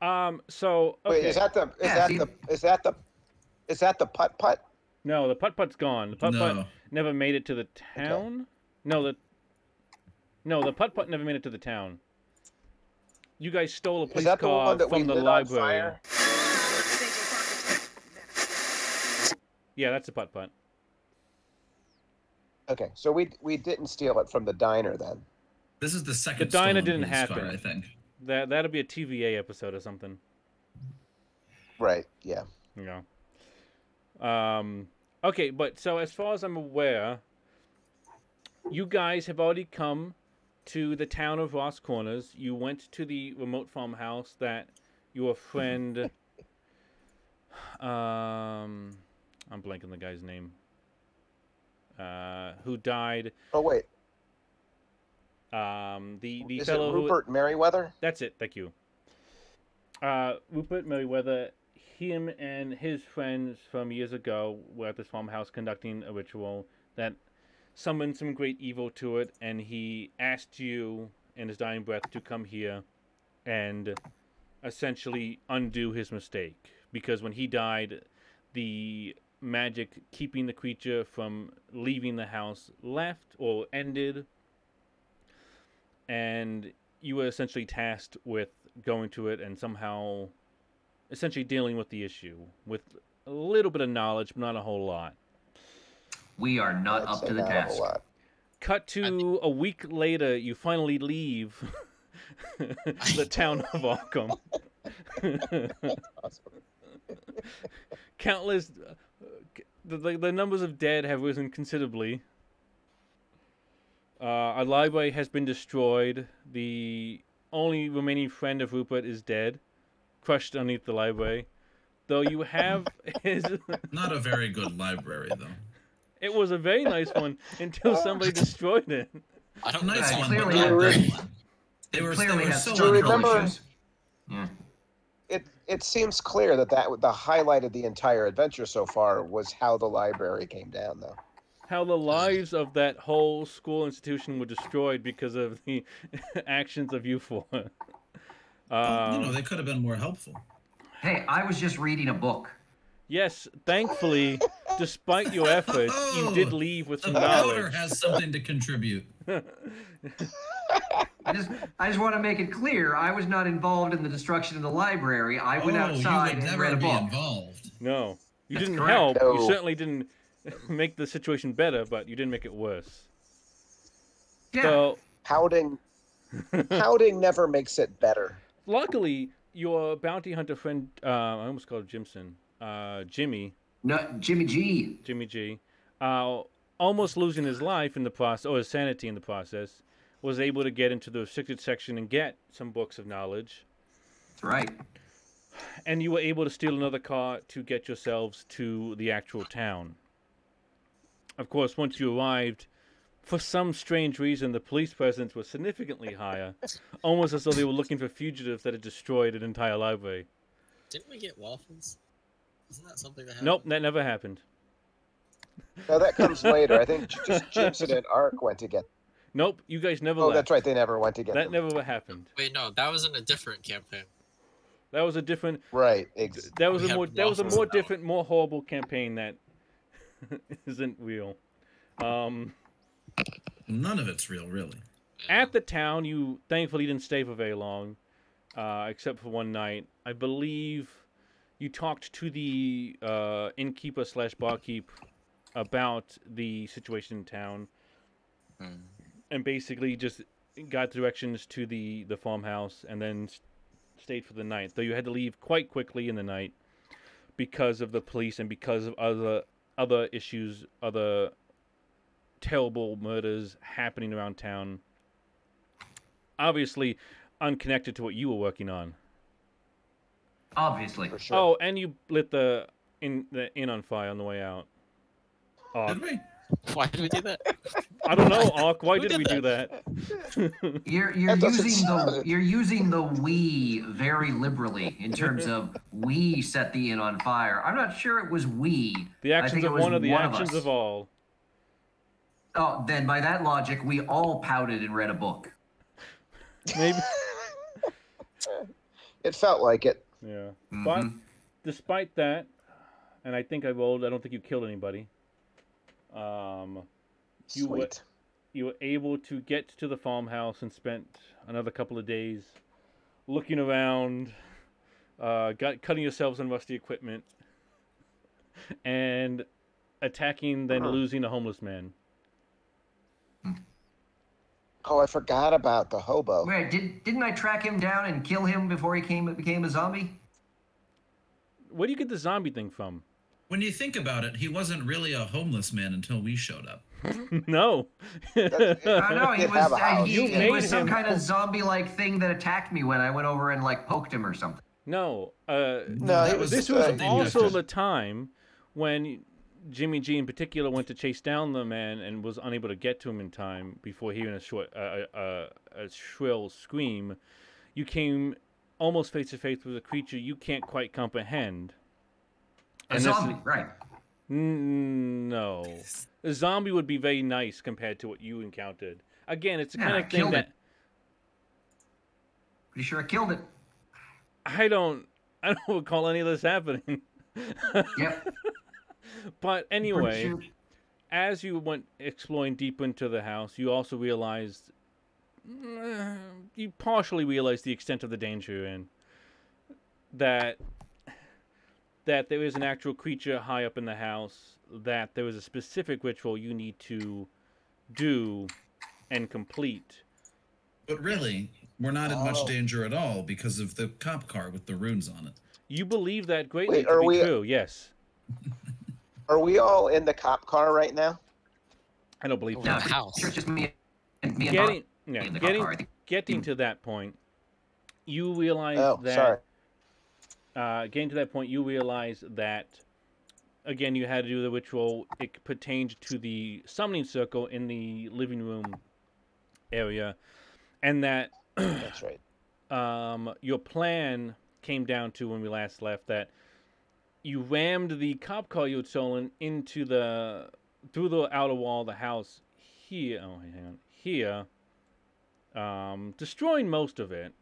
Um. So okay. Wait, is that the is Yeah, that see- the is that the is that the putt putt? no, the putt putt's gone. The putt putt No. never made it to the town. No, the no, the putt putt never made it to the town. You guys stole a Is police that the car one that we from the lit library. on fire? Yeah, that's a putt putt. Okay, so we we didn't steal it from the diner then. This is the second. diner stolen didn't police car, happen. I think. That that'll be a TVA episode or something. Right. Yeah. You know. Um. Okay, but so as far as I'm aware, you guys have already come to the town of Ross Corners. You went to the remote farmhouse that your friend. um, I'm blanking the guy's name. Uh, who died? Oh wait, Um, the the is it fellow who Rupert Merriweather? that's it. Thank you. Uh, Rupert Merriweather, him and his friends from years ago were at this farmhouse conducting a ritual that summoned some great evil to it, and he asked you in his dying breath to come here and essentially undo his mistake. Because when he died, the magic keeping the creature from leaving the house left or ended, and you were essentially tasked with going to it and somehow essentially dealing with the issue with a little bit of knowledge but not a whole lot We are not I'd up say to the not a whole task. lot. cut to a week later you finally leave the town of Arkham Awesome. countless uh, c- the, the, the numbers of dead have risen considerably uh, our library has been destroyed the only remaining friend of rupert is dead crushed underneath the library though you have his Not a very good library though. it was a very nice one until somebody destroyed it I don't Nice Right, one, but clearly not have- a great one. They were, they Clearly were have so control remember- unfortunate. issues. Yeah. It it seems clear that that the highlight of the entire adventure so far was how the library came down, though. how the lives of that whole school institution were destroyed because of the actions of you four. Oh, you know, Um, they could have been more helpful. Hey, I was just reading a book. yes, thankfully, despite your efforts, you did Oh, leave with The some powder knowledge. has something to contribute. I just, I just want to make it clear, I was not involved in the destruction of the library. I went oh, outside you would and never read a be book. involved. No, you didn't correct. help. You No. certainly didn't make the situation better, but you didn't make it worse. Yeah. So Howding, howding never makes it better. luckily, your bounty hunter friend, uh, I almost called him Jimson, uh, Jimmy, no, Jimmy G. Jimmy G, uh, almost losing his life in the process, or his sanity in the process, was able to get into the restricted section and get some books of knowledge. That's right. And you were able to steal another car to get yourselves to the actual town. Of course, once you arrived, for some strange reason, the police presence was significantly higher, almost as though they were looking for fugitives that had destroyed an entire library. Didn't we get waffles? Isn't that something that happened? Nope, that never happened. Now that comes later. I think j- just Jimson and Ark went to get. Nope, you guys never Oh, left. that's right. They never went to get. That them. never happened. Wait, no, that was in a different campaign. That was a different Right. Ex- That was We a have more that was a waffles more now. different, more horrible campaign that isn't real. Um, None of it's real, really. at the town, you thankfully didn't stay for very long, uh, except for one night. I believe you talked to the uh, innkeeper slash barkeep about the situation in town, Hmm. and basically just got directions to the the farmhouse, and then s- stayed for the night. Though you had to leave quite quickly in the night because of the police and because of other other issues, other terrible murders happening around town obviously unconnected to what you were working on. Obviously. for sure. Oh, and you lit the in the inn on fire on the way out. Ark. Did we? Why did we do that? I don't know, Ark. Why Who did did we do that? You're you're That doesn't using the sound- you're using the we very liberally in terms of we set the inn on fire. I'm not sure it was we. The I think actions it of was one or the actions us. of all. Oh, then by that logic, we all pouted and read a book. Maybe It felt like it. Yeah. But Mhm. despite that, and I think I rolled. I don't think you killed anybody. Um, You Sweet. what? you were able to get to the farmhouse and spent another couple of days looking around, uh, got, cutting yourselves on rusty equipment, and attacking, then Uh-huh. Huh. losing a homeless man. Oh, I forgot about the hobo. Wait, did didn't I track him down and kill him before he came became a zombie? Where do you get the zombie thing from? When you think about it, he wasn't really a homeless man until we showed up. no. I don't know. He Did was have a uh, house. he, You he made was some him. kind of zombie like thing that attacked me when I went over and like poked him or something. no. Uh, No, that it was- this uh, was Something also different. the time when Jimmy G in particular went to chase down the man and was unable to get to him in time before hearing a short, uh, uh, a shrill scream. You came almost face to face with a creature you can't quite comprehend. A this is- zombie, right? N- no, a zombie would be very nice compared to what you encountered. Again, it's the Yeah, kind I of thing killed that it. Pretty sure I killed it. I don't, I don't recall any of this happening. Yep. pretty But anyway. sure. as you went exploring deep into the house, you also realized, uh, you partially realized the extent of the danger you're in. That that there is an actual creature high up in the house. That there is a specific ritual you need to do and complete. But really, we're not in much Oh. danger at all because of the cop car with the runes on it. You believe that greatly Wait, to are be we- true. Yes, Are we all in the cop car right now? I don't believe Over No, the that. house. Sure, just me and me and Bob Getting, yeah, in the getting, car. I think. getting to that point, you realize Oh, that sorry. uh, getting to that point, you realize that again, you had to do the ritual. It pertained to the summoning circle in the living room area, and that That's right. um, your plan came down to when we last left that you rammed the cop car you had stolen into the through the outer wall of the house here. Oh, hang on, here, um, destroying most of it.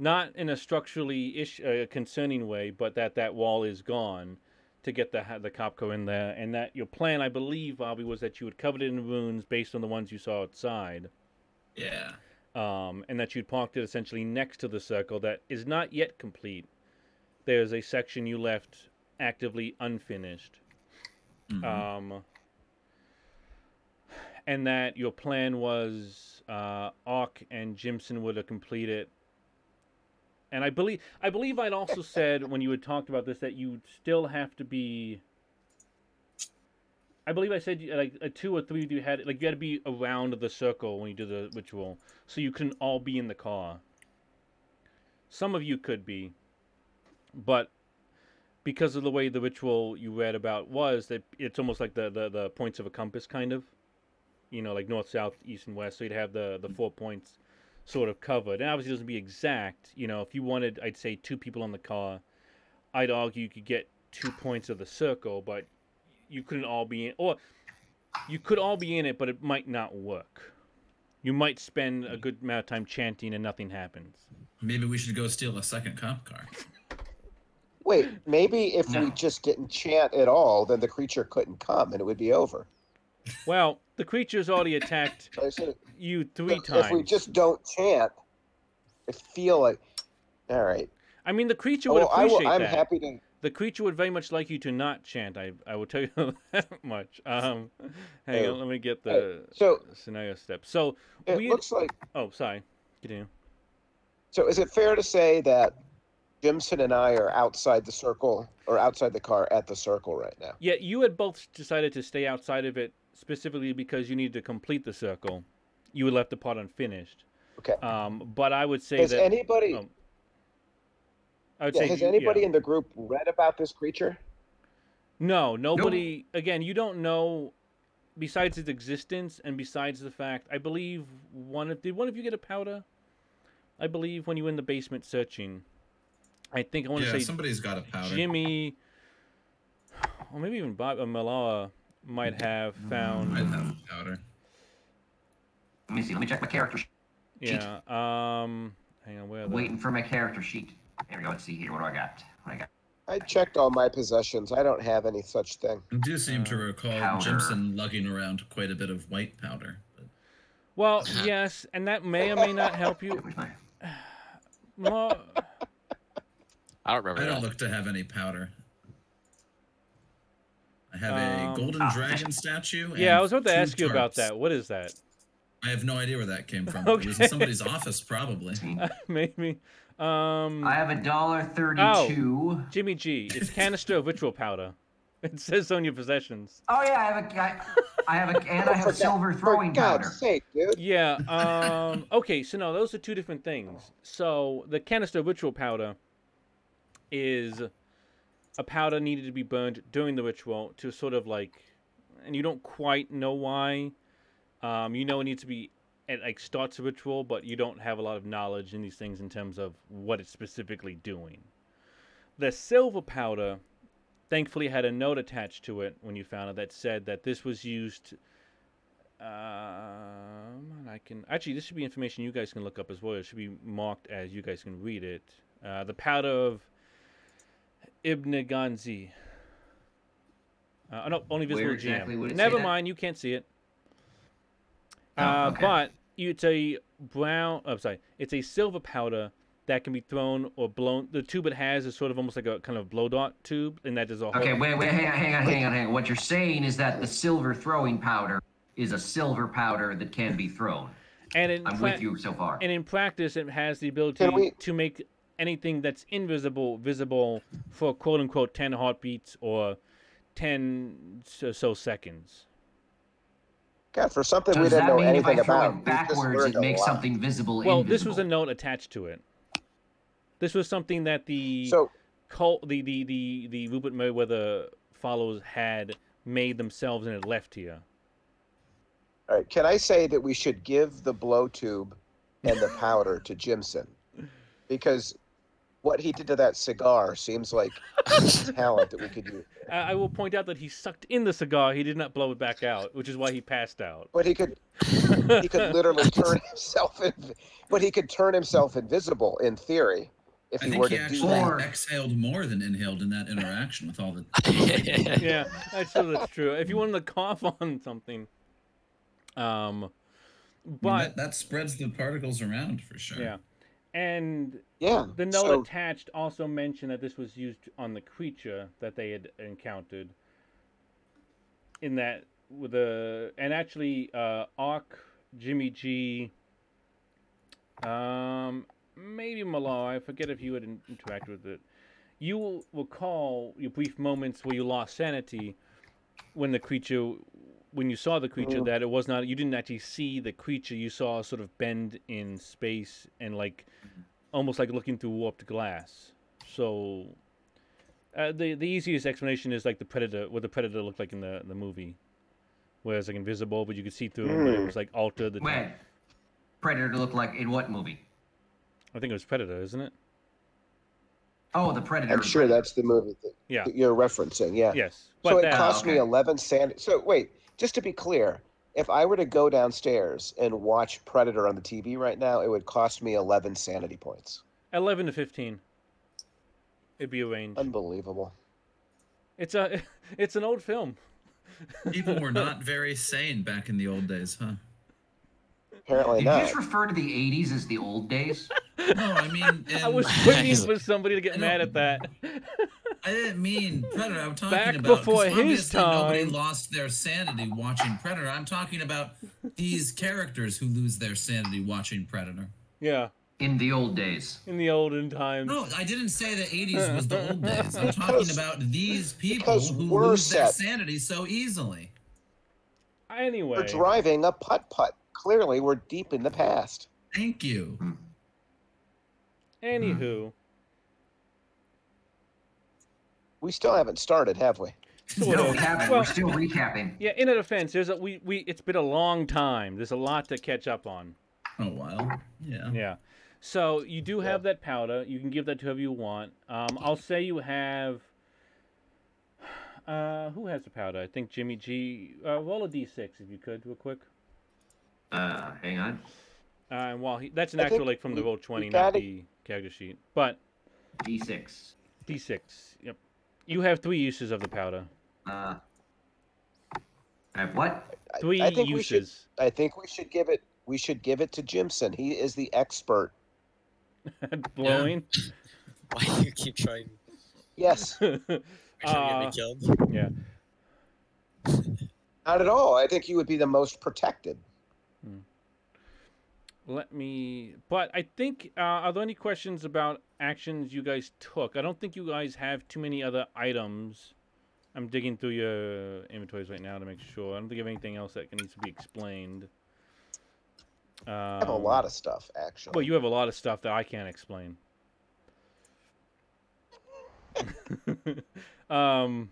Not in a structurally ish, uh, concerning way, but that that wall is gone to get the ha- the cop car in there, and that your plan, I believe, Bobby, was that you would cover it in runes based on the ones you saw outside Yeah. um, and that you'd parked it essentially next to the circle that is not yet complete. There's a section you left actively unfinished, Mhm. um, and that your plan was uh, Ark and Jimson were to complete it. And I believe I believe I'd also said when you had talked about this that you still have to be. I believe I said you- like a two or three of you had like you had to be around the circle when you do the ritual, so you couldn't all be in the car. Some of you could be, but because of the way the ritual you read about was that it's almost like the, the, the points of a compass kind of you know like north south east and west so you'd have the, the four points sort of covered and obviously it doesn't be exact you know if you wanted i'd say two people on the car i'd argue you could get two points of the circle but you couldn't all be in or you could all be in it but it might not work you might spend a good amount of time chanting and nothing happens Maybe we should go steal a second cop car. Wait, maybe if No. we just didn't chant at all, then the creature couldn't come and it would be over. well the creature's already attacked I said, you three if, times if we just don't chant, I feel like. All right. I mean, the creature would Oh, I appreciate will, I'm that. happy to. The creature would very much like you to not chant. I I will tell you that much. Um, hang Oh. on, let me get the So scenario step. So it we. looks like. Oh, sorry. Continue. So is it fair to say that Jimson and I are outside the circle or outside the car at the circle right now? Yeah, you had both decided to stay outside of it specifically because you needed to complete the circle. You had left the part unfinished. Okay. Um, but I would say Has that anybody? um, I would yeah, say has you- anybody yeah. in the group read about this creature? No, nobody. Again, you don't know. Besides its existence, and besides the fact, I believe one of did one of you get a powder? I believe when you were in the basement searching, I think I want to Yeah, say somebody's got a powder. Jimmy, or maybe even Bob or Malala might have Mm, found. Might have a powder. Let me see. Let me check my character. Yeah. Um. hang Hang on, where are they? Waiting for my character sheet. There we go. Let's see here. What do I got? What do I got? I checked all my possessions. I don't have any such thing. I do seem Uh, to recall Powder. Jimson lugging around quite a bit of white powder. But Well, yes, and that may or may not help you. Where's my? More, I don't remember. I don't that. look to have any powder. I have Um, a golden Ah. dragon statue. yeah, I and was about to two ask you about tarps. that. What is that? I have no idea where that came from. It was Okay. in somebody's office, probably. Maybe. Um, I have a dollar thirty-two. Jimmy G, it's canister of ritual powder. It says on your possessions. Oh yeah, I have a. I, I have a and I For have God- silver throwing For God's powder. sake, dude. Yeah. Um, okay, so no, those are two different things. So the canister of ritual powder is a powder needed to be burned during the ritual to sort of like, and you don't quite know why. Um, you know it needs to be it like starts a ritual, but you don't have a lot of knowledge in these things in terms of what it's specifically doing. The silver powder, thankfully, had a note attached to it when you found it that said that this was used. Um, and I can actually this should be information you guys can look up as well. It should be marked as you guys can read it. Uh, the powder of Ibn Ganzi. Uh, no, only visible Where GM. exactly would it say Never that? mind, you can't see it. Oh, Uh, okay. But you- it's a brown. I'm sorry. It's a silver powder that can be thrown or blown. The tube it has is sort of almost like a kind of blow dot tube, and that is a whole. Okay, wait, wait, hang on, hang on, hang on, hang on. What you're saying is that the silver throwing powder is a silver powder that can be thrown. And in I'm pra- with you so far. And in practice, it has the ability Can we- to make anything that's invisible visible for quote unquote ten heartbeats or ten so, so seconds. God, for something So we does didn't that know mean if anything I throw about. it we just backwards, learned it a makes lot. something visible? Well, this invisible? was a note attached to it. This was something that the So, cult, the the the the Rupert Merriweather followers had made themselves and had left here. all right, can I say that we should give the blow tube and the powder to Jimson? Because what he did to that cigar seems like talent that we could use. I, I will point out that he sucked in the cigar. He did not blow it back out, which is why he passed out. But he could he could literally turn himself in, but he could turn himself invisible in theory if I he think were he to do actually that. Or- exhaled more than inhaled in that interaction with all the. yeah, that's true. That's true. If you wanted to cough on something, um, I mean, that, but that spreads the particles around for sure. yeah, and Yeah. the note so, attached also mentioned that this was used on the creature that they had encountered. In that, with the and actually, uh, Ark, Jimmy G, um, maybe Malar. I forget if you had in- interacted with it. You will recall your brief moments where you lost sanity when the creature, when you saw the creature, Mhm. that it was not. You didn't actually see the creature. You saw sort of bend in space and like almost like looking through warped glass. So, uh, the the easiest explanation is like the predator, what the predator looked like in the the movie, where it's like invisible, but you could see through him. But it Mm. was like altered. The Wait, Predator to look like in what movie? I think it was Predator, isn't it? Oh, the Predator. I'm sure that's the movie that, Yeah. that you're referencing. Yeah. Yes, but So it that, cost me okay. 11 sanity. So wait, just to be clear, if I were to go downstairs and watch Predator on the TV right now, it would cost me 11 sanity points. eleven to fifteen. It'd be a range. Um, Unbelievable. It's a it's an old film. People were not very sane back in the old days, huh? Apparently Did you not. just refer to the 80s as the old days? No, I mean, I was in- waiting for somebody to I get don't- mad at that. I didn't mean Predator. I'm talking Back about 'cause before his obviously Nobody time. lost their sanity watching Predator. I'm talking about these characters who lose their sanity watching Predator. yeah, In the old days. in the olden times. No, I didn't say the 80s was the old days. I'm talking Because- about these people because who we're lose their set. sanity so easily. Anyway, We're driving a putt putt. Clearly, we're deep in the past. Thank you. anywho, We still haven't started, have we? sort No, of. we haven't. Well, We're still recapping. Yeah, in a defense, there's a we we it's been a long time. There's a lot to catch up on. Oh, wow. Yeah. Yeah. So you do have that powder. You can give that to whoever you want. Um, I'll say you have. Uh, who has the powder? I think Jimmy G. Uh, roll a d6 if you could, real quick. Uh, hang on. Uh, and while he, that's an I actual think like from the we- roll we twenty, not gotta- the character sheet. But D6. D six. Yep. You have three uses of the powder. Uh, I have what? I- Three I think we should. uses. I think we should give it. We should give it to Jimson. He is the expert. Blowing. Why do you keep trying? Yes, Are you trying to Uh, get me killed? not at all. I think you would be the most protected. Let me. But I think uh, are there any questions about actions you guys took? I don't think you guys have too many other items. I'm digging through your inventories right now to make sure. I don't think you have anything else that needs to be explained. Um, I have a lot of stuff actually. Well, you have a lot of stuff that I can't explain. um,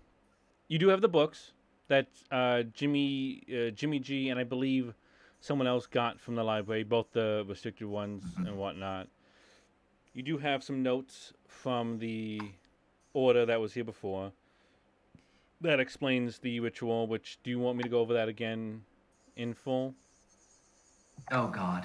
you do have the books that uh, Jimmy, uh, Jimmy G, and I believe someone else got from the library, both the restricted ones and whatnot. You do have some notes from the order that was here before. That explains the ritual. Which do you want me to go over that again in full? Oh God.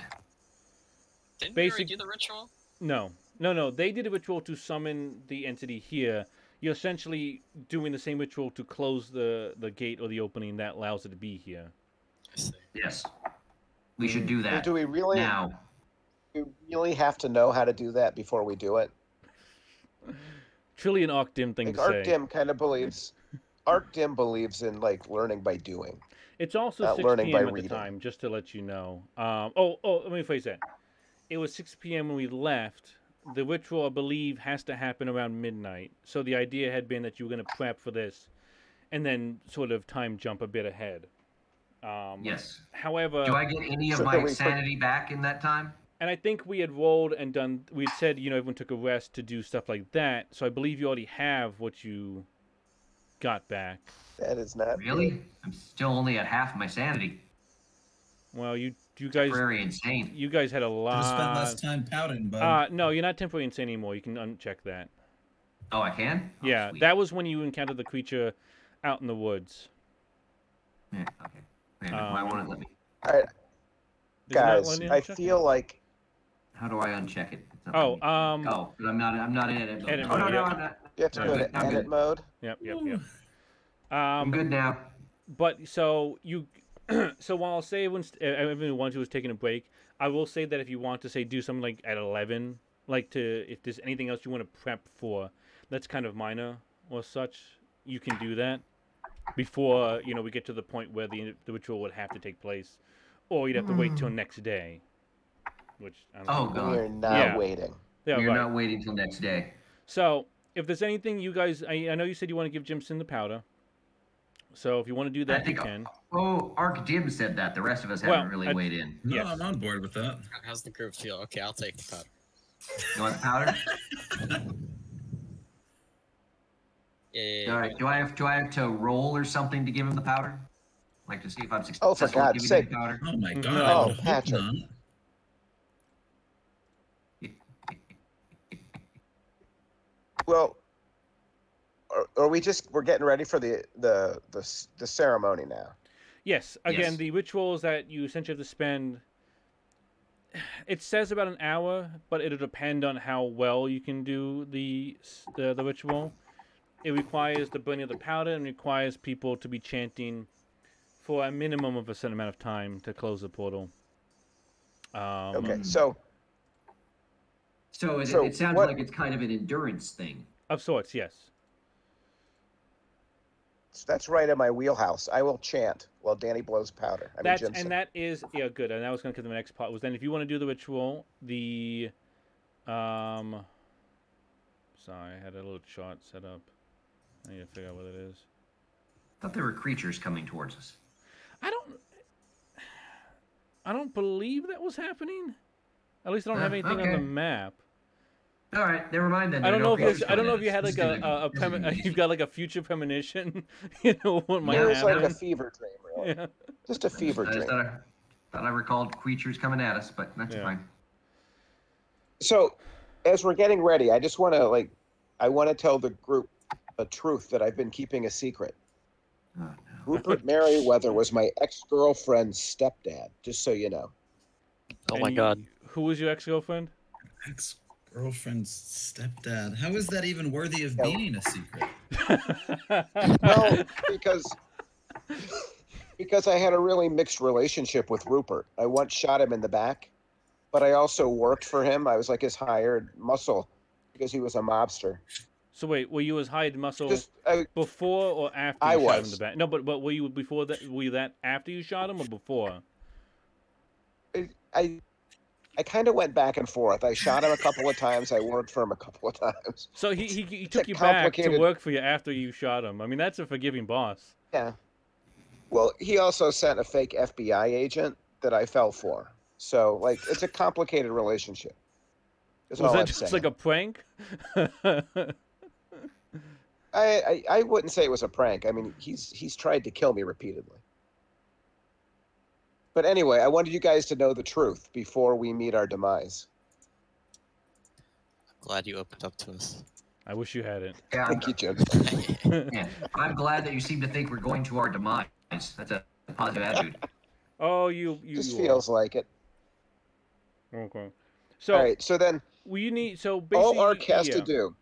Didn't we basic- already do the ritual? No, no, no. They did a ritual to summon the entity here. You're essentially doing the same ritual to close the the gate or the opening that allows it to be here. I see. Yes. We should do Well, that do we really? now. We really have to know how to do that before we do it. Truly an Arcdim thing Like to Art say. Dim kind of believes. Art Dim believes in like learning by doing. It's also Not 6 learning p.m. by at the reading. time, just to let you know. Um, oh, oh, let me phrase that. It was 6 p.m. when we left. The ritual, I believe, has to happen around midnight. So the idea had been that you were going to prep for this, and then sort of time jump a bit ahead. Um, Yes. However, Do I get any of so my that we put- insanity back in that time? and I think we had rolled and done. We had said, you know, everyone took a rest to do stuff like that. So I believe you already have what you got back. That is not Really? I'm still only at half my sanity. Well, you you guys Very insane. you guys had a Could've spent lot. less time pouting, bud. Uh, no, you're not temporary insane anymore. You can uncheck that. Oh, I can? Oh, yeah, sweet. that was when you encountered the creature out in the woods. Yeah, okay. Man, why Um, won't it let me? All right, Did you not guys. want to I uncheck it? feel like How do I uncheck it? It's not Oh, letting me. um. oh, but I'm not. I'm not in edit. mode. Edit oh no, mode, no, yeah. I'm not. you have to Yeah, go but to I'm edit good. mode. Yep. Yep. Yep. Um, I'm good now. But so you, so while I'll say e, everyone's, everyone wants who was taking a break, I will say that if you want to say do something like at eleven, like to if there's anything else you want to prep for, that's kind of minor or such, you can do that before you know we get to the point where the the ritual would have to take place, or you'd have to wait till next day, which I don't Hmm. Oh think- God. We are not Yeah. waiting. yeah, You're right. not waiting till next day. So, if there's anything you guys, I, I know you said you want to give Jimson the powder. So, if you want to do that, you think I'll- can. Oh, Arc Dim said that. The rest of us haven't Well, I- really weighed in. no, yes. I'm on board with that. How- How's the group feel? Okay, I'll take the cut. You want the powder? Yeah, yeah, yeah, All right. Do I have do I have to roll or something to give him the powder? Like to see if I'm successful. Oh, for God's giving him sake. The powder. Oh my No. god. I Oh, would hope Patrick. not. Well, are, are we just we're getting ready for the the the, s- the ceremony now? Yes. Again, Yes. the rituals that you essentially have to spend. It says about an hour, but it'll depend on how well you can do the s- the, the ritual. It requires the burning of the powder and requires people to be chanting for a minimum of a certain amount of time to close the portal. Um, Okay, Mm. so So it, So it sounds what- like it's kind of an endurance thing. Of sorts, yes. that's right in my wheelhouse. I will chant while Danny blows powder. I mean, That's Jimson. and that is yeah good. And that was going to come to the next part was then if you want to do the ritual, the um, sorry, I had a little chart set up. I need to figure out what it is. I thought there were creatures coming towards us. I don't, I don't believe that was happening. At least I don't have Uh, anything on the okay. map. All right, never mind then. I There don't are know no if there's, creatures I don't coming know at if you us. had like This is a, gonna a, a be- this is premi- gonna be you've got like a future premonition. you know what might it Yeah, was happen. like a fever dream, really. yeah. Just a fever I dream. thought I, thought I recalled creatures coming at us, but that's Yeah. fine. So, as we're getting ready, I just want to like, I want to tell the group a truth that I've been keeping a secret. Oh, no. Rupert Merriweather was my ex-girlfriend's stepdad. Just so you know. Oh my And god. Who was your ex girlfriend? Ex girlfriend's stepdad. How is that even worthy of being a secret? Well, because because I had a really mixed relationship with Rupert. I once shot him in the back, but I also worked for him. I was like his hired muscle because he was a mobster. so wait, were you as hired muscle Just I, before or after you I shot him in was. the back? No, but but were you before that? Were you that after you shot him or before? I I kind of went back and forth. I shot him a couple of times. I worked for him a couple of times. So he he, he a took you back to complicated- work for you after you shot him. I mean, that's a forgiving boss. Well, he also sent a fake FBI agent that I fell for. So like it's a complicated relationship. Is was all that I'm just saying. like a prank? I, I I wouldn't say it was a prank. I mean, he's he's tried to kill me repeatedly. But anyway, I wanted you guys to know the truth before we meet our demise. Glad you opened up to us. I wish you hadn't. Yeah, I'm, Thank you, Jim. yeah. I'm glad that you seem to think we're going to our demise. That's a positive attitude. oh, you you. Just you are. feels like it. Okay. So All right. So then, well, you need so basically all Ark has yeah, to do.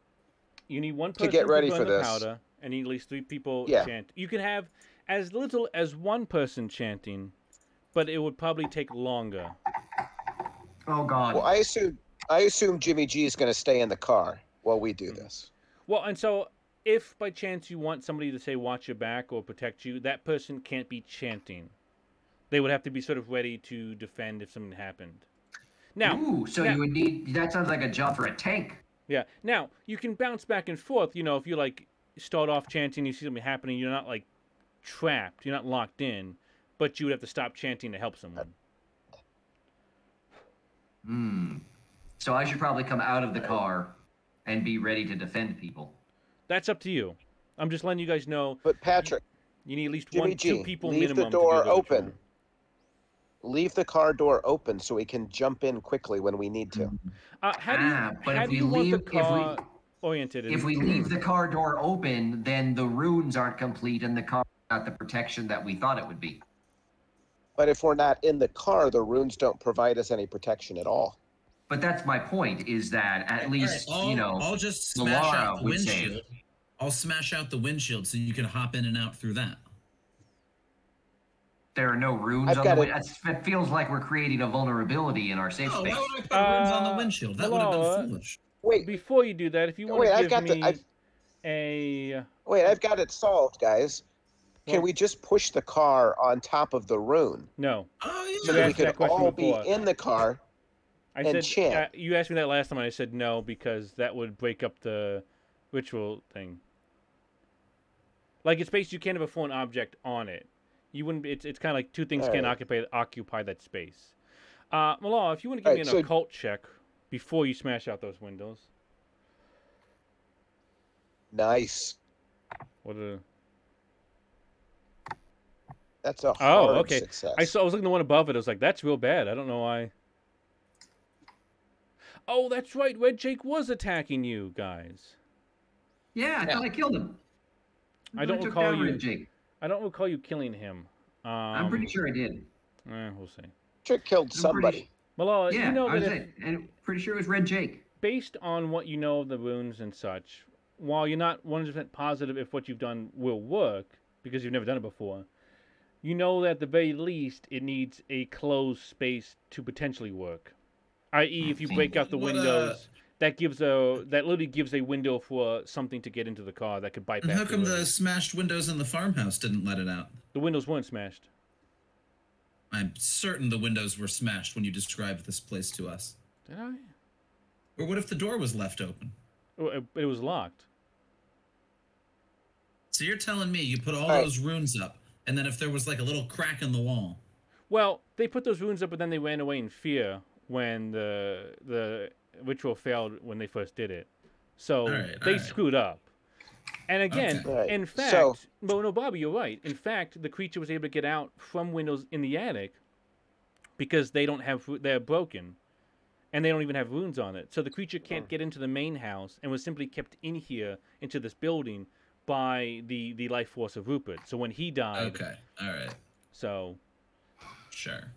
you need one to person get ready burn for the this- powder, and you need at least three people Yeah. chant. You can have as little as one person chanting, but it would probably take longer. Oh God. Well, I assume I assume Jimmy G is going to stay in the car while we do this. Well, and so if by chance you want somebody to say watch your back or protect you, that person can't be chanting. They would have to be sort of ready to defend if something happened. Now, Mm-hmm. Ooh, so now- you would need. That sounds like a job for a tank. Yeah. Now you can bounce back and forth. You know, if you like start off chanting, you see something happening, you're not like trapped, you're not locked in, but you would have to stop chanting to help someone. Hmm. So I should probably come out of the car and be ready to defend people. That's up to you. I'm just letting you guys know But Patrick, you need at least Jimmy one, two G, people leave the minimum. to do door the ritual. open. leave the car door open so we can jump in quickly when we need to. Uh, how do you, Ah, but how if do you we want the leave- if we- car oriented? If we leave the car door open, then the runes aren't complete and the car not the protection that we thought it would be. But if we're not in the car, the runes don't provide us any protection at all. But that's my point is that at least, All right, I'll, you know, I'll just smash out Lalara the would say. windshield. I'll smash out the windshield so you can hop in and out through that. there are no runes I've on got the a- windshield. It feels like we're creating a vulnerability in our safe Oh, why space. would I put runes on Uh, the windshield? That would have Lalara. been foolish. Wait, Before you do that, if you want wait, to I've give got me the I've, a wait, I've got it solved, guys. Can Well- we just push the car on top of the rune no, Oh so we that yeah. we asked could that question all before. be in the car? I and said chant. uh, you asked me that last time, and I said no because that would break up the ritual thing. Like in space, you can't have a foreign object on it. You wouldn't. It's it's kind of like two things can't Alright. occupy occupy that space. Uh, Malar, if you want to give me Alright, an so- occult check before you smash out those windows, Nice. what a, That's a hard Oh, okay. success. I saw. I was looking at the one above it. I was like, that's real bad. I don't know why. Oh, that's right. Red Jake was attacking you guys. Yeah, I Yeah. thought I killed him. I don't took recall down you- Red Jake. I don't recall you killing him. Um, I'm pretty sure I did. Eh, we'll see. Trick killed pretty somebody. Malala, uh, Yeah, you know I was that if- it. And pretty sure it was Red Jake. based on what you know of the runes and such, while you're not 100% positive if what you've done will work, because you've never done it before, you know that at the very least it needs a closed space to potentially work. I.e., if you break out the What, uh, windows, that gives a that literally gives a window for something to get into the car that could And bypass. how come the ruins. smashed windows in the farmhouse didn't let it out? the windows weren't smashed? I'm certain the windows were smashed when you described this place to us. Did I? Or what if the door was left open? Oh, It, it was locked. So you're telling me you put all Alright. those runes up, and then if there was like a little crack in the wall, Well, they put those runes up, but then they ran away in fear when the the ritual failed when they first did it. So Alright, they alright. screwed up. And again, Okay. Right. in fact, So- no, no, Bobby, you're right. In fact, the creature was able to get out from windows in the attic because they don't have ru- they're broken, and they don't even have runes on it. So the creature can't get into the main house and was simply kept in here into this building by the the life force of Rupert. So when he died, okay, all right, so sure.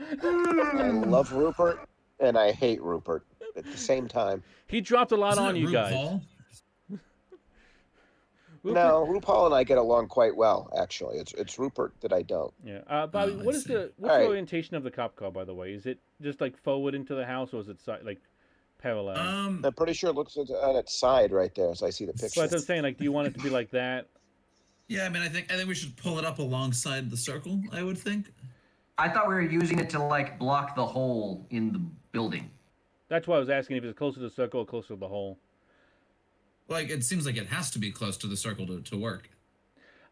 I love Rupert and I hate Rupert at the same time. He dropped a lot Isn't on it you Rude guys. Paul? Rupert- No, RuPaul and I get along quite well, actually. It's it's Rupert that I don't. Yeah. Uh, Bobby, Oh, I what is see. the what's the Alright. orientation of the cop car, by the way? Is it just like forward into the house, or is it si- like parallel? Um, I'm pretty sure it looks at- on its side right there as I see the Hmm. so picture. that's what I'm saying. Like, do you want it to be like that? yeah, I mean, I think I think we should pull it up alongside the circle. I would think. I thought we were using it to like block the hole in the building. That's why I was asking if it's closer to the circle or closer to the hole. Like, it seems like it has to be close to the circle to, to work.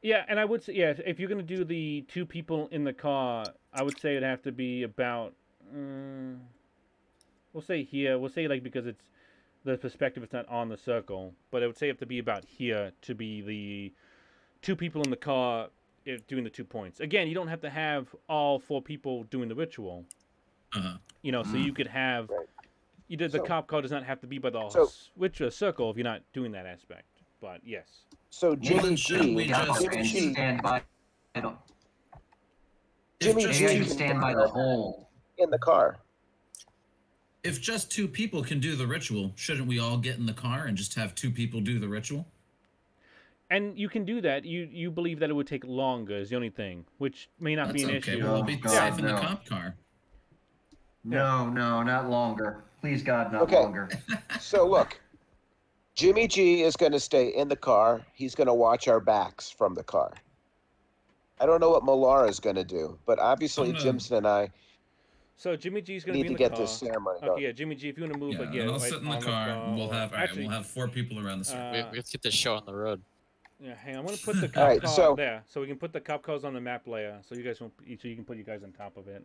Yeah, and I would say yeah, if you're gonna do the two people in the car, I would say it'd have to be about. mm we'll say here. We'll say like because it's the perspective. It's not on the circle, but I would say it have to be about here to be the two people in the car eh, doing the two points. Again, you don't have to have all four people doing the ritual. Uh-huh. You know, so you could have. Right. You did the So- cop car does not have to be by the So- which a circle if you're not doing that aspect. But yes, So Jimmy then shouldn't G, we Yeah, just- Jimmy and G, stand by. I don't- Jimmy If And G just, you two, can stand by the hole. in the car. if just two people can do the ritual, shouldn't we all get in the car and just have two people do the ritual? and you can do that. You you believe that it would take longer is the only thing, which may not That's be an okay. issue. We'll all be Oh, safe in the God, no. cop car. No, no, not longer. Please, God, not Okay. longer. So look, Jimmy G is going to stay in the car. He's going to watch our backs from the car. I don't know what Malara is going to do, but obviously I'm gonna- Jimson and I So Jimmy G's Oh, gonna need be in to the get car. this ceremony Okay, going. yeah, Jimmy G, if you want to move, Yeah, like yeah, and I'll right sit in the on car. and we'll or- have all right, actually, we'll have four people around the circle. We, we uh, have to get this show on the road. yeah, hang on. I'm gonna put the cop Alright, car so- there, so we can put the cop cars on the map layer, so you guys won't, so you can put you guys on top of it.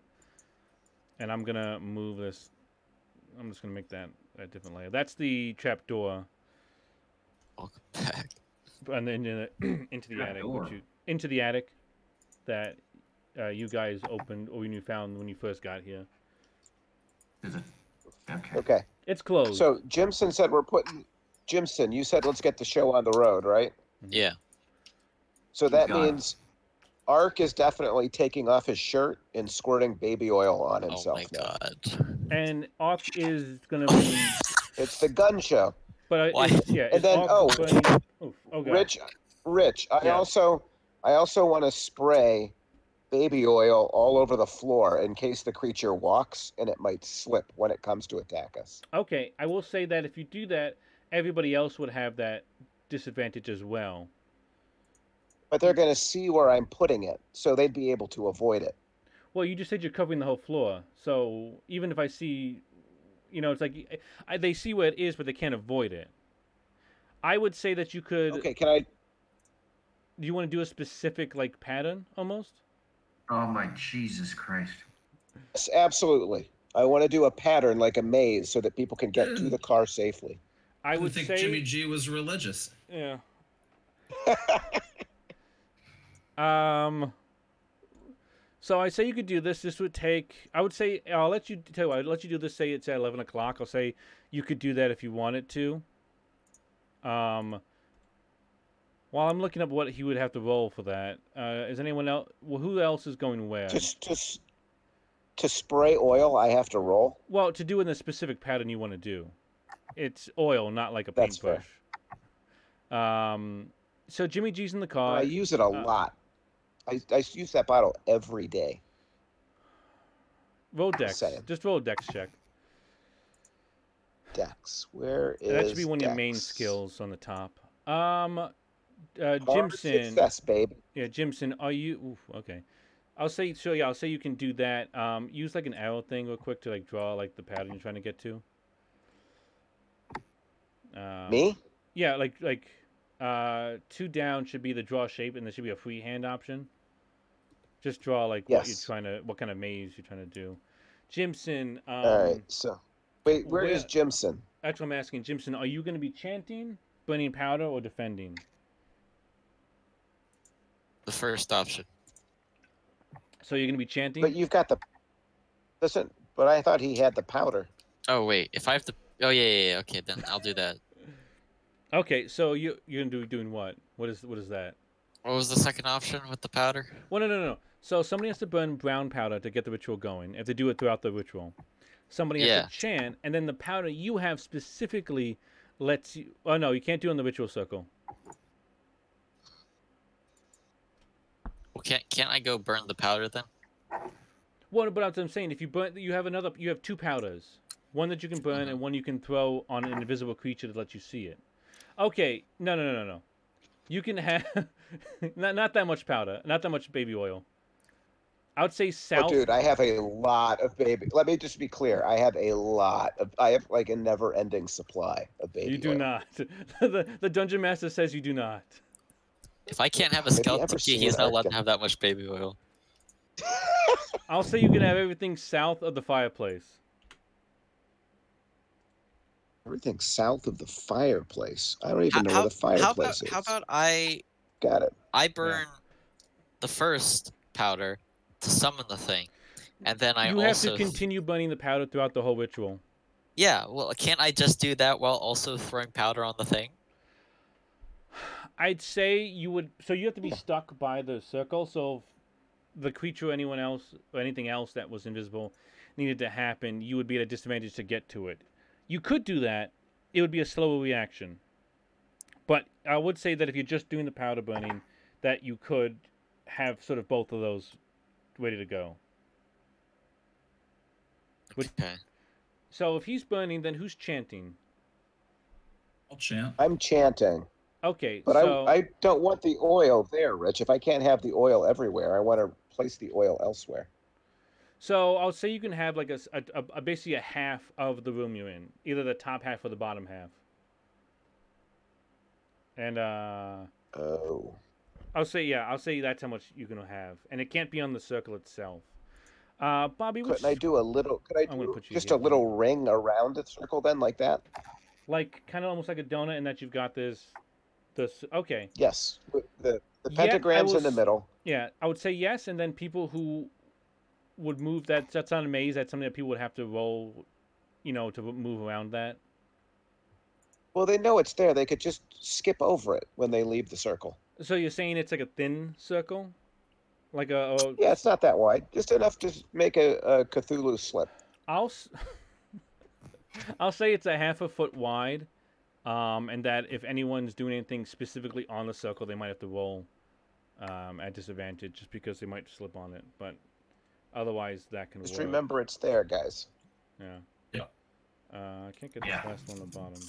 And I'm gonna move this. I'm just gonna make that a different layer. That's the trap door, Welcome back. and then uh, into the attic, Trapdoor. which you, into the attic, that uh, you guys opened or you found when you first got here. Is it? Okay. Okay. It's closed. So Jimson said we're putting Jimson. You said let's get the show on the road, right? Yeah. So that Got it. means Ark is definitely taking off his shirt and squirting baby oil on Oh himself. my now. god. and Ark is gonna be, It's the gun show. but uh, Why? it's- yeah, And it's then- Ark oh, burning- oh, oh god, Rich, Rich, I Yeah. also, I also want to spray baby oil all over the floor in case the creature walks and it might slip when it comes to attack us. Okay, I will say that if you do that, everybody else would have that disadvantage as well. But they're going to see where I'm putting it, so they'd be able to avoid it. Well, you just said you're covering the whole floor, so even if I see, you know, it's like y- I, they see where it is, but they can't avoid it. I would say that you could. Okay, can I? Do you want to do a specific like pattern almost? Oh my Jesus Christ. Yes, absolutely. I want to do a pattern like a maze so that people can get to the car safely. I would didn't think say Jimmy G was religious. Yeah. um. So I say you could do this. This would take. I would say I'll let you tell. You, what, I'll let you do this. Say it's at eleven o'clock. I'll say you could do that if you wanted to. Um. While I'm looking up what he would have to roll for that, uh, is anyone else? Well, who else is going where? Just, just to spray oil, I have to roll. Well, to do in the specific pattern you want to do. It's oil, not like a That's fair. paintbrush. Um. So Jimmy G's in the car. I use it a uh, lot. I, I use that bottle every day. Roll dex. saying. Just roll a dex check. Dex, where is That should be one of your main Dex? skills on the top. Um, uh, Hard Jimson. Success, babe. Yeah, Jimson. Are you oof, okay? I'll say so. Yeah, I'll say you can do that. Um, use like an arrow thing real quick to like draw like the pattern you're trying to get to. Um, Me? Yeah, like like uh, two down should be the draw shape, and there should be a freehand option. Just draw like what you're Yes. trying to, what kind of maze you're trying to do. Jimson. Um, All right. So, wait, where is where- Jimson? That's what I'm asking, Jimson. Are you going to be chanting, burning powder, or defending? The first option. So you're going to be chanting. But you've got the. Listen, but I thought he had the powder. Oh wait, if I have to. Oh yeah, yeah, yeah. Okay, then I'll do that. Okay, so you you're going to be doing what? What is what is that? What was the second option with the powder? Well, no, no, no. no. So somebody has to burn brown powder to get the ritual going. If they do it throughout the ritual, somebody has Yeah. to chant, and then the powder you have specifically lets you. Oh no, you can't do it in the ritual circle. Well, can't can't I go burn the powder then? Well, but that's what I'm saying. If you burn, you have another. You have two powders. One that you can Uh-huh. burn, and one you can throw on an invisible creature to let you see it. Okay, no, no, no, no, no. You can have not not that much powder, not that much baby oil. I would say Oh, south. dude, I have a lot of baby. Let me just be clear. I have a lot of. I have like a never-ending supply of baby. you do oil. not. the, the dungeon master says you do not. If I can't have a Have you scalp ever tiki, seen he's an not allowed to Arctic- have that much baby oil. I'll say you can have everything south of the fireplace. Everything south of the fireplace. I don't even know how, where the how fireplace about is. how about I Got it. I burn the first powder to summon the thing, and then I you have also to continue burning the powder throughout the whole ritual. yeah. Well, can't I just do that while also throwing powder on the thing? I'd say you would. So you have to be stuck by the circle. So if the creature, or anyone else, or anything else that was invisible, needed to happen, you would be at a disadvantage to get to it. You could do that. It would be a slower reaction. But I would say that if you're just doing the powder burning, that you could have sort of both of those ready to go. Would- Okay. So if he's burning, then who's chanting? I'll chant. I'm chanting, Okay, but so I I don't want the oil there, Rich. If I can't have the oil everywhere, I want to place the oil elsewhere. so I'll say you can have like a, s- a- a- a- basically a half of the room you're in, either the top half or the bottom half. And uh, Oh, I'll say yeah, I'll say that's how much you can have, and it can't be on the circle itself. Uh, Bobby, what's couldn't I do a little? Could I I'm gonna do put you just here. a little ring around the circle then, like that? like kind of almost like a donut in that you've got this, this okay, Yes. with The the Yet I pentagram's in the was- middle. yeah, I would say yes, and then people who would move that that's not a maze, that's something that people would have to roll, you know, to move around that. Well, they know it's there. They could just skip over it when they leave the circle. So you're saying it's like a thin circle, like a. a Yeah, it's not that wide. Just enough to s- make a, a Cthulhu slip. I'll. s- I'll say it's a half a foot wide, um, and that if anyone's doing anything specifically on the circle, they might have to roll um, at disadvantage just because they might slip on it. But otherwise, that can. Just work. remember it's there, guys. Yeah. Yep. Uh, I can't get Yeah. the last one on the bottom.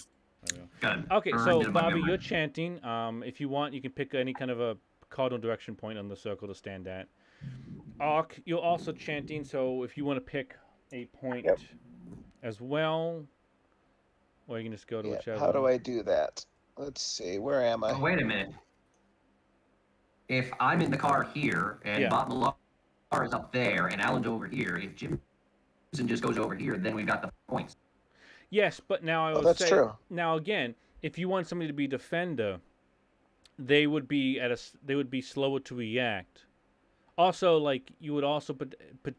There we go. Good. Okay, Or so did my Bobby, memory. you're chanting. Um, if you want, you can pick any kind of a cardinal direction point on the circle to stand at. Ark, you're also chanting, so if you want to pick a point Yep. as well, or you can just go to Yeah, whichever. How do I do that? Let's see. Where am Oh, I? wait a minute. If I'm in the car here and Yeah. Bob Millar is up there and Alan's over here, if Jim Jimson just goes over here, then we've got the points. Yes, but now I Oh, would that's say true. now again, if you want somebody to be defender, they would be at a s- they would be slower to react. Also, like you would also put put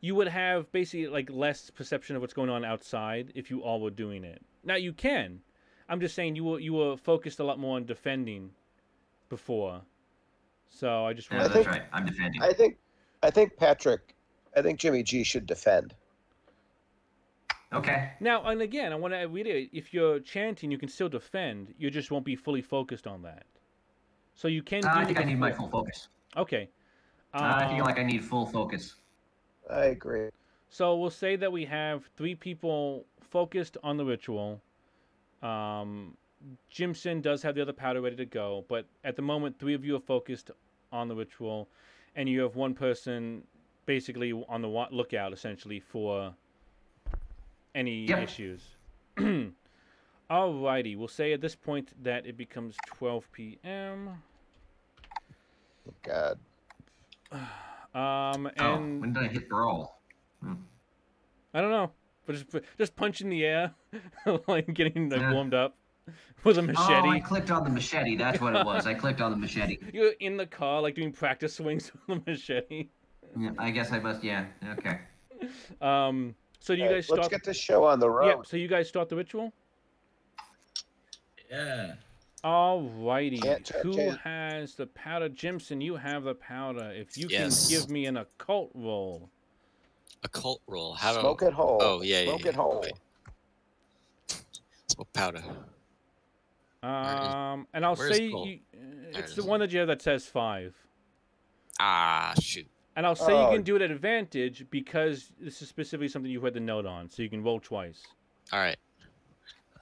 you would have basically like less perception of what's going on outside if you all were doing it. Now you can. I'm just saying you were you were focused a lot more on defending before. So I just Yeah, wanted that's think- right. I'm defending. I think, I think Patrick, I think Jimmy G should defend. okay. Now, and again, I want to reiterate: if you're chanting, you can still defend. You just won't be fully focused on that. So you can. Uh, I do think I the need my full- full focus. Okay. Uh, I feel Um, like I need full focus. I agree. So we'll say that we have three people focused on the ritual. Um, Jimson does have the other powder ready to go, but at the moment, three of you are focused on the ritual, and you have one person basically on the wa- lookout essentially for any Yep. issues. Alrighty, we'll say at this point that it becomes 12 p.m. God. Um, Oh, and when did I hit the roll? I don't know. But just just punching the air, like getting like Yeah. warmed up with a Oh, I machete. clicked on the machete. That's what it was. I clicked on the machete. You're in the car, like doing practice swings with a machete. Yeah, I guess I must. Yeah. Okay. Um. So do you All right, guys let's start? get this show on the yeah. road. So you guys start the ritual. Yeah. Alrighty. Can't touch Who it. has the powder? Jimson, you have the powder. If you Yes. can give me an occult roll. Occult roll. How Smoke do it whole. Oh, yeah, yeah, Smoke yeah. it whole. Wait. smoke powder? is- Um, and I'll where is say Cole? you, uh, it it's the is. one that you have that says five. Ah, shoot. And I'll say Oh. you can do it at advantage because this is specifically something you read the note on, so you can roll twice. All right.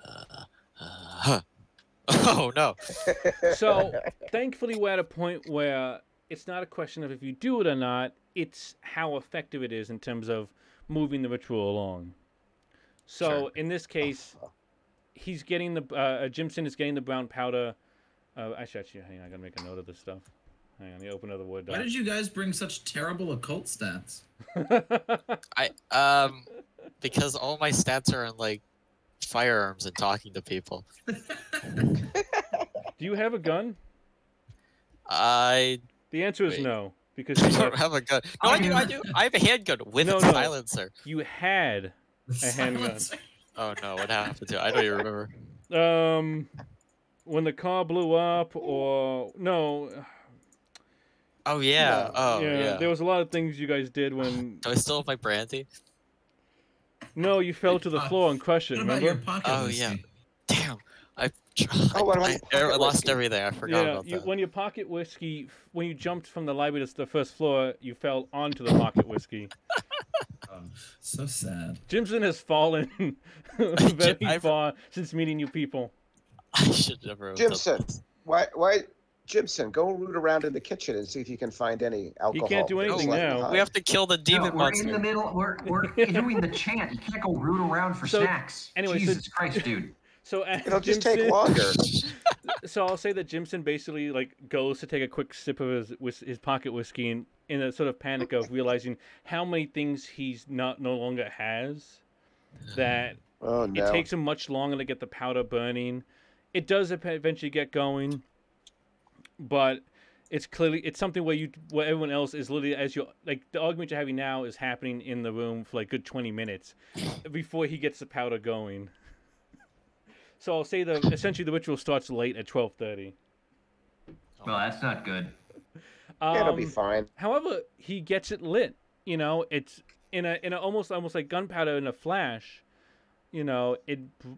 Uh, uh, huh. Oh no. So thankfully, we're at a point where it's not a question of if you do it or not; it's how effective it is in terms of moving the ritual along. So Sure. Uh-huh. in this case, he's getting the uh, uh, Jimson is getting the brown powder. Uh, I shut you. Hang on, I gotta make a note of this stuff. Hang on, the open of the word. Why did you guys bring such terrible occult stats? I um because all my stats are on like firearms and talking to people. do you have a gun? I The answer is Wait. no, because you, don't have, have a gun. No, I I do. I do. I have a handgun with No, a no. silencer. you had. A handgun. Oh no, what happened to? it? I don't even remember. um when the car blew up or no Oh yeah. No, Oh yeah. there was a lot of things you guys did when Do I still have my brandy? no you fell to the Uh, floor and crushed it What about your remember pocket? Oh, whiskey? yeah. Damn. I. Oh, what about I, the I, pocket lost whiskey? everything. I forgot yeah about you, that. when your pocket whiskey when you jumped from the library to the first floor you fell onto the pocket whiskey Um, so sad. jimson has fallen very I've- far since meeting you people I should never. have done Jimson. this. Why? Why? Jimson, go root around in the kitchen and see if you can find any alcohol. do that's anything left now. behind. We have to kill the No, demon we're in the monster. middle. We're, we're doing the chant. You can't go root around for So, snacks. anyway, so- Jesus Christ, dude. so as It'll just jimson, take longer. so I'll say that Jimson basically like goes to take a quick sip of his whis- his pocket whiskey and in a sort of panic of realizing how many things he's not no longer has that Oh it no. takes him much longer to get the powder burning. It does ep- eventually get going, but it's clearly it's something where you where everyone else is literally as you like the argument you're having now is happening in the room for like good twenty minutes before he gets the powder going. So I'll say the essentially the ritual starts late at twelve thirty. Well, that's not good. Um, It'll be fine. However, he gets it lit. You know, it's in a in a almost almost like gunpowder in a flash. You know, it br-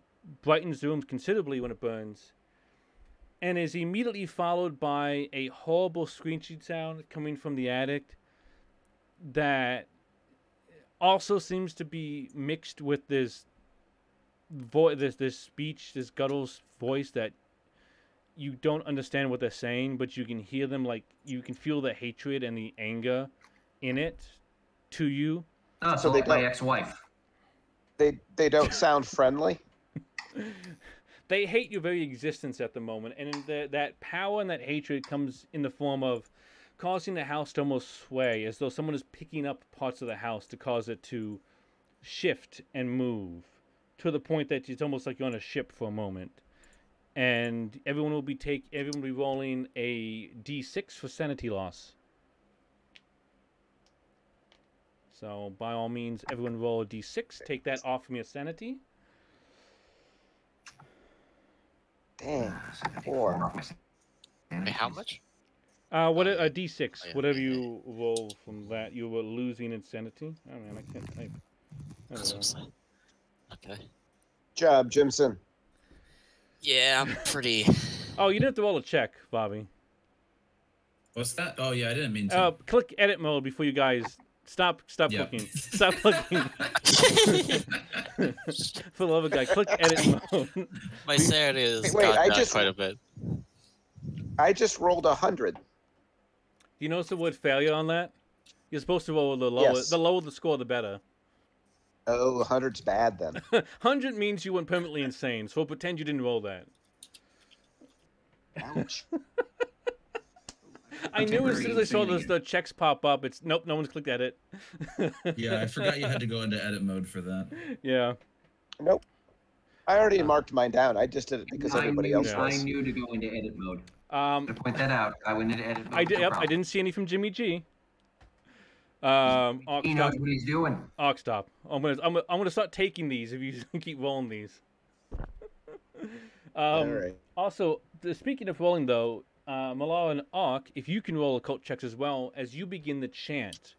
brightens the room considerably when it burns, and is immediately followed by a horrible screeching sound coming from the attic. That also seems to be mixed with this voice, this this speech, this Guttle's voice that you don't understand what they're saying, but you can hear them like you can feel the hatred and the anger in it to you. Oh, So so they like my don't- ex-wife. They they don't sound friendly. They hate your very existence at the moment, and the, that power and that hatred comes in the form of causing the house to almost sway, as though someone is picking up parts of the house to cause it to shift and move to the point that it's almost like you're on a ship for a moment. And everyone will be take everyone will be rolling a d6 for sanity loss. So by all means, everyone roll a d6. Take that off from your sanity. Dang. Ah, so I take Four. four off my sanity. Wait, how much? Uh, what Oh, a, yeah. a d6. Oh, yeah, Whatever yeah, yeah. you roll from that, you were losing insanity. Oh man, I can't type. I That's don't know. what I'm saying. Uh, Okay. Job, Jimson. Yeah, I'm pretty. Oh, you didn't have to roll a check, Bobby. What's that? Oh yeah, I didn't mean to. Uh, click edit mode before you guys stop. Stop Yeah. clicking. Stop clicking. For the love of God, click edit mode. My sanity has Wait, gone I down just- quite a bit. I just rolled a hundred. Do you notice the word failure on that? You're supposed to roll the lower. Yes. The lower the score, the better. Oh, a hundred's bad then. Hundred means you went permanently insane, so we'll pretend you didn't roll that. Ouch. I knew as soon as I saw those Permanently the checks pop up. It's nope, no one's clicked edit. Yeah, I forgot you had to go into edit mode for that. yeah. nope. I already marked mine down. I just did it because I everybody knew- else Yeah. I was. knew to go into edit mode. Um, To point that out, I went into edit mode. I did. no Yep, I problem. didn't see any from Jimmy G. Um, Ox He stop, knows what he's doing. Ox stop. I'm gonna, I'm gonna, I'm gonna start taking these if you keep rolling these. um, All right. Also, th- speaking of rolling, though, uh, Malar and Ark, if you can roll occult checks as well as you begin the chant,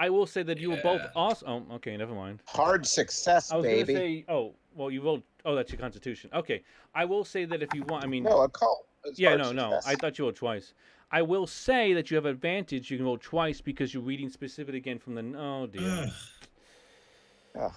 I will say that you were both Yeah. awesome. Oh, okay, never mind. Hard success, I was baby. gonna say, oh, well, you rolled. Oh, that's your constitution. Okay, I will say that if you want, I mean, no, a cult. is yeah, hard no, no. I success. thought you rolled twice. I will say that you have advantage. You can roll twice because you're reading specific again from the. Oh dear. Mm. Ugh. Ugh,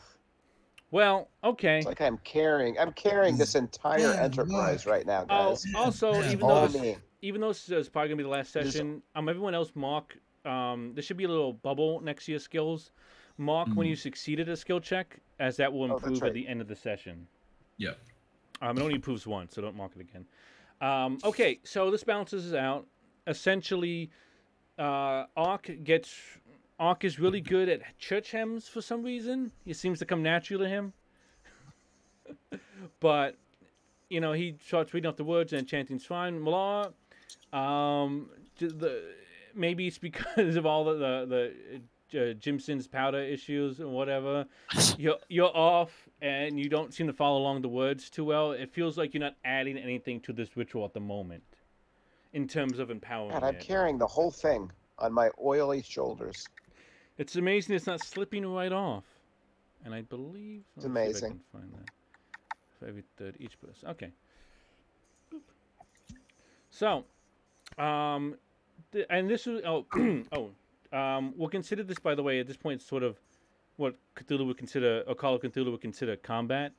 Well, okay. it's like I'm carrying. I'm carrying this entire Yeah, enterprise right now, Oh, guys. also, Yeah. even Oh, though All this, me. even though this is probably gonna be the last This- session, um, everyone else mark. Um, there should be a little bubble next to your skills. Mark when Mhm. you succeeded a skill check, as that will Mm-hmm. Oh, that's improve right. at the end of the session. Yep. Um, it only improves once, so don't mark it again. Um, okay, so this balances out. Essentially, uh, Ark gets Ark is really good at church hymns for some reason. It seems to come natural to him. but you know, he starts reading off the words and chanting "Shrine Malar." Um, j- the maybe it's because of all the the, the uh, Jimson's powder issues and whatever you're you're off and you don't seem to follow along the words too well. It feels like you're not adding anything to this ritual at the moment, in terms of empowerment. God, I'm carrying the whole thing on my oily shoulders. It's amazing it's not slipping right off. And I believe It's let me see if I amazing. can find that for every third each person. Okay. Boop. So, um, th- and this is oh oh, um, we'll consider this by the way at this point sort of what Cthulhu would consider or Call of Cthulhu would consider combat,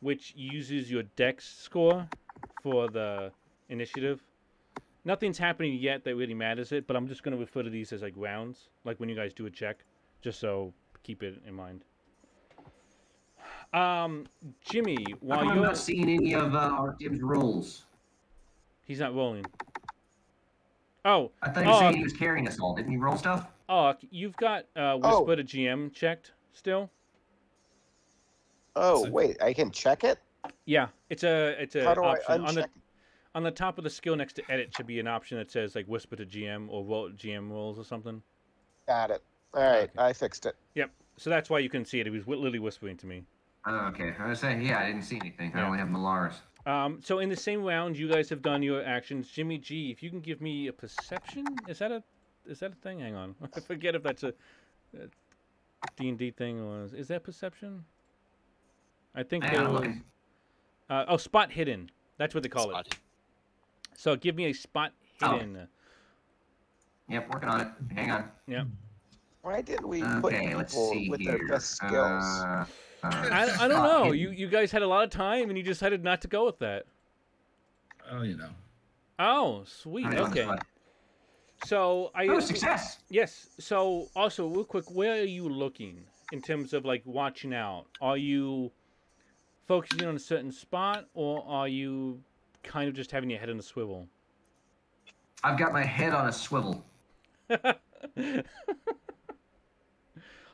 which uses your Dex score for the initiative. Nothing's happening yet that really matters it, but I'm just going to refer to these as like rounds, like when you guys do a check, just so keep it in mind. Um, Jimmy, while I'm you're not seeing any of uh, our Jim's rules. he's not rolling. Oh, I thought you were Oh. saying he was carrying us all. Didn't he roll stuff? Ark, you've got uh, Oh. Whisper to GM checked still. Oh So- wait, I can check it. Yeah, it's a it's a How do I option on uncheck? the it? on the top of the skill next to edit should be an option that says like whisper to GM or roll GM rules or something. Got it. All right, Okay. I fixed it. So that's why you can see it. He was wi- literally whispering to me. Oh, okay. I was saying, yeah, I didn't see anything. I Yeah. only have Milars. Um, so in the same round, you guys have done your actions. Jimmy G, if you can give me a perception, is that a is that a thing? Hang on, I forget if that's a D and D thing or is, is that perception? I think Hang they on, I'm were- looking. uh, oh spot hidden. That's what they call Spot. it. So give me a spot Oh. hidden. Yep, working on it. Hang on. Why didn't we put Okay, let's people see with here. their best skills? Uh, uh, I, I don't spot know. hidden. You you guys had a lot of time and you decided not to go with that. Oh, you know. Oh, sweet. I don't know Okay. what- So I Oh, success. yes. So also real quick, where are you looking in terms of like watching out? Are you focusing on a certain spot or are you kind of just having your head in a swivel? I've got my head on a swivel.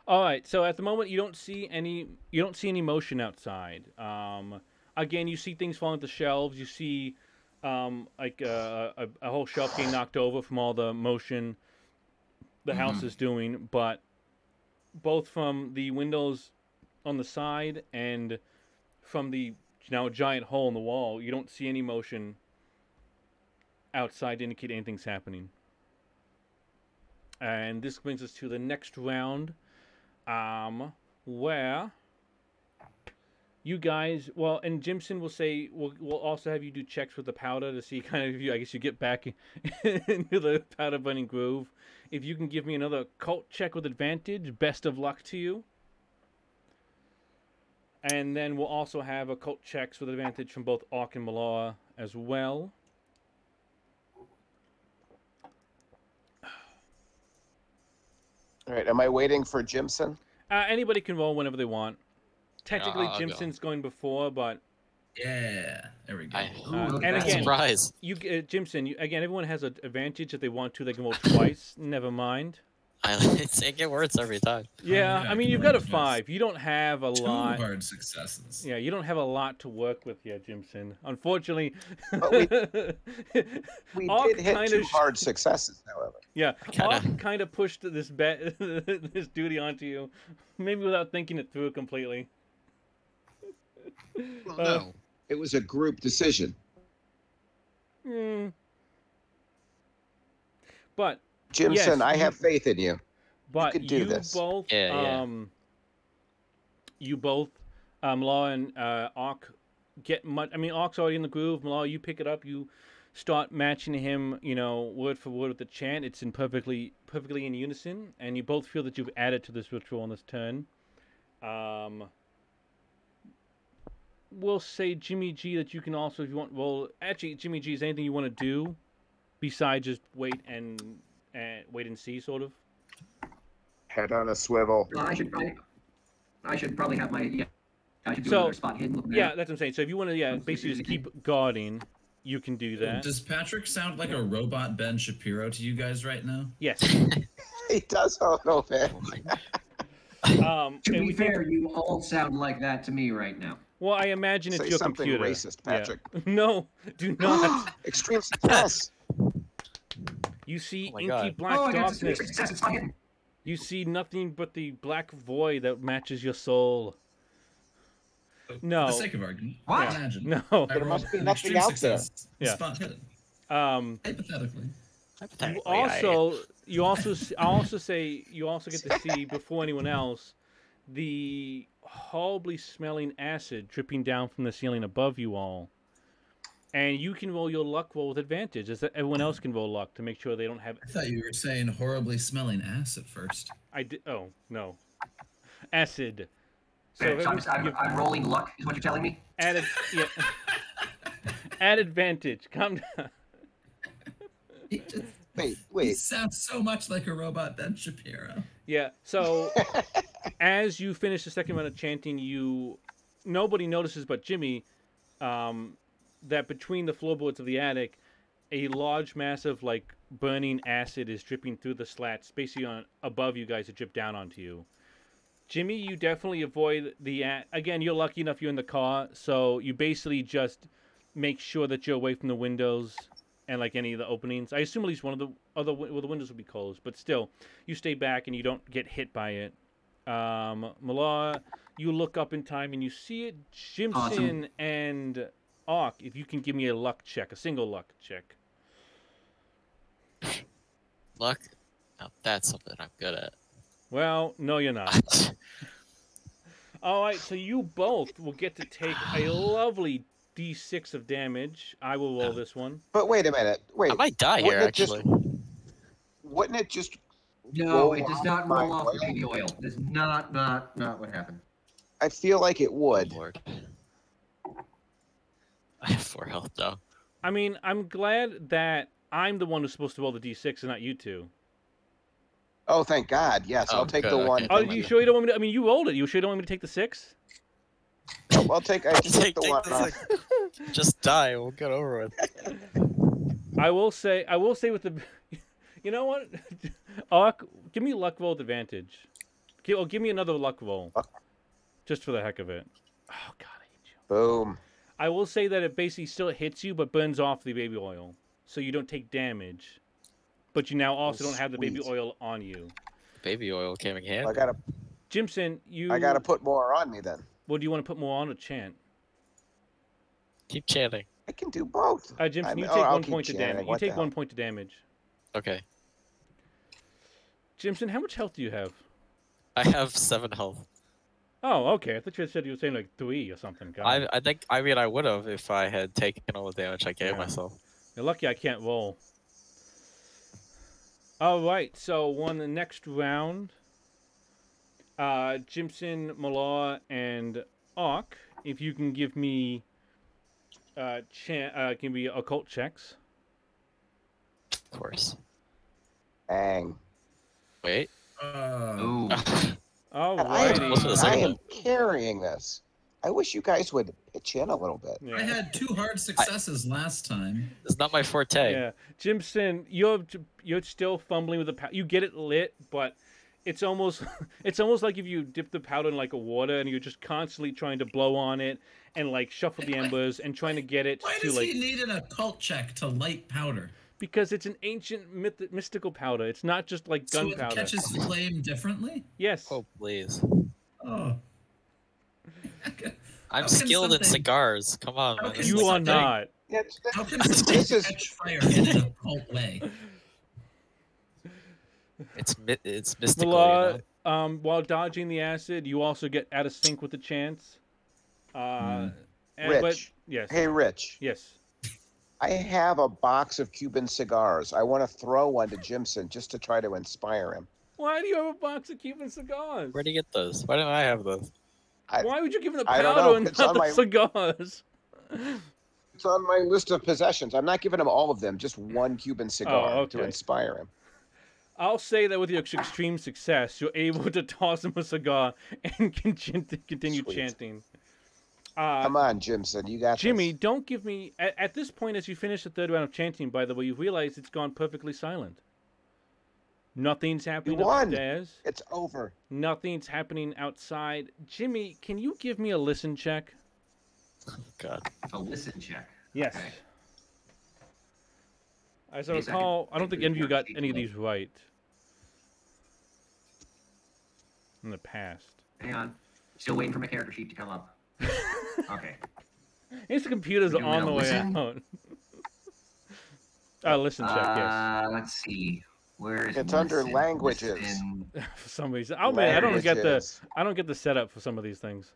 All right. So at the moment, you don't see any. You don't see any motion outside. Um, again, you see things falling off the shelves. You see, um, like uh, a, a whole shelf getting knocked over from all the motion the house Mhm. is doing. But both from the windows on the side and from the now giant hole in the wall, you don't see any motion outside to indicate anything's happening. And this brings us to the next round, um, where you guys, well, and Jimson will say we'll, we'll also have you do checks with the powder to see kind of if you, I guess you get back into the powder burning groove. If you can give me another cult check with advantage, best of luck to you. And then we'll also have occult checks with advantage from both Ark and Malara as well. All right, am I waiting for Jimson? Uh, anybody can roll whenever they want. Technically, I'll go. Jimson's going before, but Yeah. There we go. I- Ooh, look and at that. again- Surprise. you, uh, Jimson, you, again, everyone has an advantage if they want to. They can roll twice. Never mind. I, it's, it gets worse every time. Yeah, yeah, I I mean, can you've roll got a twice. five. You don't have a Two lot. hard successes. Yeah, you don't have a lot to work with here, Jimson. Unfortunately, We All did hit kind two of sh- hard successes, however. Yeah, Kinda. Hawk kind of pushed this bet, this duty onto you, maybe without thinking it through completely. Well, Uh, no, it was a group decision. Hmm. But Jimson, Yes, I you- have faith in you. but you, could do this. both Yeah, yeah. um you both um Law and uh Ark get much I mean Ark's already in the groove, Law you pick it up, you start matching him, you know, word for word with the chant. It's in perfectly perfectly in unison and you both feel that you've added to this ritual on this turn. Um We'll say Jimmy G that you can also if you want roll actually Jimmy G is anything you want to do besides just wait and and wait and see sort of. Head on a swivel. Well, I should probably, I should probably have my yeah. I should do So, another spot hidden. Look there. Yeah, that's what I'm saying. So if you want to, yeah, basically just keep guarding, you can do that. Does Patrick sound like a robot Ben Shapiro to you guys right now? Yes. He does a little bit. Um, To and be we think- fair, you all sound like that to me right now. well, I imagine it's Say your something computer. racist, Yeah. Patrick. No, do not. Extreme success. You see Oh my inky God. black oh, I got darkness. success. It's not hidden. You see nothing but the black void that matches your soul. For No. the sake of argument. What? Imagine. No. I There rolled must be an nothing extreme out there. success. Yeah. Spot hidden. Um, Hypothetically. you Hypothetically, I- also, you also, s- I also say you also get to see before anyone else the horribly smelling acid dripping down from the ceiling above you all. And you can roll your luck roll with advantage, as everyone else can roll luck to make sure they don't have. I thought you were saying horribly smelling ass at first. I di- oh no, acid. So So I'm, everyone- I'm, you've I'm rolling luck, is what you're telling me? added, yeah, at advantage. Calm down. He just Wait, he wait. sounds so much like a robot Ben Shapiro. Yeah. So as you finish the second round of chanting, you nobody notices but Jimmy um, that between the floorboards of the attic, a large mass of like burning acid is dripping through the slats, basically on above you guys to drip down onto you. Jimmy, you definitely avoid the a- again. You're lucky enough you're in the car, so you basically just make sure that you're away from the windows and like any of the openings. I assume at least one of the other wi- well the windows will be closed, but still you stay back and you don't get hit by it. Um, Malar, you look up in time and you see it. Jimson and Ark, if you can give me a luck check, a single luck check. luck. Now that's something I'm good at. Well, no, you're not. All right, so you both will get to take a lovely d6 of damage. I will roll this one. But wait a minute. Wait. I might die here wouldn't it just- actually. Wouldn't it just? No, roll it does off not by roll off the oil? baby oil. That's not, not, not what happened. I feel like it would. Lord. I have four health though. I mean, I'm glad that I'm the one who's supposed to roll the d6 and not you two. Oh, thank God. Yes, Oh, I'll take good, the okay. one. Oh, Don't you mind sure you don't want me to? I mean, you rolled it. You sure you don't want me to take the six? I'll take. I just took Take- the take one. the off. Just die. We'll get over with. I will say, I will say with the, you know what, Ark, give me luck roll with advantage. Give, oh, give me another luck roll, just for the heck of it. Oh God, I hate you. Boom. I will say that it basically still hits you, but burns off the baby oil, so you don't take damage. But you now Oh, also don't have the baby sweet. oil on you. Baby oil came in handy. I gotta. Jimson, you. I gotta put more on me then. Well, do you want to put more on a chant? Keep chanting. I can do both. Uh, Jimson, I'm- you oh, take I'll one keep point of chanting, damage. You what the take one hell. point of damage. Okay. Jimson, how much health do you have? I have seven health. Oh, okay. I thought you said you were saying like three or something. God. I I think I mean I would have if I had taken all the damage I gave Yeah. myself. You're lucky I can't roll. All right, so on the next round, uh, Jimson, Malar, and Ark, if you can give me, uh, chan uh, can be occult checks. Of course. Bang. Wait. Oh. Oh, All And I righty. am, What's the I second am one? carrying this. I wish you guys would pitch in a little bit. Yeah. I had two hard successes last time. It's not my forte. Yeah, Jimson, you're you're still fumbling with the pow- you get it lit, but it's almost it's almost like if you dip the powder in like a water and you're just constantly trying to blow on it and like shuffle the embers and trying to get it Why to does like he need an occult check to light powder? because it's an ancient myth- mystical powder. It's not just like So it gunpowder. catches flame differently? Yes. Oh please. Oh. I'm How can skilled in something- cigars. Come on, How man. can This is You like are a not. It's- How can This something is- catch fire in an occult way? It's mi- it's mystical. Well, uh, you know? um, while dodging the acid, you also get out of sync with the chance. Uh, Hmm. and- but- Rich. yes. Hey, Rich, Yes. I have a box of Cuban cigars. I want to throw one to Jimson just to try to inspire him. Why do you have a box of Cuban cigars? Where do you get those? Why didn't I have those? I- Why would you give him the I don't know, powder and it's not on the my- cigars? It's on my list of possessions. I'm not giving him all of them, just one Cuban cigar to Oh, okay. inspire him. I'll say that with your ex- extreme success, you're able to toss him a cigar and con- continue Sweet. chanting. Uh, Come on, Jimson, you got Jimmy, This. don't give me. At, at this point, as you finish the third round of chanting, by the way, you realize it's gone perfectly silent. Nothing's happening won. upstairs. It's over. Nothing's happening outside. Jimmy, can you give me a listen check? God. A listen check. Yes. Okay. As I Yes, I can- recall, I I don't can think do any of you got 14 any of total. these right in the past. Hang on. Still waiting for my character sheet to come up. okay. His computer's We're doing on a the way listen? out. uh, listen check, yes. Uh, let's see. Where is It's under listen? languages. Listen- For some reason, oh man, I don't get the Languages. I don't get the setup for some of these things.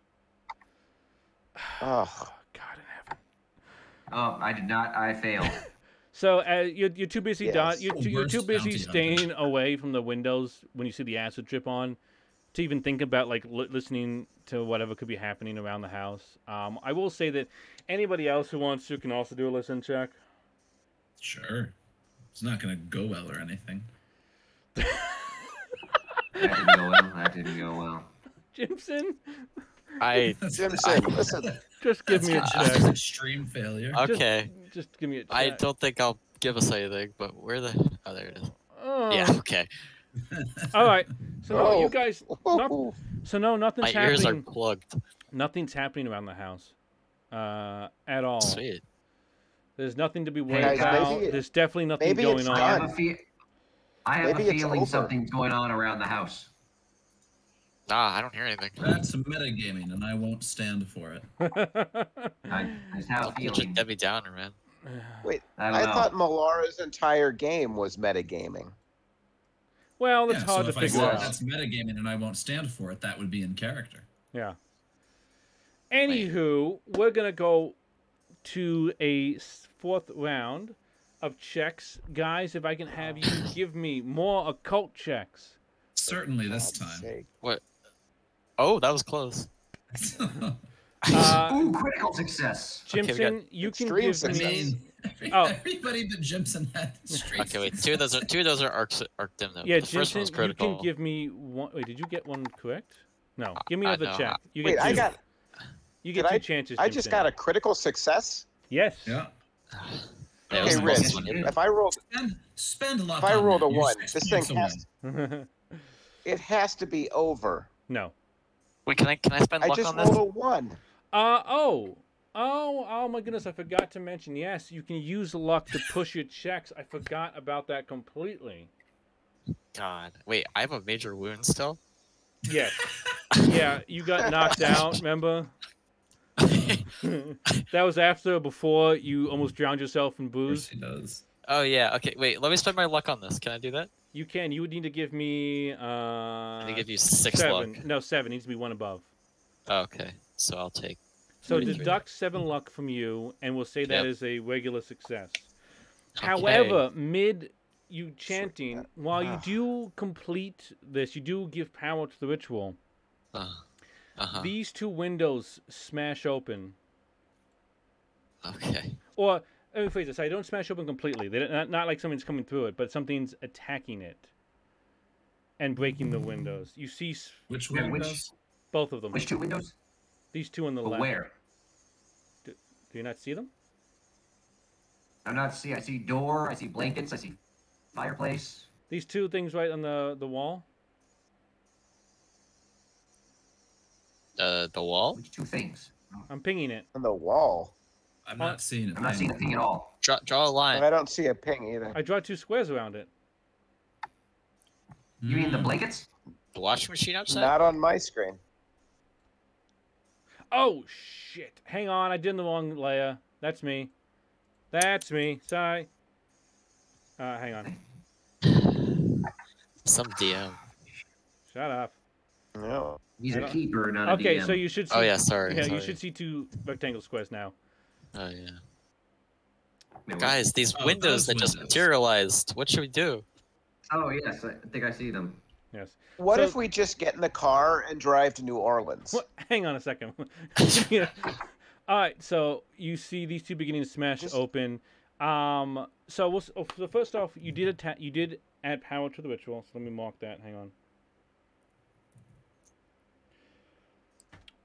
Ugh. Oh, God in heaven. Oh, I did not. I failed. So uh, you're, you're too busy dot Yes. you're, Oh, too, you're worst too busy bounty hunter. staying away from the windows when you see the acid drip on to even think about like li- listening to whatever could be happening around the house. Um, I will say that anybody else who wants to can also do a listen check. Sure. It's not gonna go well or anything. That didn't go well. That didn't go well. Jimson, I Jimson, listen. just give me a That's check. just extreme failure. Just- okay. Just give me a check. I don't think I'll give us anything. But where the? Oh, there it is. Oh. Yeah. Okay. All right. So no, you Oh. guys. Not- So no, My nothing's ears are happening. plugged. Nothing's happening around the house, uh, at all. Sweet. There's nothing to be worried guys, about. maybe it- There's definitely nothing maybe going it's on. I have a Done. fe- I have Maybe a it's feeling over. something's going on around the house. Nah, I don't hear anything. That's metagaming, and I won't stand for it. I, I just have a Don't kick feeling. Debbie Downer, man. I don't I know. thought Malara's entire game was metagaming. well, it's Yeah, hard so to if figure I said out. that's metagaming, and I won't stand for it. That would be in character. Yeah. Anywho, we're gonna go to a s- fourth round of checks, guys. If I can have you give me more occult checks. Certainly this God's sake. Oh, that was close. time. Uh, Ooh, critical success. Okay, we got Jimson, you can extreme give I success. me. mean, every- Oh. everybody but Jimson had straight. Okay, wait. Two of those are two of those are arc arc dim though. Yeah, the first Jimson, one was you critical. can give me one. Wait, did you get one correct? No, give me I- another no, check. I- You get Wait, two. I got. you get did two I- chances. I just Jimson. got a critical success. yes. Yeah. Yeah, it Okay, was the closest Rich. one, yeah. If I roll, Spend, spend a lot. if I on rolled that. a You're one, six this thing points away. has. It has to be over. no. Wait, can I can I spend I luck just on this? rolled a one. Uh oh. Oh, oh my goodness, I forgot to mention. Yes, you can use luck to push your checks. I forgot about that completely. God, wait, I have a major wound still. Yes. Yeah, you got knocked out, remember? that was after or before you almost drowned yourself in Of course booze. he does. oh yeah, okay. Wait, let me spend my luck on this. Can I do that? You can. You would need to give me uh Let me give you six seven. luck. No, seven needs to be one above. Oh, okay, so I'll take. So Three. deduct seven luck from you, and we'll say that Yep. is a regular success. Okay. However, mid you chanting, while you Ah. do complete this, you do give power to the ritual. Uh huh. These two windows smash open, Okay. or let me phrase this: I don't smash open completely. They not not like something's coming through it, but something's attacking it and breaking the windows. You see s- Which Yeah, one? which- goes? both of them. Which two windows? These two on the But left. where? Do you not see them? I'm not see. I see door. I see blankets. I see fireplace. These two things right on the the wall. Uh, the wall. Which two things? I'm pinging it. on the wall. I'm not seeing it. I'm not seeing a thing at all. Draw draw a line. I don't see a ping either. I draw two squares around it. Hmm. You mean the Hmm. blankets? The washing machine outside. Not on my screen. Oh shit! Hang on, I did the wrong layer. That's me. That's me. Sorry. Uh, hang on. Some DM. Shut up. No. He's a Yeah. keeper, not a Okay, DM. so you should see. Oh yeah, sorry. yeah, you sorry. should see two rectangle squares now. Oh yeah. Wait, what? Guys, these Oh, those windows that just windows. materialized. What should we do? Oh yes, I think I see them. Yes. What So- if we just get in the car and drive to New Orleans? What? Hang on a second. All right, so you see these two beginning to smash Just- open. Um, so we'll. s- oh, So first off, you did atta- You did add power to the ritual. So let me mark that. Hang on.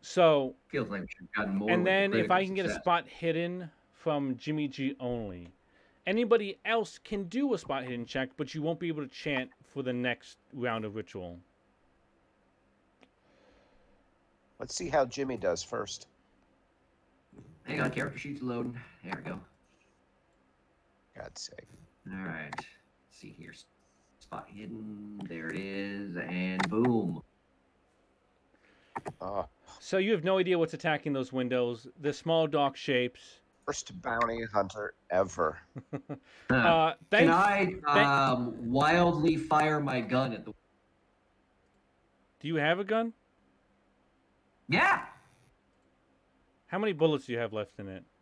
So Feels like we should have gotten more. and with the then if critical I can get a success. spot hidden from Jimmy G only, anybody else can do a spot hidden check, but you won't be able to chant for the next round of ritual. Let's see how Jimmy does first. hang on, character sheet's loading. There we go. God's sake. All right. Let's see here. Spot hidden. There it is. And boom. Oh, So you have no idea what's attacking those windows. The small dark shapes. first bounty hunter ever. Huh. Uh, Can thanks. I thank- um, wildly fire my gun at the? Do you have a gun? Yeah. How many bullets do you have left in it?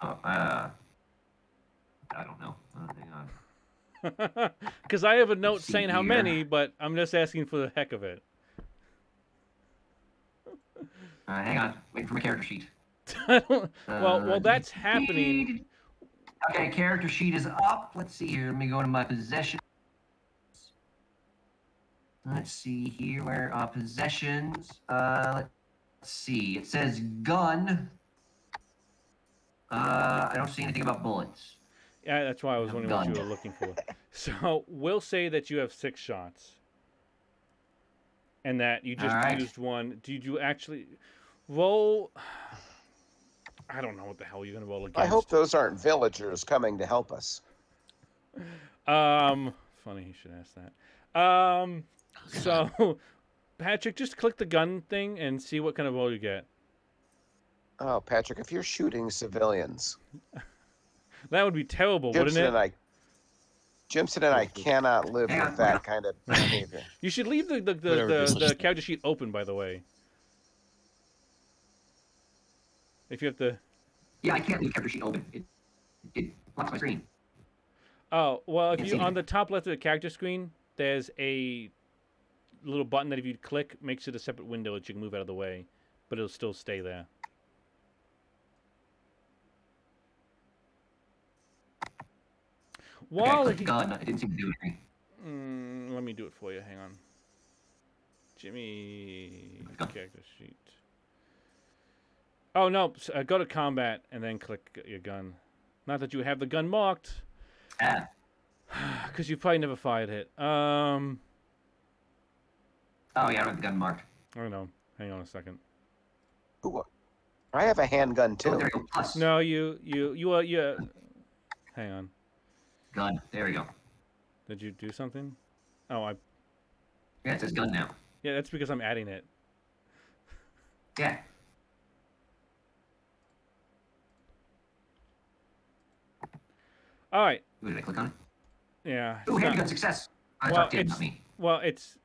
Oh, uh, I don't know. Uh, hang on. Because I have a note see saying how here. many, but I'm just asking for the heck of it. Uh, hang on. Wait for my character sheet. I don't- well, Uh, well, that's happening. Okay, character sheet is up. Let's see here. Let me go to my possessions. Let's see here. Where are possessions? Uh, let's see. It says gun. Uh, I don't see anything about bullets. Yeah, that's why I was I'm wondering what you done. were looking for. So we'll say that you have six shots, and that you just Alright. used one. Did you actually roll? I don't know what the hell you're gonna roll against. I hope those aren't villagers coming to help us. Um, funny he should ask that. Um, so Patrick, just click the gun thing and see what kind of roll you get. Oh, Patrick, if you're shooting civilians, That would be terrible, wouldn't Jimson it? and I, Jimson and I cannot live Hang with on. that kind of behavior. You should leave the the, the, Whatever, the, just- the character sheet open, by the way. If you have to. Yeah, I can't leave character sheet open. It, it blocks my screen. Oh well, if Yes, you you on the top left of the character screen, there's a little button that if you click makes it a separate window that you can move out of the way, but it'll still stay there. Okay, I While clicked he- gun. It didn't seem to do anything. Mm, let me do it for you. Hang on. Jimmy character sheet. Oh no! s- Uh, go to combat and then click g- your gun. Not that you have the gun marked, Ah, because Ah, you probably never fired it. Um, oh yeah, I don't have the gun marked. I don't know. Hang on a second. Ooh, I have a handgun Oh, too. there we go. Plus No, you, you, you are, you. Are... Hang on. gun. There we go. Did you do something? Oh, I. Yeah, it says gun now. Yeah, that's because I'm adding it. Yeah. All right. Ooh, did I click on it? Yeah. Ooh, it's not- handgun success. I Well, talked in, it's- not me. Well, it's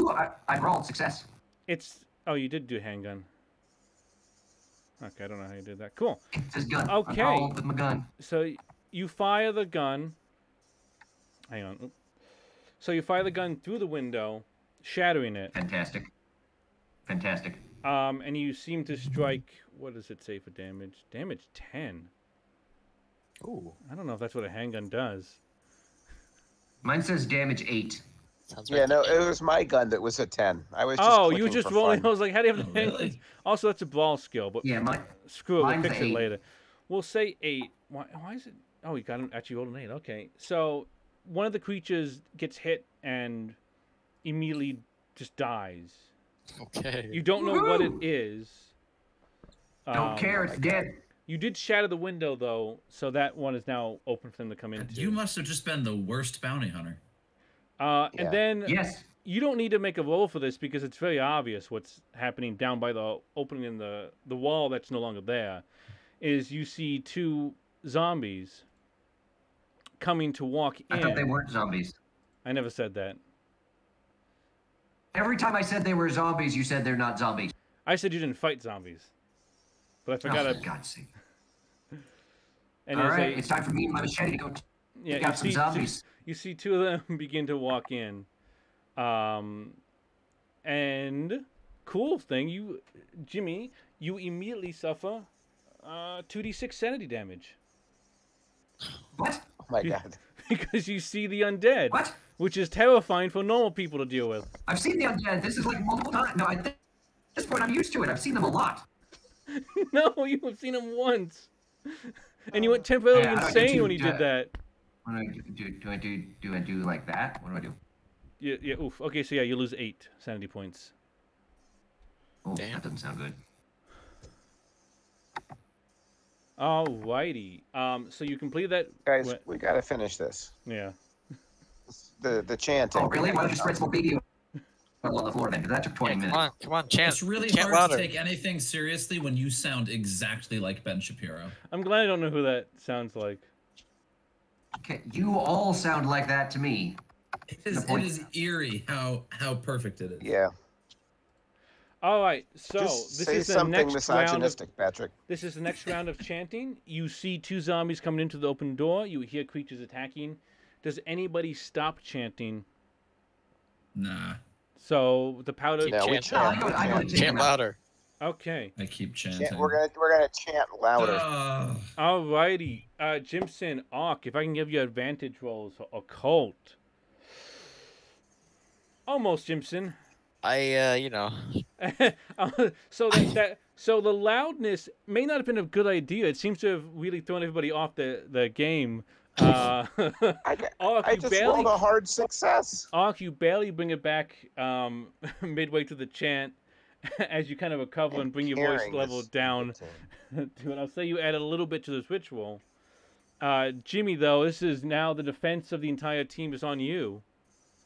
Ooh, I, I rolled success. it's. Oh, you did do handgun. Okay, I don't know how you did that. Cool. It says gun. Okay. I rolled with my gun. so y- you fire the gun. Hang on. oop. So you fire the gun through the window, shattering it. Fantastic. Fantastic. Um, and you seem to strike. What does it say for damage? Damage ten. Ooh. I don't know if that's what a handgun does. Mine says damage eight. Sounds right Yeah, to no, me. it was my gun that was a ten. I was. Just oh, you were clicking just for rolling. I fun. was like, how do you have Oh, the handgun? really? Also, that's a ball skill, but Yeah, mine. screw it. We'll Mine's fix it eight. later. We'll say eight. Why, why is it? Oh, you got him. Actually, rolled an eight. Okay. So one of the creatures gets hit and immediately just dies. Okay. You don't know what it Woohoo! is. Don't Um, care. It's dead. You did shatter the window though, so that one is now open for them to come into. You must have just been the worst bounty hunter. uh, Yeah. And then Yes. you don't need to make a roll for this because it's very obvious what's happening down by the opening in the the wall that's no longer there is you see two zombies coming to walk I in thought they weren't zombies. I never said that. Every time I said they were zombies, you said they're not zombies. I said you didn't fight zombies, but I Oh, forgot. for it. God's sake. and All there's right, a- it's time for me and my machete to go t- yeah, take out you some see- zombies. you see two of them begin to walk in um and cool thing you jimmy you immediately suffer uh 2d6 sanity damage What? Oh my Yeah. god. because you see the undead What? which is terrifying for normal people to deal with I've seen the undead. This is like multiple times. No, I think at this point I'm used to it. I've seen them a lot. no you have seen him once and you went temporarily Oh. Yeah, I don't insane when he do did that What do I do? Do, do I do? Do I do like that? What do I do? yeah, yeah oof. okay so yeah you lose eight sanity points Oh, Damn. that doesn't sound good. alrighty um so you complete that Guys, what- we gotta finish this. yeah The the chanting. Oh, really? Why don't you spread some baby on the floor then? 'Cause that took 20 Come minutes. on, come on, chant. It's really chant hard louder. to take anything seriously when you sound exactly like Ben Shapiro. i'm glad i don't know who that sounds like Okay, you all sound like that to me. It is, it point. is eerie how how perfect it is. Yeah. All right, so Just this say is the something next round. Of, misogynistic, Patrick. this is the next round of chanting. You see two zombies coming into the open door. You hear creatures attacking. Does anybody stop chanting? Nah, So the powder. Keep No, we chanting. No, I chant. go, Oh, I go to take Chant them out. louder. Okay, I keep chanting. Chant- We're gonna we're gonna chant louder. Uh, Ah. all righty. Uh, Jimson, Ark, if I can give you advantage rolls for occult. Almost, Jimson. I, uh, you know, Uh, so that, that so the loudness may not have been a good idea. It seems to have really thrown everybody off the the game. Uh, I, got- Ark, I oh, you just barely rolled a hard success. Ark, you barely bring it back um, midway to the chant as you kind of recover and bring your voice Carrying level this down team. to it. I'll say you add a little bit to this ritual. Uh, Jimmy, though, this is now the defense of the entire team is on you.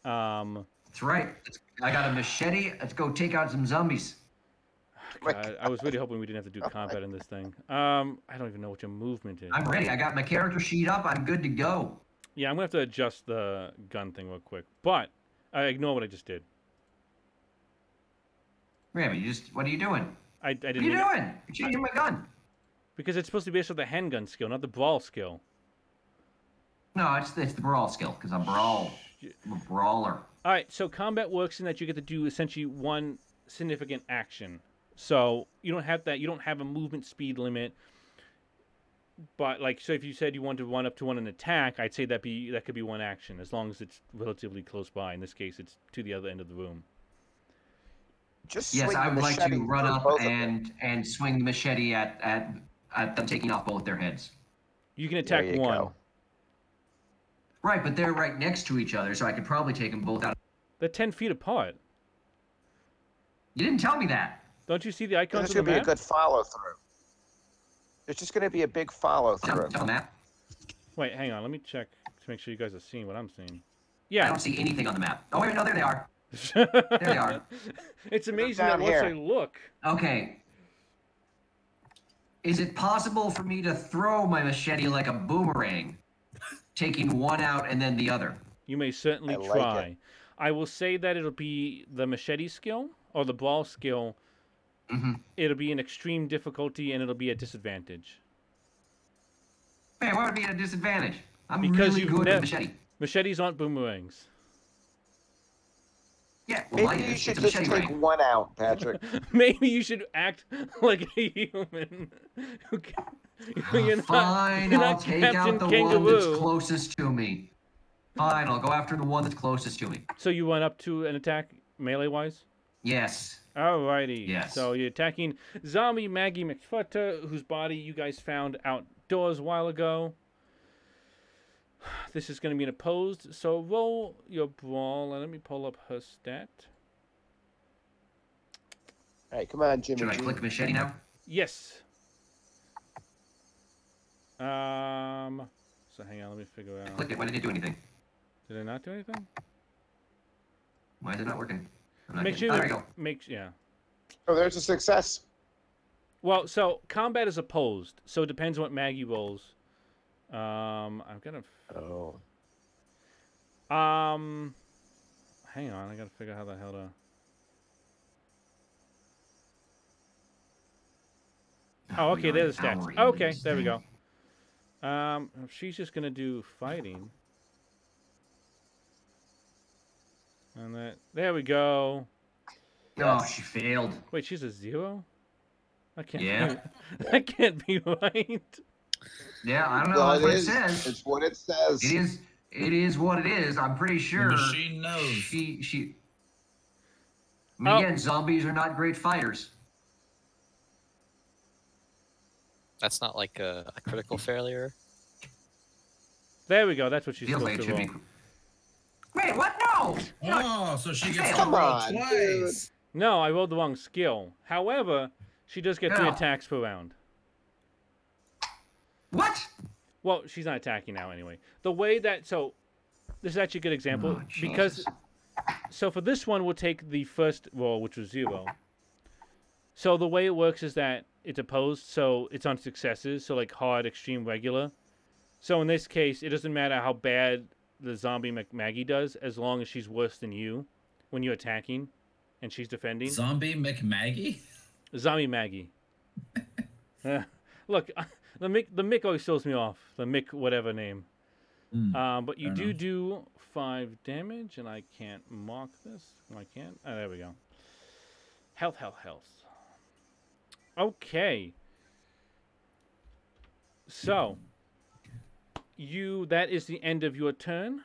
Um, That's right. Let's- I got a machete. Let's go take out some zombies. Oh my Oh God, I was really hoping we didn't have to do combat in this thing. Um, I don't even know what your movement is. I'm ready. I got my character sheet up. I'm good to go. Yeah, I'm gonna have to adjust the gun thing real quick. But I ignore what I just did. Rammy, you just what are you doing? I, I didn't What are you mean- doing? You're shooting my gun. because it's supposed to be based on the handgun skill, not the brawl skill. No, it's it's the brawl skill because I'm brawl. I'm a brawler. All right, so combat works in that you get to do essentially one significant action. So you don't have that. You don't have a movement speed limit. But like, so if you said you want to run up to one and attack, I'd say that be that could be one action as long as it's relatively close by. In this case, it's to the other end of the room. Just Yes, swing I the would like machete to run through up both of them. and and swing the machete at at at them, taking off both their heads. You can There attack you one. go. Right, but they're right next to each other, so I could probably take them both out. They're ten feet apart. You didn't tell me that. Don't you see the There's icons on gonna the be a map? good follow through. There's just gonna be a big follow Tell, through. tell Matt. Wait, hang on. Let me check to make sure you guys are seeing what I'm seeing. I Yeah, don't see anything on the map. Oh wait, no, there they are. they are. it's amazing that down once here. I look, Okay. Is it possible for me to throw my machete like a boomerang, taking one out and then the other? You may certainly I like it. try. I will say that it'll be the machete skill or the brawl skill. Mhm. It'll be an extreme difficulty and it'll be a disadvantage. Man, why would it be at a disadvantage? I'm Because really you've good nev- with machete. Machetes aren't boomerangs. Yeah, well, mine Maybe you is. should It's a just machete take ring. one out, Patrick. Maybe you should act like a human. Okay. You're not- Fine, you're I'll not take Captain out the one that's Kangaroo. closest to me. Fine, I'll go after the one that's closest to me. So you went up to an attack melee wise? Yes. Alrighty. Yes. So you're attacking zombie Maggie McFutter, whose body you guys found outdoors a while ago. This is going to be an opposed. So roll your brawl. and Let me pull up her stat. All right, come on, Jimmy. Should I G. click machete now? Yes. Um. So hang on. Let me figure I out. clicked it. Why didn't it do anything? Did I not do anything? Why is it not working? I'm not Make getting- sure. oh, there we that- go. Make yeah. Oh, there's a success. Well, so combat is opposed. So it depends Oh. on what Maggie rolls. Um. I'm gonna. Oh. Um, hang on, I gotta figure out how the hell to. Oh, okay, there's the stats. Okay, there we go. Um, she's just gonna do fighting. And that, there we go. Oh, she failed. Wait, she's a zero. I can't. Yeah. I can't be right. Yeah, I don't know. Well, That's what it it is. says. It's what it says. It is. It is what it is. I'm pretty sure. She knows. She she. I mean, Oh. Again, zombies are not great fighters. That's not like a, a critical failure. There we go. That's what she's Feel supposed like it to should roll. be. Wait, what? No. Oh, so she gets to Come roll on, dude. twice. No, I rolled the wrong skill. However, she does get three Yeah. attacks per round. What? Well, she's not attacking now anyway. The way that so this is actually a good example Oh, because Jesus. so for this one we'll take the first roll which was zero. So the way it works is that it's opposed, so it's on successes, so like hard, extreme, regular. So in this case, it doesn't matter how bad the zombie Mac- Maggie does, as long as she's worse than you when you're attacking and she's defending. Zombie McMaggie? Zombie Maggie. Uh, Look, the Mick the Mick always throws me off. The Mick whatever name. Mm. Um, but you Fair do enough. do five damage, and I can't mark this. I can't. Oh, there we go. Health, health, health. Okay. So you that is the end of your turn.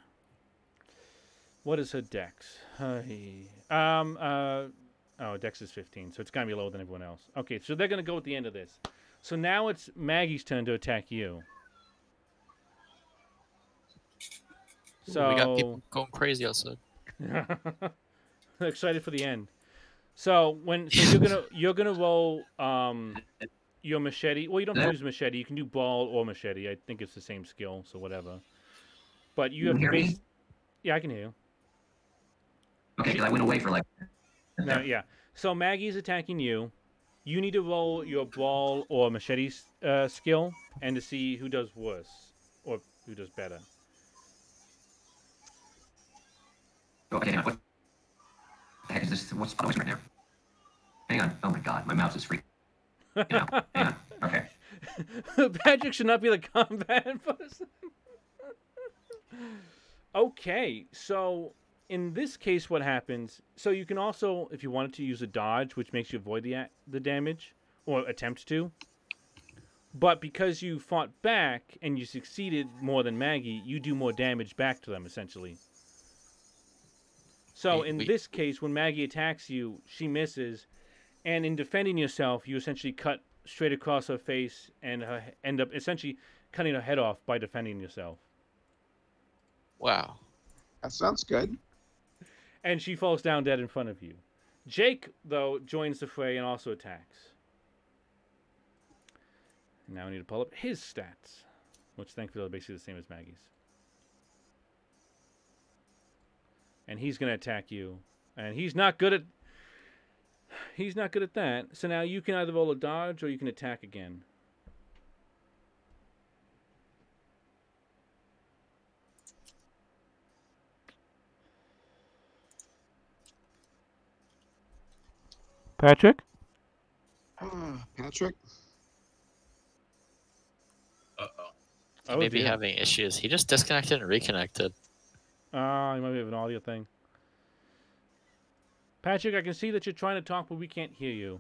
What is her dex? Hey. Um. Uh. Oh, dex is 15, so it's gonna be lower than everyone else. Okay, so they're gonna go at the end of this. So now it's Maggie's turn to attack you. So we got people going crazy outside. excited for the end. So when so you're gonna you're gonna roll um your machete. Well, you don't Yeah. use machete. You can do ball or machete. I think it's the same skill, so whatever. But you You have to hear me? base. Yeah, I can hear you. Okay, because I went away for like. No, yeah. So Maggie's attacking you. You need to roll your brawl or machete s- uh, skill and to see who does worse or who does better. oh, Okay, now what the heck is this? What's the noise right now? Hang on. Oh my god, my mouse is freaking out. Hang on. Okay. Patrick should not be the combat person. okay, so in this case, what happens? So you can also, if you wanted to, use a dodge, which makes you avoid the a- the damage or attempt to. But because you fought back and you succeeded more than Maggie, you do more damage back to them essentially. So Wait, in wait. this case, when Maggie attacks you, she misses, and in defending yourself, you essentially cut straight across her face and her, end up essentially cutting her head off by defending yourself. Wow. That sounds good. And she falls down dead in front of you. Jake, though, joins the fray and also attacks. Now we need to pull up his stats, which thankfully are basically the same as Maggie's. And he's gonna attack you, and he's not good at. He's not good at that. So now you can either roll a dodge or you can attack again. Patrick. Ah, Patrick, Uh oh. Oh, Maybe dear. having issues. He just disconnected and reconnected. Ah, you might have an audio thing. Patrick, I can see that you're trying to talk, but we can't hear you.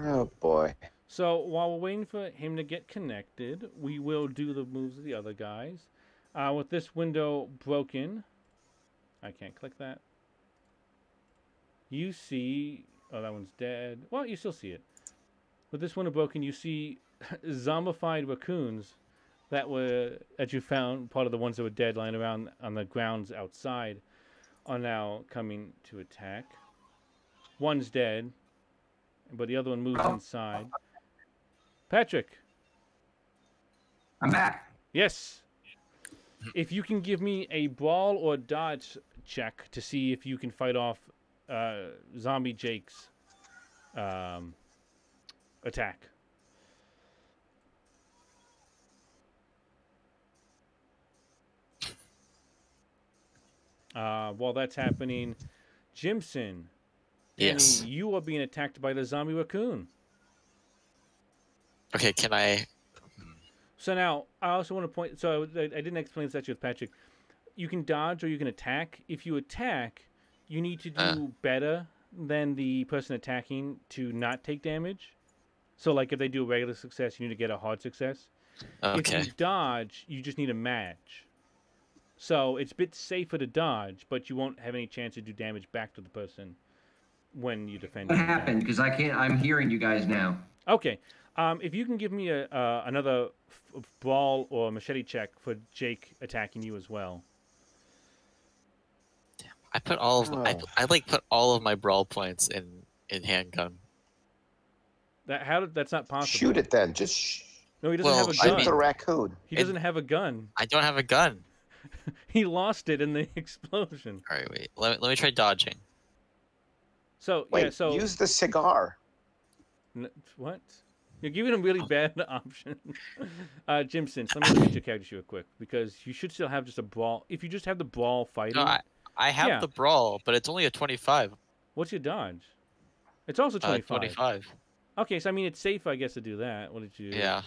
oh boy. So while we're waiting for him to get connected, we will do the moves of the other guys. Uh, with this window broken, I can't click that. You see, oh, that one's dead. Well, you still see it. With this window broken, you see zombified raccoons that were that you found part of the ones that were dead lying around on the grounds outside are now coming to attack. One's dead, but the other one moves inside. Patrick, I'm back. yes. If you can give me a brawl or dodge check to see if you can fight off uh, zombie Jake's um, attack. Uh, while that's happening, Jimson, Danny, Yes. you are being attacked by the zombie raccoon. Okay, can I? So now I also want to point. So I, I didn't explain this actually with Patrick. You can dodge or you can attack. If you attack, you need to do Uh. better than the person attacking to not take damage. So like if they do a regular success, you need to get a hard success. Okay. If you dodge, you just need a match. So it's a bit safer to dodge, but you won't have any chance to do damage back to the person when you defend. What and attack. happened? Because I can't. I'm hearing you guys now. Okay. Um, if you can give me a uh, another f- brawl or machete check for Jake attacking you as well. I put all of I, Oh. I like put all of my brawl points in in handgun. That how did, that's not possible. Shoot it then. Just sh- No, he doesn't Well, have a I shoot gun. mean- the raccoon. he it- doesn't have a gun. I don't have a gun. He lost it in the explosion. All right, wait. Let me, let me try dodging. So Wait, yeah, so use the cigar. n- what? You're giving him really bad options. Uh, Jimson, let me look at your character sheet real quick because you should still have just a brawl. If you just have the brawl fighting, No, I, I have Yeah. the brawl, but it's only a uh, 25. what's your dodge? It's also Uh, 25. 25. Okay, so I mean it's safe, I guess, to do that. What did you? Yeah.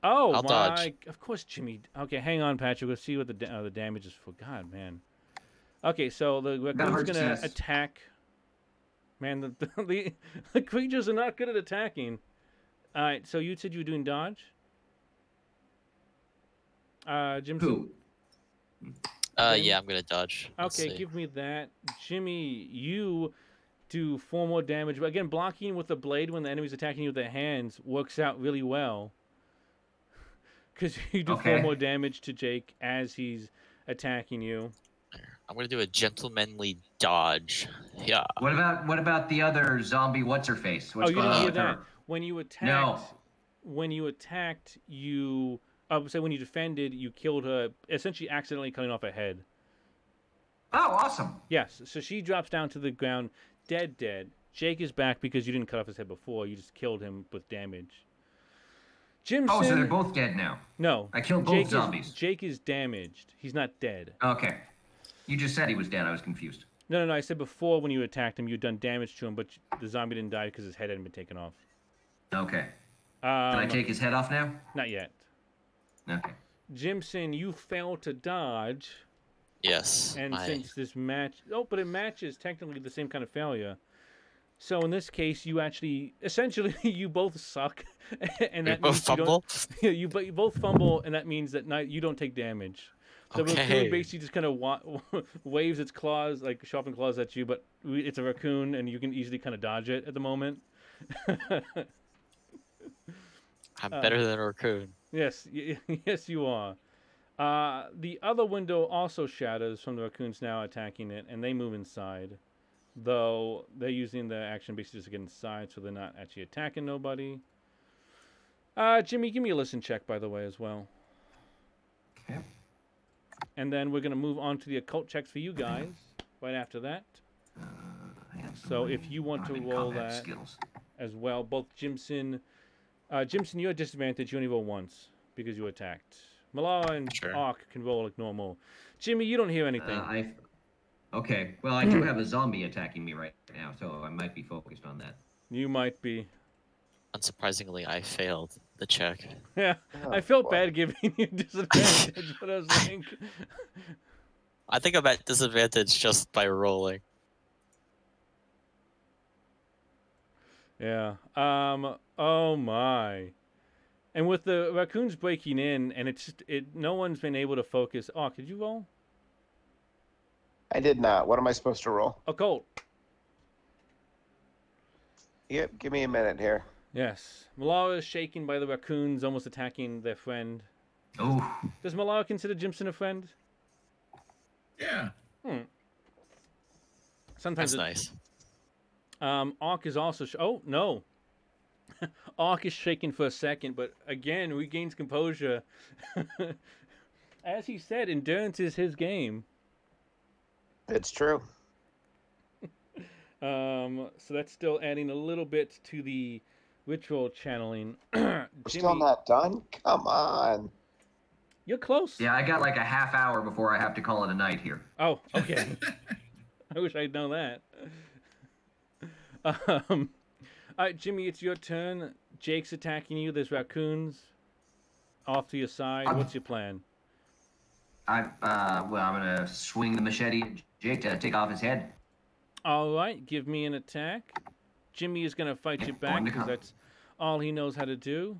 Oh I'll my! dodge. Of course, Jimmy. Okay, hang on, Patrick. Let's see what the da- uh, the damage is for. God, man. Okay, so the raccoon's hard gonna success. attack. Man, the, the the creatures are not good at attacking. All right, so you said you were doing dodge. Uh, Jim. Who? Uh, Okay. yeah, I'm gonna dodge. Let's Okay, see. give me that, Jimmy. You do four more damage. But again, blocking with the blade when the enemy's attacking you with their hands works out really well. Because you do four Okay. more damage to Jake as he's attacking you. I'm gonna do a gentlemanly dodge. Yeah. What about what about the other zombie? What's her face? What's oh, you going didn't on hear with that. her? When you attacked, No. when you attacked, you uh, so when you defended, you killed her, essentially accidentally cutting off her head. Oh, awesome. Yes. So she drops down to the ground, dead, dead. Jake is back because you didn't cut off his head before. You just killed him with damage. Jimson. Oh, so they're both dead now. no. I killed both Jake Is, zombies. Jake is damaged. He's not dead. Okay. You just said he was dead. I was confused. No, no, no. I said before when you attacked him, you'd done damage to him, but the zombie didn't die because his head hadn't been taken off. Okay. Can I Um, take his head off now? not yet. Okay. Jimson, you fail to dodge, Yes. and I- since this match, oh, but it matches technically the same kind of failure. So in this case, you actually, essentially, you both suck, and we that both means you don't- Oh, fumble. Yeah, you but you both fumble, and that means that ni- you don't take damage. The Okay. raccoon basically just kind of wa- waves its claws, like sharpened claws, at you, but we- it's a raccoon, and you can easily kind of dodge it at the moment. I'm uh, better than a raccoon. yes, y- yes, you are. Uh, the other window also shatters from the raccoons now attacking it, and they move inside. Though they're using their action basically just to get inside, so they're not actually attacking nobody. Uh, Jimmy, give me a listen check, by the way, as well. Okay. And then we're going to move on to the occult checks for you guys right after that Uh, I have So some if you want to unarmed roll combat that- Skills. as well. Both Jimson. Uh, Jimson, you're at disadvantage. You only roll once because you attacked. Malar and Sure. Ark can roll like normal. Jimmy, you don't hear Uh, anything. I. Okay. Well, I do have a zombie attacking me right now, so I might be focused on that. You might be. Unsurprisingly, I failed the check. Yeah, Oh, I felt boy. bad giving you disadvantage, but I was like, I think I'm at disadvantage just by rolling. yeah. Um. Oh my. And with the raccoons breaking in, and it's just, it, no one's been able to focus. Ark, did you roll? I did not. What am I supposed to roll? Occult. Yep, give me a minute here. Yes. Malara is shaken by the raccoons almost attacking their friend. Oh. Does Malara consider Jimson a friend? Yeah. Sometimes That's it- nice. Um, Ark is also. Sh- oh no, Ark is shaken for a second, but again regains composure. As he said, endurance is his game. It's true. Um, so that's still adding a little bit to the ritual channeling. We're still not done. Come on. You're close. Yeah, I got like a half hour before I have to call it a night here. Oh, okay. I wish I'd known that. Um, all right, Jimmy, it's your turn. Jake's attacking you. There's raccoons off to your side. What's your plan? I uh, well, I'm gonna swing the machete at Jake to take off his head. All right, give me an attack. Jimmy is going to fight you Yeah, back on the because cuff. that's all he knows how to do.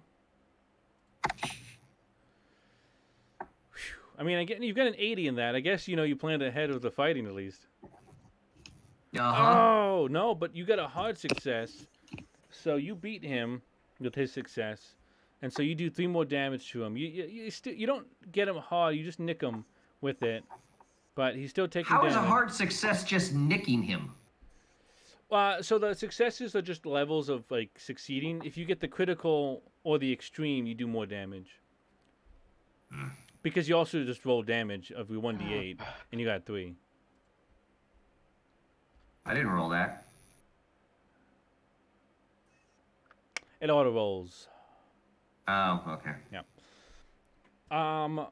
Phew. I mean, I get, you've got an 80 in that. I guess you know you planned ahead of the fighting at least. Uh huh. Oh no, but you got a hard success. So you beat him with his success, and so you do three more damage to him. You you, you, still you don't get him hard. You just nick him with it, but he's still taking How damage. is a hard success just nicking him? Uh, so the successes are just levels of like succeeding. If you get the critical or the extreme, you do more damage. Because you also just roll damage of your one d eight, and you got three. I didn't roll that. It auto rolls. Oh, okay. Um.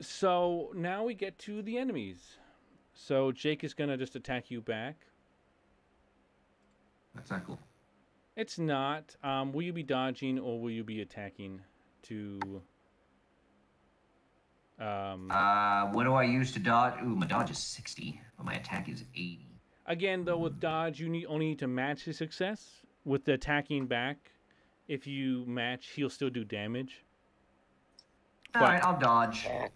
So now we get to the enemies. So Jake is gonna just attack you back. That's not cool. It's not. Um, will you be dodging or will you be attacking? To. Um. Uh, what do I use to dodge? Ooh, my dodge is 60, but my attack is 80. Again, though, with dodge, you need only need to match his success. With the attacking back, if you match, he'll still do damage. All But- right, I'll dodge. All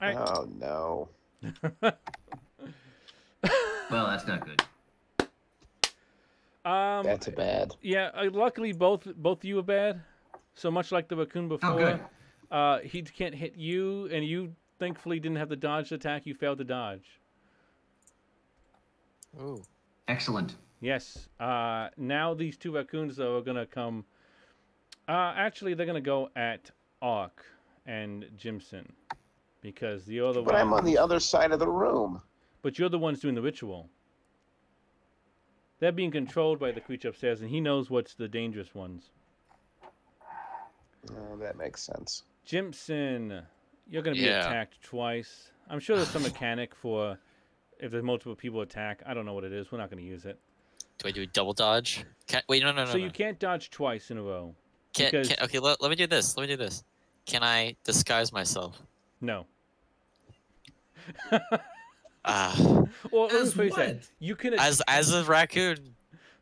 right. Oh no. Well, that's not good. Um. That's bad. Yeah. Uh, luckily, both both you are bad. So much like the raccoon before. Oh, good. Uh, he can't hit you, and you thankfully didn't have the dodge attack. You failed to dodge. Ooh. Excellent. Yes. Uh, now these two raccoons though are gonna come. Uh, actually, they're gonna go at Ark and Jimson, because the other But one. I'm on the other side of the room. But you're the ones doing the ritual. They're being controlled by the creature upstairs, and he knows what's the dangerous ones. Oh, that makes sense. Jimson, you're going to be Yeah. attacked twice. I'm sure there's some mechanic for if there's multiple people attack. I don't know what it is. We're not going to use it. Do I do a double dodge? Can, wait, no, no, no. so no. you can't dodge twice in a row. Can, because- can, okay, let, let me do this. Let me do this. Can I disguise myself? No. Ah, Or let me As phrase that. what? You can a- as as a raccoon.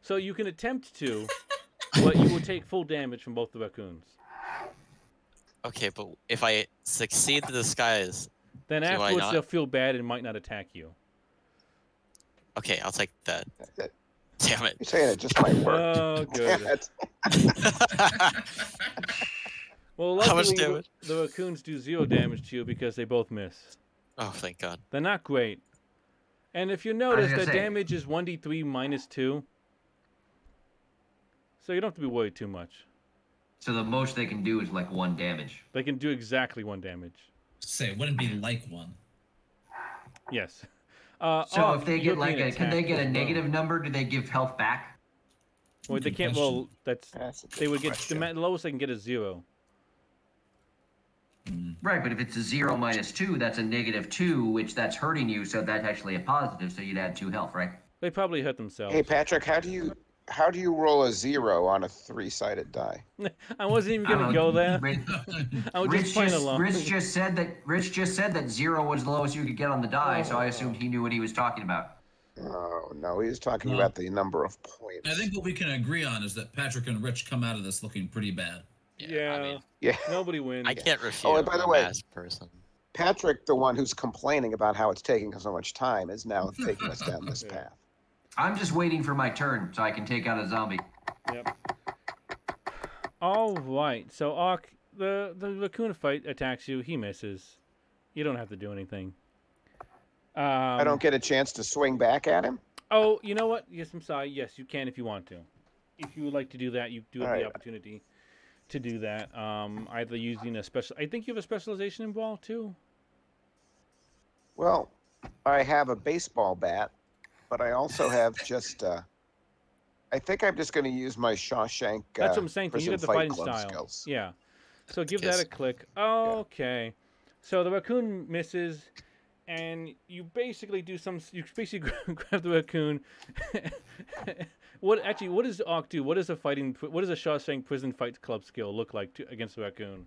so you can attempt to, but you will take full damage from both the raccoons. Okay, but if I succeed the disguise, Then Do I afterwards not? they'll feel bad and might not attack you. okay, I'll take that. You're Damn it. saying it just might work. Oh, good. That's- Well, How luckily, much damage? The, the raccoons do zero damage to you because they both miss. oh, thank God. They're not great. And if you notice, gonna the say- damage is 1d3 minus 2. So you don't have to be worried too much. So the most they can do is like one damage. They can do exactly one damage. Say, it wouldn't be like one. Yes. Uh, So oh, if they you're get like being a, can they attacked get a as well. negative number? Do they give health back? Well, they Good can't roll. That's that's a good they would get the question. ma- lowest they can get is zero. Right, but if it's a zero minus two, that's a negative two, which that's hurting you. So that's actually a positive. So you'd add two health, right? They probably hurt themselves. Hey Patrick, how do you how do you roll a zero on a three-sided die? I wasn't even gonna Um, go there. Rich, I was Oh, just Rich playing just- along. Rich just said that Rich just said that zero was the lowest you could get on the die. Oh. So I assumed he knew what he was talking about. Oh no, he's talking No. about the number of points. I think what we can agree on is that Patrick and Rich come out of this looking pretty bad. I, Yeah. mean, yeah. Nobody wins. I can't refuse. Oh, and by the way- person. Patrick, the one who's complaining about how it's taking so much time, is now taking us down this path. I'm just waiting for my turn so I can take out a zombie. Yep. All right. So Ark, the the raccoon fight attacks you. He misses. You don't have to do anything. Um, I don't get a chance to swing back at him. Oh, you know what? Yes, I'm sorry. Yes, you can if you want to. If you would like to do that, you do have Alright. the opportunity to do that. Um, either using a special. I think you have a specialization in ball too. Well, I have a baseball bat, but I also have just. Uh, I think I'm just going to use my Shawshank. That's uh, what I'm saying. 'cause Prison You got the Fight fighting Club style. skills. Yeah. So give Kiss. that a click. Okay. So the raccoon misses, and you basically do some. You basically grab the raccoon. what actually? What does Ark do? What does a fighting? What does a Shawshank Prison Fight Club skill look like to, against a raccoon?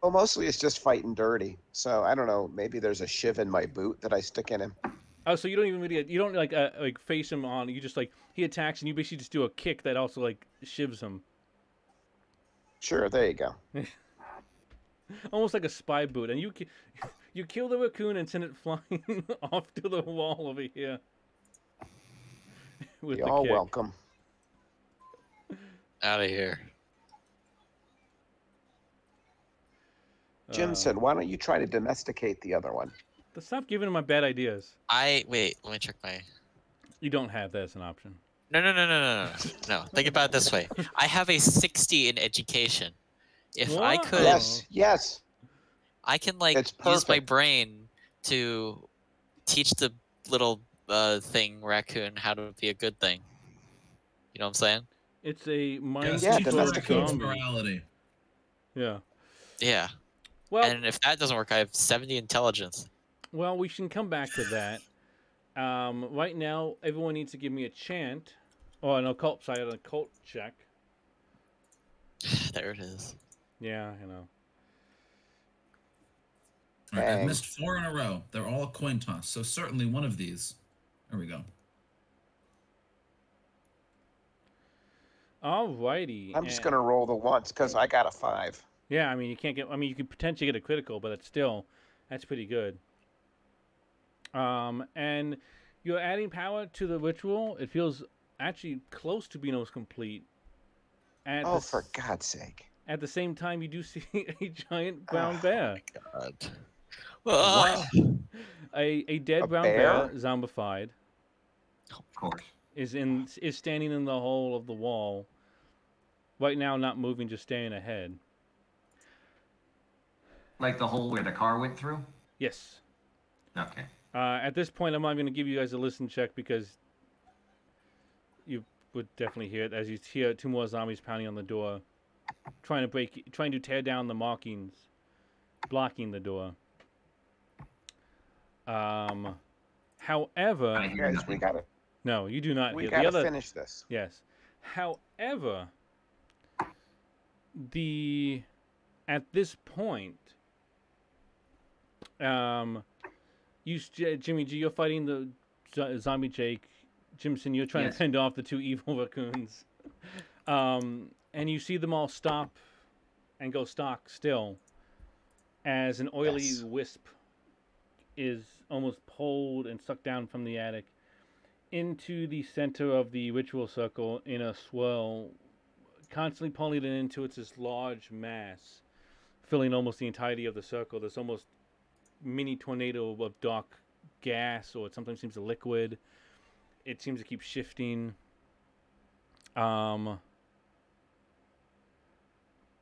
Well, mostly it's just fighting dirty. So I don't know. Maybe there's a shiv in my boot that I stick in him. Oh, so you don't even really you don't like uh, like face him on. You just like he attacks, and you basically just do a kick that also like shivs him, Sure, there you go. almost like a spy boot. And you ki- you kill the raccoon and send it flying off to the wall over here. With You're all kick. welcome. Out of here. Uh, Jimson, why don't you try to domesticate the other one? Stop giving my bad ideas. I wait. Let me check my. You don't have that as an option. No, no, no, no, no, no. no. Think about it this way. I have a sixty in education. If I Wow. could, Yes, yes. I can like It's use my perfect. brain to teach the little uh, thing raccoon how to be a good thing. You know what I'm saying? It's a mind Yeah, control domesticated. zombie. morality. Yeah. Yeah. Well, and if that doesn't work, I have seventy intelligence. well, we can come back to that. Um, right now, everyone needs to give me a chant. Oh, an occult. Sorry, an occult check. there it is. Yeah, you know. All right, I've Dang. missed four in a row. They're all a coin toss, so certainly one of these. There we go. Alrighty. I'm just and- gonna roll the once because I got a five. Yeah, I mean, you can't get. I mean, you could potentially get a critical, but it's still, that's pretty good. Um, and you're adding power to the ritual. It feels actually close to being almost complete. At oh, the for God's sake! At the same time, you do see a giant brown bear, God. Wow. a, a dead A brown bear? bear? zombified, Of course. is in is standing in the hole of the wall. Right now, not moving, just staying ahead. Like the hole where the car went through? Yes. Okay. Uh, at this point, I'm not going to give you guys a listen check because you would definitely hear it as you hear two more zombies pounding on the door, trying to break, trying to tear down the markings, blocking the door. Um, I however, hear Guys, we nothing. gotta, no, you do not we hear gotta the other. finish this. Yes. However, the at this point, um, you s- J- Jimmy G, you're fighting the zo- zombie Jake. Jimson, you're trying Yes. to fend off the two evil raccoons, um, and you see them all stop and go stock still, as an oily Yes. wisp is almost pulled and sucked down from the attic into the center of the ritual circle in a swirl, constantly pulling it into its this large mass, filling almost the entirety of the circle. This almost mini tornado of dark gas, or it sometimes seems liquid. It seems to keep shifting. Um.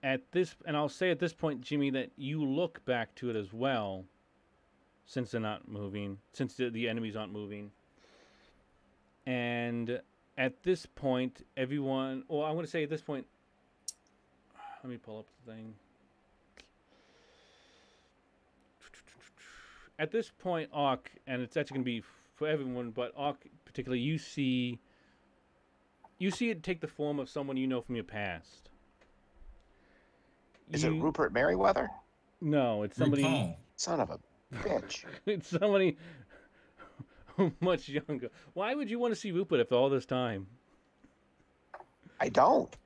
At this, and I'll say at this point, Jimmy, that you look back to it as well, since they're not moving, since the, the enemies aren't moving and at this point everyone well i want to say at this point let me pull up the thing at this point arc and it's actually going to be for everyone but arc particularly you see you see it take the form of someone you know from your past Is it You- Rupert Merriweather? no it's somebody RuPaul. Son of a bitch! it's somebody much younger why would you want to see rupert after all this time I don't.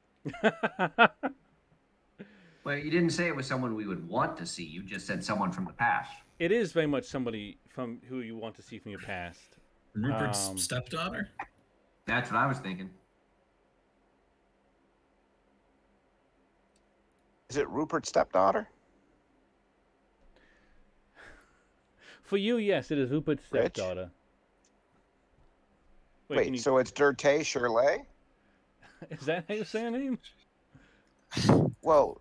Well, you didn't say it was someone we would want to see. You just said someone from the past. it is very much somebody from who you want to see from your past. Rupert's Um, stepdaughter. That's what I was thinking. Is it Rupert's stepdaughter? For you, yes, it is Rupert's Rich? stepdaughter. Wait, Wait, can you- so it's Dirte Shirley? is that how you say her name? Well,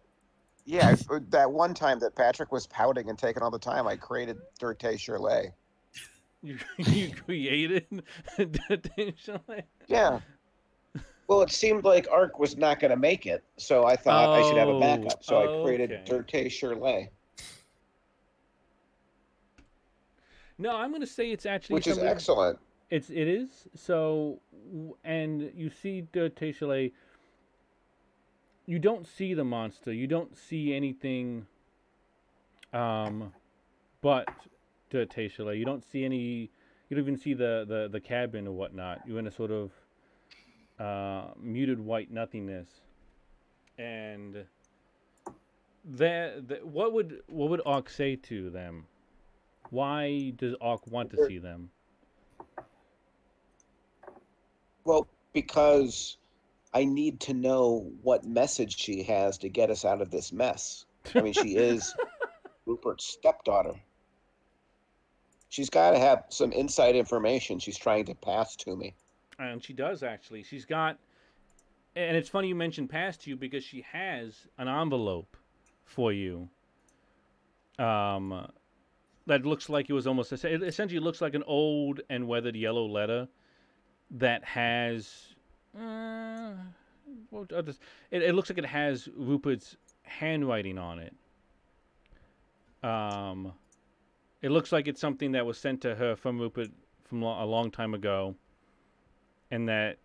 yeah. I- that one time that Patrick was pouting and taking all the time, I created Dirte Shirley. You, you created Dante Chalamet? Yeah. Well, it seemed like Ark was not going to make it, so I thought I should have a Oh, backup. So I created okay. Dirte Shirley, No, I'm gonna say it's actually which is somebody- excellent. It's it is so, w- and you see the Teixeira. You don't see the monster. You don't see anything. Um, but the Teixeira. You don't see any. You don't even see the the the cabin or whatnot. You're in a sort of uh, muted white nothingness, and there. The, what would what would Ark say to them? Why does Ark want to They're- see them? Well, because I need to know what message she has to get us out of this mess. I mean, she is Rupert's stepdaughter. She's got to have some inside information she's trying to pass to me. And she does actually. She's got, and it's funny you mentioned past you because she has an envelope for you. Um, that looks like it was almost it essentially looks like an old and weathered yellow letter that has. Uh, what I'll just- it, it looks like it has Rupert's handwriting on it. Um, it looks like it's something that was sent to her from Rupert from lo- a long time ago and that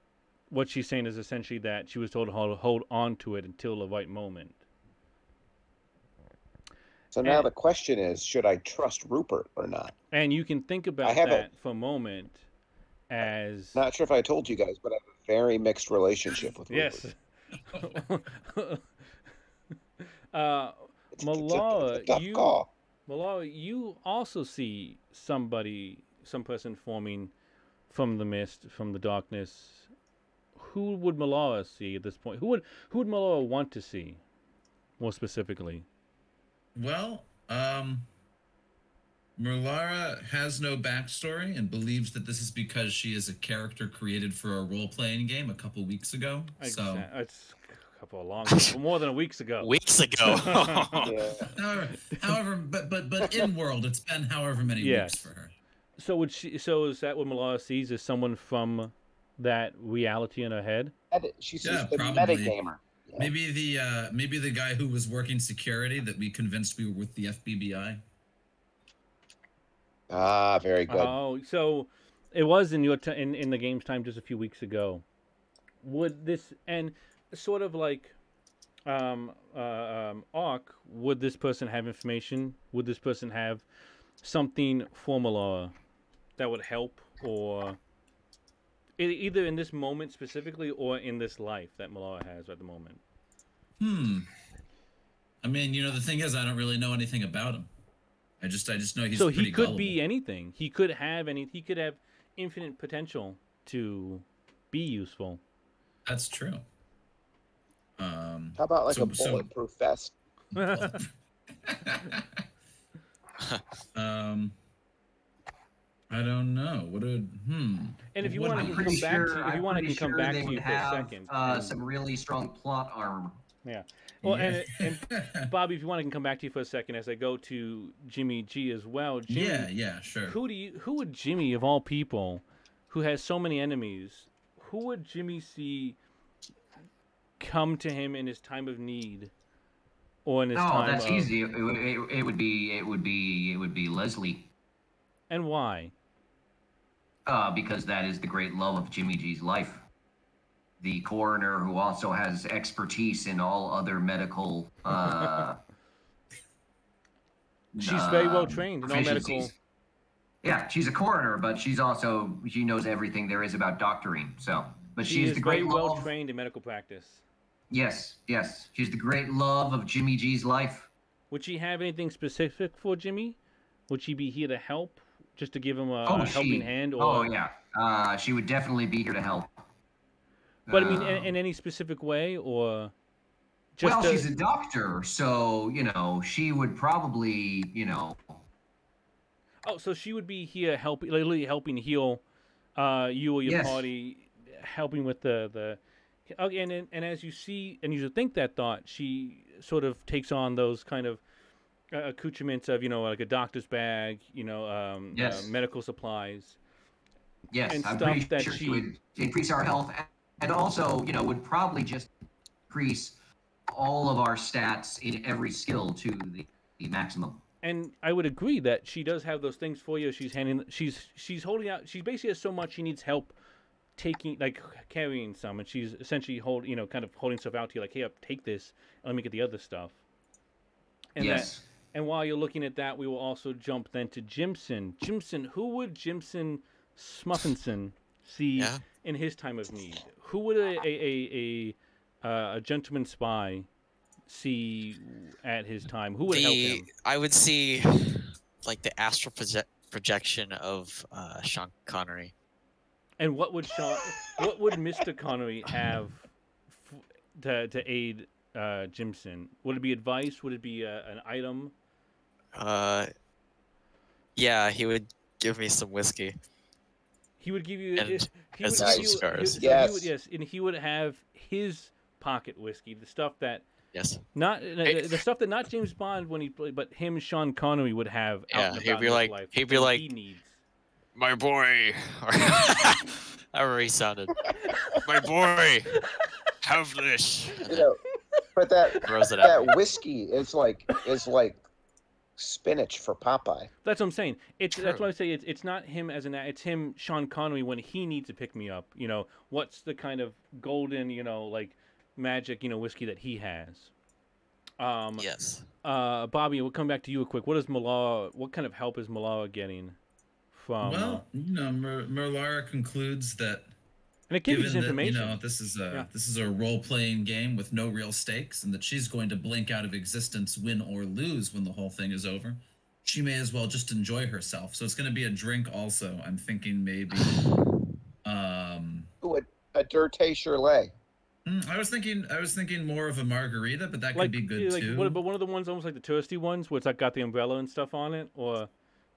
what she's saying is essentially that she was told to hold, hold on to it until the right moment. So now And- the question is should I trust Rupert or not? And you can think about have a- that for a moment as Not sure if I told you guys, but I have a very mixed relationship with Rupert. yes. uh, Malala, tough you- call. Malala, you also see somebody, some person forming from the mist, from the darkness. Who would Malala see at this point? Who would who would Malala want to see, more specifically? Well, um, Merlara has no backstory and believes that this is because she is a character created for a role playing game a couple weeks ago. So, Exact- it's a couple of long, well, more than a weeks ago. Weeks ago. Yeah. however, however but but but in world, it's been however many Yes. weeks for her. So would she? So is that what Malala sees? Is someone from that reality in her head? Meta- She's Yeah, the probably. metagamer. Yeah. Maybe the uh, maybe the guy who was working security that we convinced we were with the FBI. Ah, very good. Oh, so it was in your t- in in the game's time just a few weeks ago. Would this and sort of like um uh, um arc? Would this person have information? Would this person have something for Malala that would help or? e- Either in this moment specifically, or in this life that Malala has at the moment. Hmm. I mean, you know, the thing is, I don't really know anything about him. I just I just know he's so pretty he could gullible. be anything. He could have any. He could have infinite potential to be useful. That's true. Um, How about like so- a so- bulletproof vest? um, I don't know. What a hmm. and if you What- want, I I'm can pretty come back sure. to you. If I'm you want, I pretty can come sure back they to would you for have, a second. Uh, and- some really strong plot armor. well, Yeah. and, and Bobby, if you want, I can come back to you for a second as I go to Jimmy G as well. Jimmy, yeah, yeah, sure. who do you? Who would Jimmy of all people, who has so many enemies, who would Jimmy see come to him in his time of need, or in his Oh, time? uh, that's of, easy. It, would- it, it would be. It would be. It would be Leslie. And why? Uh, because that is the great love of Jimmy G's life. The coroner who also has expertise in all other medical. Uh, She's very well um, trained in all medical- proficiencies. Yeah, she's a coroner, but she's also she knows everything there is about doctoring. So, but she, she is, is the very great well love. trained in medical practice. Yes, yes, she's the great love of Jimmy G's life. Would she have anything specific for Jimmy? Would she be here to help, just to give him a, a oh, helping she, hand? Or, Oh yeah, uh, she would definitely be here to help. But I mean, in, Um, in any specific way, or just well, to- she's a doctor, so you know she would probably, you know, oh, so she would be here helping, literally helping heal uh, you or your Yes. party, helping with the the. Okay, and, and and as you see and you think that thought, she sort of takes on those kind of uh, accoutrements of you know like a doctor's bag, you know, um, uh, Yes. medical supplies. yes, And I'm stuff pretty that sure she she- would increase our health and also you know would probably just increase all of our stats in every skill to the, the maximum. and I would agree that she does have those things for you. She's handing, she's she's holding out. She basically has so much she needs help taking, like carrying some, and she's essentially hold, you know, kind of holding stuff out to you, like, hey, up, take this, and let me get the other stuff. And that- yes. and while you're looking at that, we will also jump then to Jimson. Jimson, who would Jimson Smuffinson see Yeah. in his time of need? Who would a a a, a, uh, a gentleman spy see at his time? Who would help the, him? I would see like the astral proje- projection of uh, Sean Connery. And what would Sean, what would Mr. Connery have f- to, to aid uh, Jimson? Would it be advice? Would it be uh an item? Uh, yeah, he would give me some whiskey. He would give you. And it- he would as give some you- cigars. he- so he would- Yes. yes, and he would have his pocket whiskey, the stuff that Yes. not Hey. the, the stuff that not James Bond when he played, but him Sean Connery would have. out Yeah, and he'd about in be his like- life, he'd be that like- he needs. My boy. However he sounded. My boy. Have this. You know, but that Throws it out. that whiskey is like is like spinach for Popeye. That's what I'm saying. It's that's True. why I say it's it's not him as an a- it's him Sean Connery when he needs to pick me up. You know what's the kind of golden you know like magic you know whiskey that he has. Um, Yes. uh, Bobby, we'll come back to you quick. What is Malara? What kind of help is Malara getting from? uh, well, you know, Mer- Merlara concludes that and it gives given us that you information. know this is a Yeah. this is a role playing game with no real stakes, and that she's going to blink out of existence, win or lose, when the whole thing is over. She may as well just enjoy herself. So it's going to be a drink. Also, I'm thinking maybe. Um, Ooh, a, a dirty Shirley. mm, I was thinking I was thinking more of a margarita, but that like, could be yeah, good like too. What, but one of the ones almost like the touristy ones, where it's like got the umbrella and stuff on it, or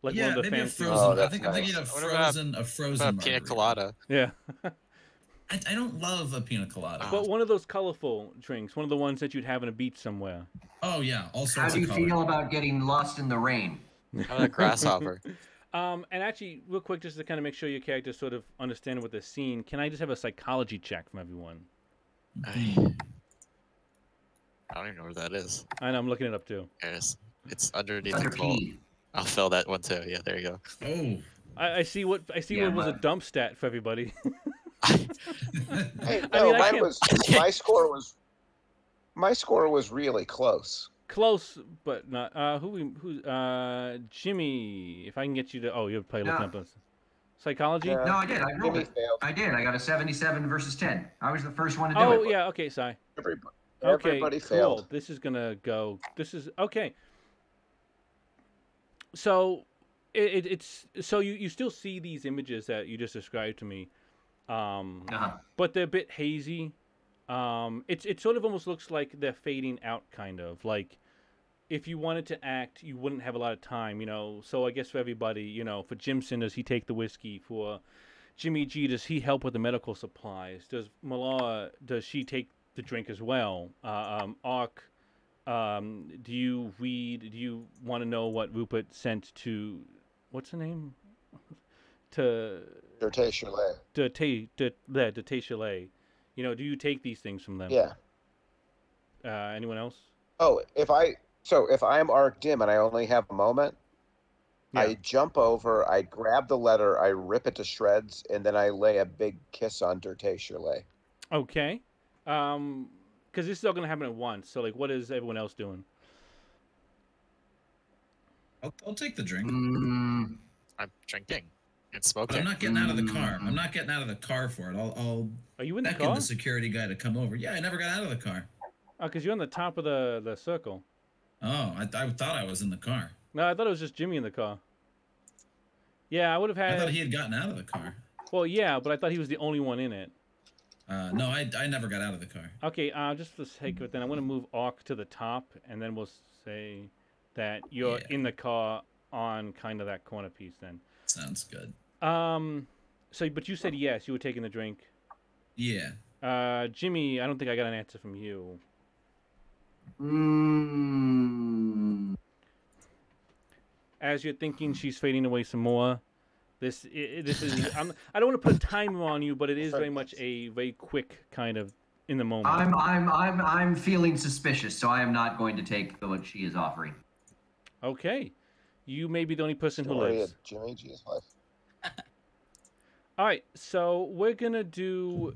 like yeah, one of the maybe a fancy. frozen. ones. Oh, I that's think I'm thinking a What about- frozen a Uh, frozen pina margarita. colada. Yeah, I, I don't love a pina colada. but one of those colorful drinks, one of the ones that you'd have in a beach somewhere. Oh yeah, all How sorts do you of color. feel about getting lost in the rain? How about a grasshopper? Um, and actually, real quick, just to kind of make sure your characters sort of understand what they're seeing, can I just have a psychology check from everyone? I I don't even know where that is. And I'm looking it up too. There it is. It's underneath Under the coal. P. I'll fill that one too. Yeah, there you go. Oh. I, I see what I see. Yeah, what was a my- dump stat for everybody? Hey, I no, mean, I mine can't- was my score was my score was really close. Close, but not. Uh, who we who? Uh, Jimmy. If I can get you to. Oh, you're probably looking No. up us. Psychology. Yeah. No, I did. I rolled Jimmy it. failed. I did. I got a 77 versus 10. I was the first one to do Oh it. yeah. Okay. Sorry. Everybody, Okay. everybody cool. failed. This is gonna go. This is okay. So, it, it, it's so you you still see these images that you just described to me, um, Uh-huh. but they're a bit hazy. Um, it's it sort of almost looks like they're fading out, kind of like. If you wanted to act, you wouldn't have a lot of time, you know. So I guess for everybody, you know, for Jimson, does he take the whiskey? For Jimmy G, does he help with the medical supplies? Does Malala, does she take the drink as well? Uh, um, Ark, um, do you read? Do you want to know what Rupert sent to what's her name? to Dirty Shirley. to Tay to yeah, to Tay Chalet. You know, do you take these things from them? Yeah. Uh, anyone else? Oh, if I so if I'm Arc Dim and I only have a moment, Yeah. I jump over, I grab the letter, I rip it to shreds, and then I lay a big kiss on Dirty Shirley. Okay. Um, because this is all gonna happen at once. So like, what is everyone else doing? I'll, I'll take the drink. Mm, I'm drinking and But I'm smoking. not getting out of the car. Mm. Mm-hmm. I'm not getting out of the car for it. I'll, I'll Are you in the beckon car? the security guy to come over. Yeah, I never got out of the car. Oh, because you're on the top of the the circle. Oh, I, I thought I was in the car. No, I thought it was just Jimmy in the car. Yeah, I would have I had. thought he had gotten out of the car. Well, yeah, but I thought he was the only one in it. Uh, no, I, I never got out of the car. Okay, uh, just for the sake of it, then I want to move Ark to the top, and then we'll say that you're Yeah. in the car on kind of that corner piece. Then. Sounds good. Um. So, but you said yes, you were taking the drink. Yeah. Uh, Jimmy, I don't think I got an answer from you. mm, Mm-hmm. As you're thinking she's fading away some more, This i- i- this is I'm, I don't want to put a timer on you, but it is very much a very quick kind of in the moment. I'm I'm I'm I'm feeling suspicious, so I am not going to take what she is offering. Okay, you may be the only person who Story lives. of Jimmy G's life. All right, so we're gonna do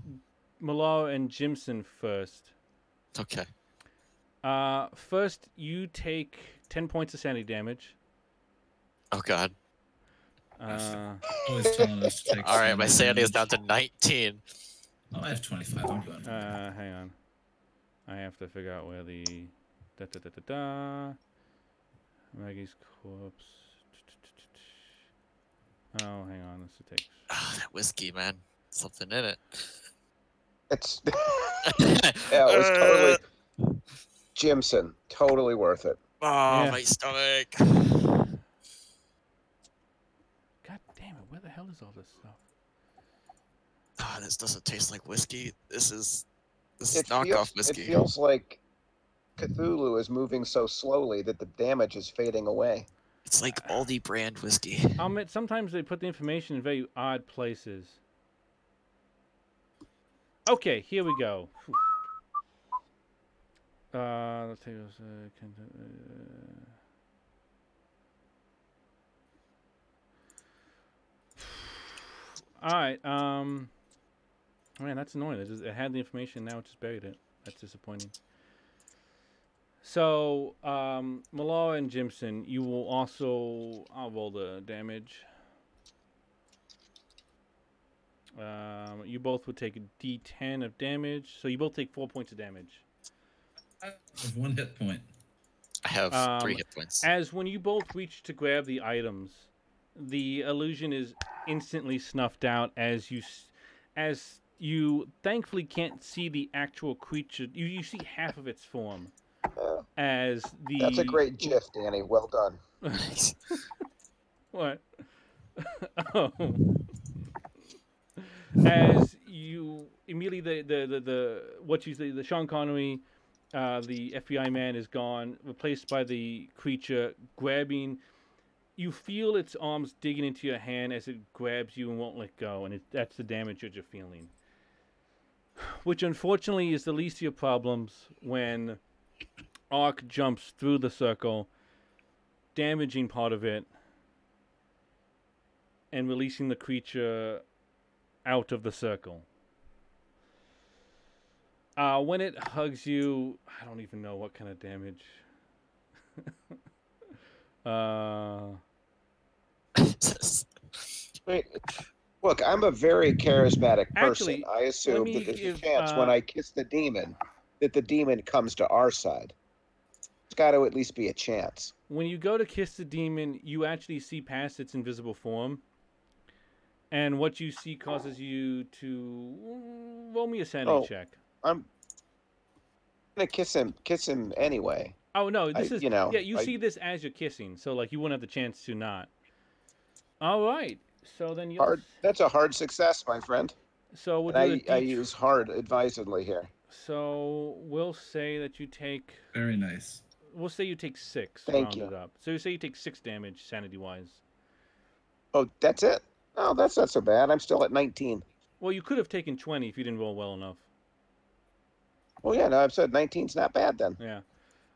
Millar and Jimson first. Okay. Uh, first, you take ten points of sanity damage. Oh god. Uh, Always telling us to take. All right, my some sanity is down damage. to 19. Oh, I have 25. I'm good. uh, hang on, I have to figure out where the da da da da da. Maggie's corpse. Oh, hang on, this takes. Ah, that whiskey, man. Something in it. It's yeah, it was totally Jimson. Totally worth it. Oh, Yeah. my stomach. God damn it! Where the hell is all this stuff? Ah, this doesn't taste like whiskey. This is this is It knockoff feels, whiskey. it feels like Cthulhu is moving so slowly that the damage is fading away. It's like Aldi brand whiskey. Um, it, sometimes they put the information in very odd places. Okay, here we go. Phew. Uh, let's take this. Uh, can, uh... All right. Um, man, that's annoying. It, just, it had the information, now it just buried it. That's disappointing. So, um, Malar and Jimson, you will also. I'll roll the damage. Um, you both would take a d10 of damage. So, you both take four points of damage. I have one hit point. I have three Um, hit points. As when you both reach to grab the items, the illusion is instantly snuffed out as you, s- as you thankfully can't see the actual creature. You, you see half of its form. Yeah. As the Uh, That's a great GIF, Danny. Well done. Nice. What? oh. As you immediately the the the, the what you say the Sean Connery, uh, the FBI man is gone, replaced by the creature grabbing. You feel its arms digging into your hand as it grabs you and won't let go, and it, that's the damage that you're feeling. Which unfortunately is the least of your problems when Ark jumps through the circle, damaging part of it, and releasing the creature out of the circle. Uh, when it hugs you, I don't even know what kind of damage. uh, Wait, Look, I'm a very charismatic person. Actually, I assume me that there's give, a chance when uh, I kiss the demon that the demon comes to our side. It's got to at least be a chance. when you go to kiss the demon, you actually see past its invisible form. And what you see causes you to roll me a sanity Oh. check. I'm gonna kiss him. Kiss him anyway. Oh no, I- this is you know, yeah. You I- see this as you're kissing, so like you wouldn't have the chance to not. All right, so then you Hard. That's a hard success, my friend. So we'll And do the I, I D- use hard advisedly here. So we'll say that you take. Very nice. We'll say you take six. Thank rounded you. Up. So you say you take six damage, sanity wise. Oh, that's it. Oh, that's not so bad. I'm still at 19. Well, you could have taken twenty if you didn't roll well enough. Well, yeah, no, I've said 19's not bad then. Yeah.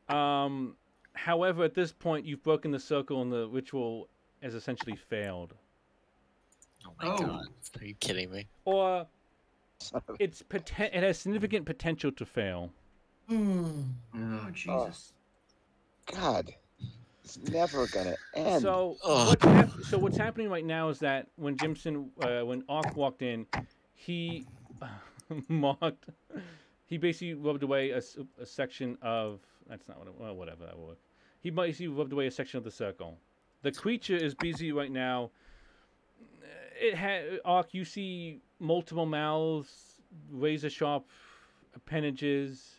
Um. However, at this point, you've broken the circle, and the ritual has essentially failed. oh my Oh. god. Are you kidding me? Or Son of a- it's poten- It has significant potential to fail. Oh Jesus. God, it's never gonna end. So Ugh. what's hap- so what's happening right now is that when Jimson, uh, when Ark walked in, he marked, he basically rubbed away a, s- a section of that's not what it, well, whatever that was. He basically rubbed away a section of the circle. The creature is busy right now. It ha- Ark, you see multiple mouths, razor sharp appendages.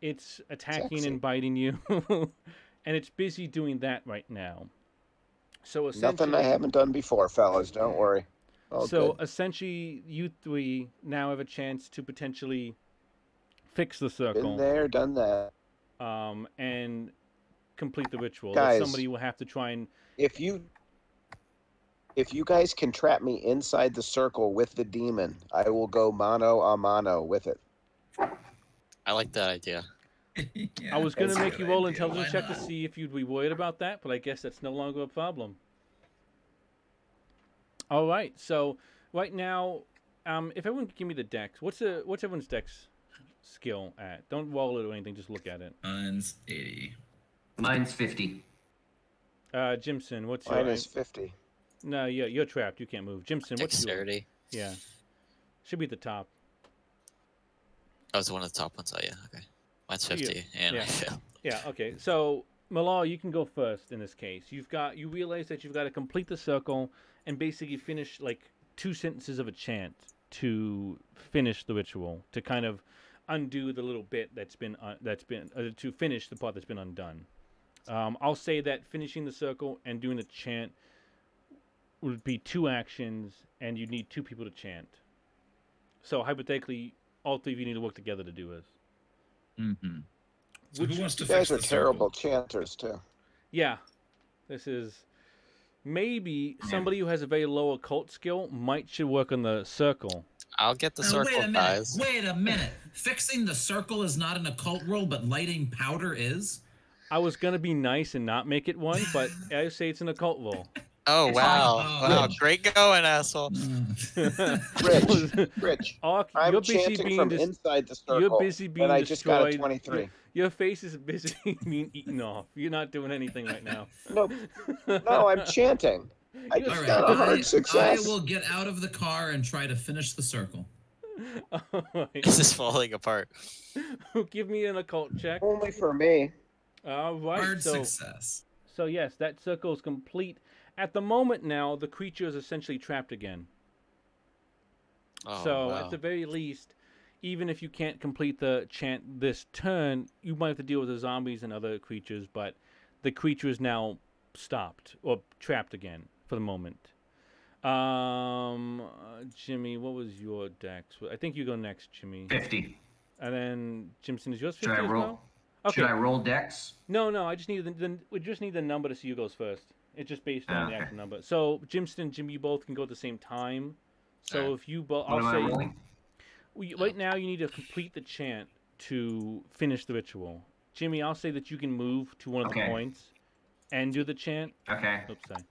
It's attacking Sexy. and biting you, and it's busy doing that right now. So essentially, Nothing I haven't done before, fellas. Don't worry. All so good. essentially, you three now have a chance to potentially fix the been circle there, done that. um, and complete the ritual. that Guys. somebody will have to try and If you If you guys can trap me inside the circle with the demon, I will go mano a mano with it. I like that idea. I was going to that's a make you good roll idea. intelligence Why check to not? see if you'd be worried about that, but I guess that's no longer a problem. All right. So right now, um, if everyone could give me the dex, what's the what's everyone's dex skill at? Don't roll it or anything. Just look at it. Mine's 80. Mine's 50. Uh, Jimson, what's your? Mine is 50. No, you're, you're trapped. You can't move. Jimson, what's your? Dexterity. Yeah, should be at the top. That was one of the top ones. Oh yeah. Okay. Mine's Yeah. fifty, and Yeah. I fail. Yeah, okay. So, Malar, you can go first in this case. You've got you realize that you've got to complete the circle and basically finish like two sentences of a chant to finish the ritual to kind of undo the little bit that's been uh, that's been uh, to finish the part that's been undone. Um, I'll say that finishing the circle and doing the chant would be two actions, and you need two people to chant. So hypothetically, all three of you need to work together to do this. Mm-hmm. So Which- who wants to You fix guys the are terrible circle? chanters, too. Yeah. This is maybe somebody who has a very low occult skill might should work on the circle. I'll get the Now, circle, wait a minute. guys. Wait a minute. Fixing the circle is not an occult role, but lighting powder is. I was gonna be nice and not make it one, but I say it's an occult role. Oh It's wow! like, wow, Rich. great going, asshole. Mm. Mm. Rich. Rich, Ark, I'm you're busy chanting being from dis- inside the circle. you're busy being and I just got destroyed. a 23. Your, your face is busy being eaten off. You're not doing anything right now. No, no, I'm chanting. I You- All just right. got a hard I, I success. will get out of the car and try to finish the circle. Alright. This is falling apart. Give me an occult check. Only for me. All right. Hard so, success. So yes, that circle is complete. At the moment now, the creature is essentially trapped again. Oh, so wow. at the very least, even if you can't complete the chant this turn, you might have to deal with the zombies and other creatures, but the creature is now stopped or trapped again for the moment. Um, uh, Jimmy, what was your dex? I think you go next, Jimmy. 50. And then Jimson is yours. Should I 50 as roll? well? Okay. Should I roll dex? No, no. I just need the, the we just need the number to see who goes first. It's just based on the Okay. actual number. So Jimson and Jimmy both can go at the same time. So Alright. if you both, Ah. What I'll am I say rolling? we, Oh. right now you need to complete the chant to finish the ritual. Jimmy, I'll say that you can move to one of Okay. the points and do the chant. Okay. Oops, sorry.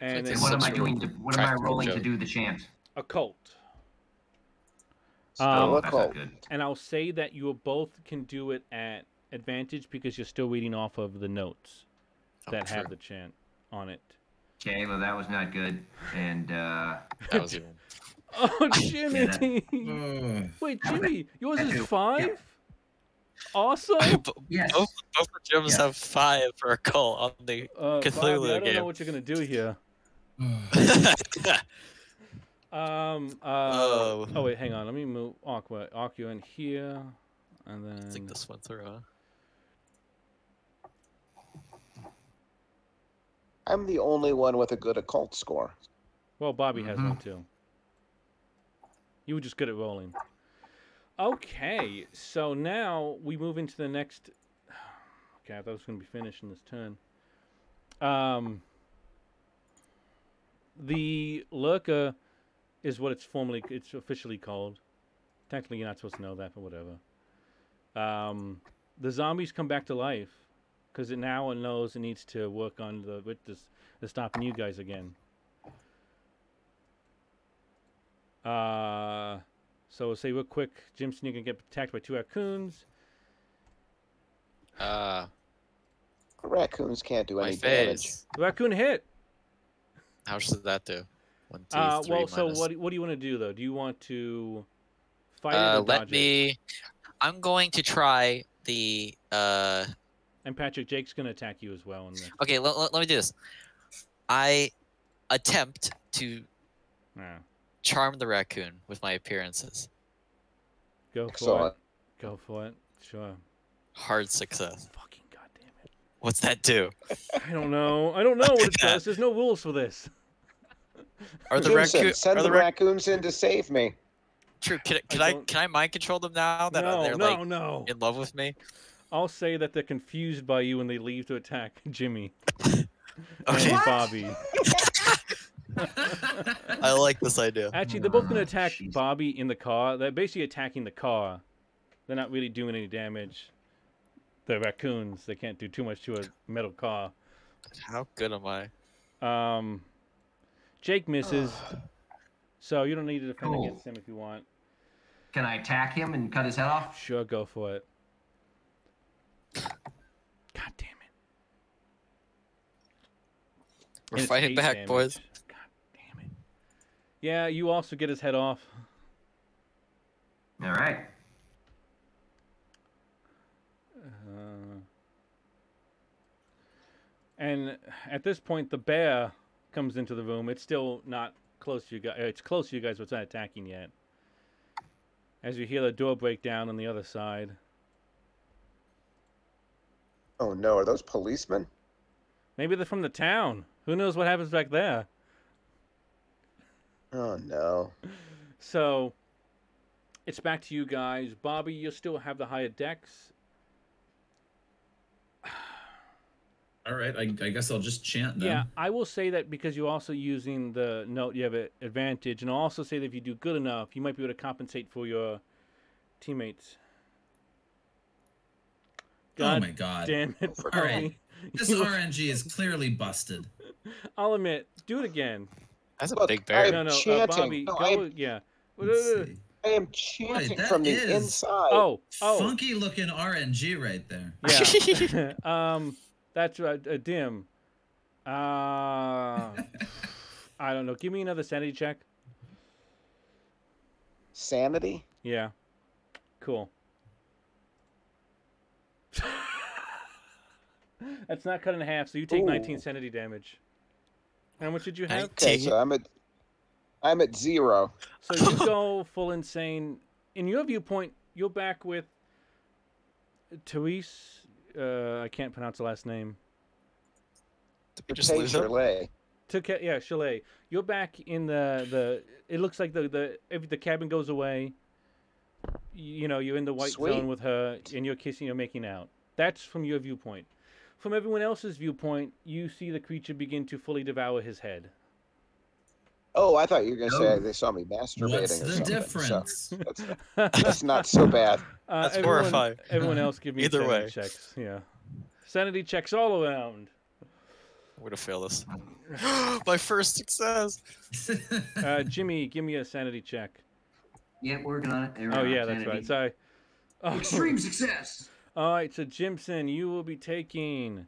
And then they And what am I Such a doing? To, what am I practical rolling to joke. do the chant? occult. Oh, Um, look that's not old. good. and I'll say that you both can do it at advantage because you're still reading off of the notes Oh, that have true. the chant on it. Okay, well that was not good. And uh, That was even. Oh, Jimmy! Ugh. Wait, Jimmy, yours I do, is yeah. five? Awesome! Uh, Bo- yes, Oh. both, both the gyms Yeah. have five for a call on the. Uh, Bobby, I Cthulhu don't know game. what you're gonna do here. Um. Uh, Oh. Oh wait, hang on. Let me move Aqua Aqua in here, and I then think this went through. Huh? I'm the only one with a good occult score. well, Bobby has Mhm. one too. You were just good at rolling. Okay, so now we move into the next. Okay, I thought it was gonna be finished in this turn. Um. The lurker is what it's formally it's officially called. Technically, you're not supposed to know that, but whatever. Um, the zombies come back to life because it now knows it needs to work on the with this the stopping you guys again. Uh, so we'll say real quick, Jimson, you can get attacked by two raccoons. Uh, Raccoons can't do my any damage. face. The raccoon hit. How much did that do? One, two, three. Uh, well, so minus- what do- what do you want to do though? Do you want to fight it Uh, or let dodge it? me. I'm going to try the. Uh, And Patrick, Jake's gonna attack you as well. In the... okay, let, let, let me do this. I attempt to Yeah. charm the raccoon with my appearances. Go for Excellent. it. Go for it. Sure. Hard success. Fucking goddamn it. What's that do? I don't know. I don't know what it Yeah. does. There's no rules for this. Are the Jimson, raccoon? send Are the the rac- raccoons in to save me. True. Can, I- I can I don't- can I mind control them now that uh, no, they're no, like no. in love with me? I'll say that they're confused by you when they leave to attack Jimmy Okay. and Bobby. I like this idea. Actually, they're both going to Ah, attack jeez. Bobby in the car. They're basically attacking the car. They're not really doing any damage. They're raccoons. They can't do too much to a metal car. How good am I? Um, Jake misses, so you don't need to defend Ah. Cool. against him if you want. Can I attack him and cut his head off? Sure, go for it. God damn it. We're And it's fighting eight back, damage. boys. God damn it. Yeah, you also get his head off. All right. Uh, and at this point, the bear comes into the room. It's still not close to you guys. It's close to you guys, but it's not attacking yet. As you hear the door break down on the other side. Oh no, are those policemen? Maybe they're from the town. Who knows what happens back there? Oh no. So it's back to you guys. Bobby, you still have the higher decks. All right, I, I guess I'll just chant then. Yeah, I will say that because you're also using the note, you have an advantage, and I'll also say that if you do good enough, you might be able to compensate for your teammates. oh God my god. damn it, for Bobby. Alright. This You- RNG is clearly busted. I'll admit, do it again. That's a Look, big I- bear. no, no, uh, Bobby, chanting. No, go, I'm- yeah. Let's see. I am chanting that from the is- inside. Oh, oh, Funky looking RNG right there. yeah. um, that's right, a dim. Uh, I don't know. Give me another sanity check. Sanity? Yeah. Cool. That's not cut in half, so you take 19 Ooh. sanity damage. How much did you have? Okay, Take so I'm at I'm at zero. So you go full insane. In your viewpoint, you're back with Therese. Uh, I can't pronounce the last name. Did we just Take lose your him? lay. Took yeah, Chalet. You're back in the the. It looks like the the if the cabin goes away. You know, you're in the white Sweet. zone with her, and you're kissing, you're making out. That's from your viewpoint. From everyone else's viewpoint, you see the creature begin to fully devour his head. Oh, I thought you were gonna say No. they saw me masturbating What's or the something. So difference? that's, uh, that's not so bad. That's everyone, horrifying. Everyone else, give me Either sanity way. checks. Yeah, sanity checks all around. I'm gonna fail this. My first success. Uh, Jimmy, give me a sanity check. Yeah, working on it. There we Oh go, yeah, that's sanity. right. Sorry. Oh. Extreme success. All right, so Jimson, you will be taking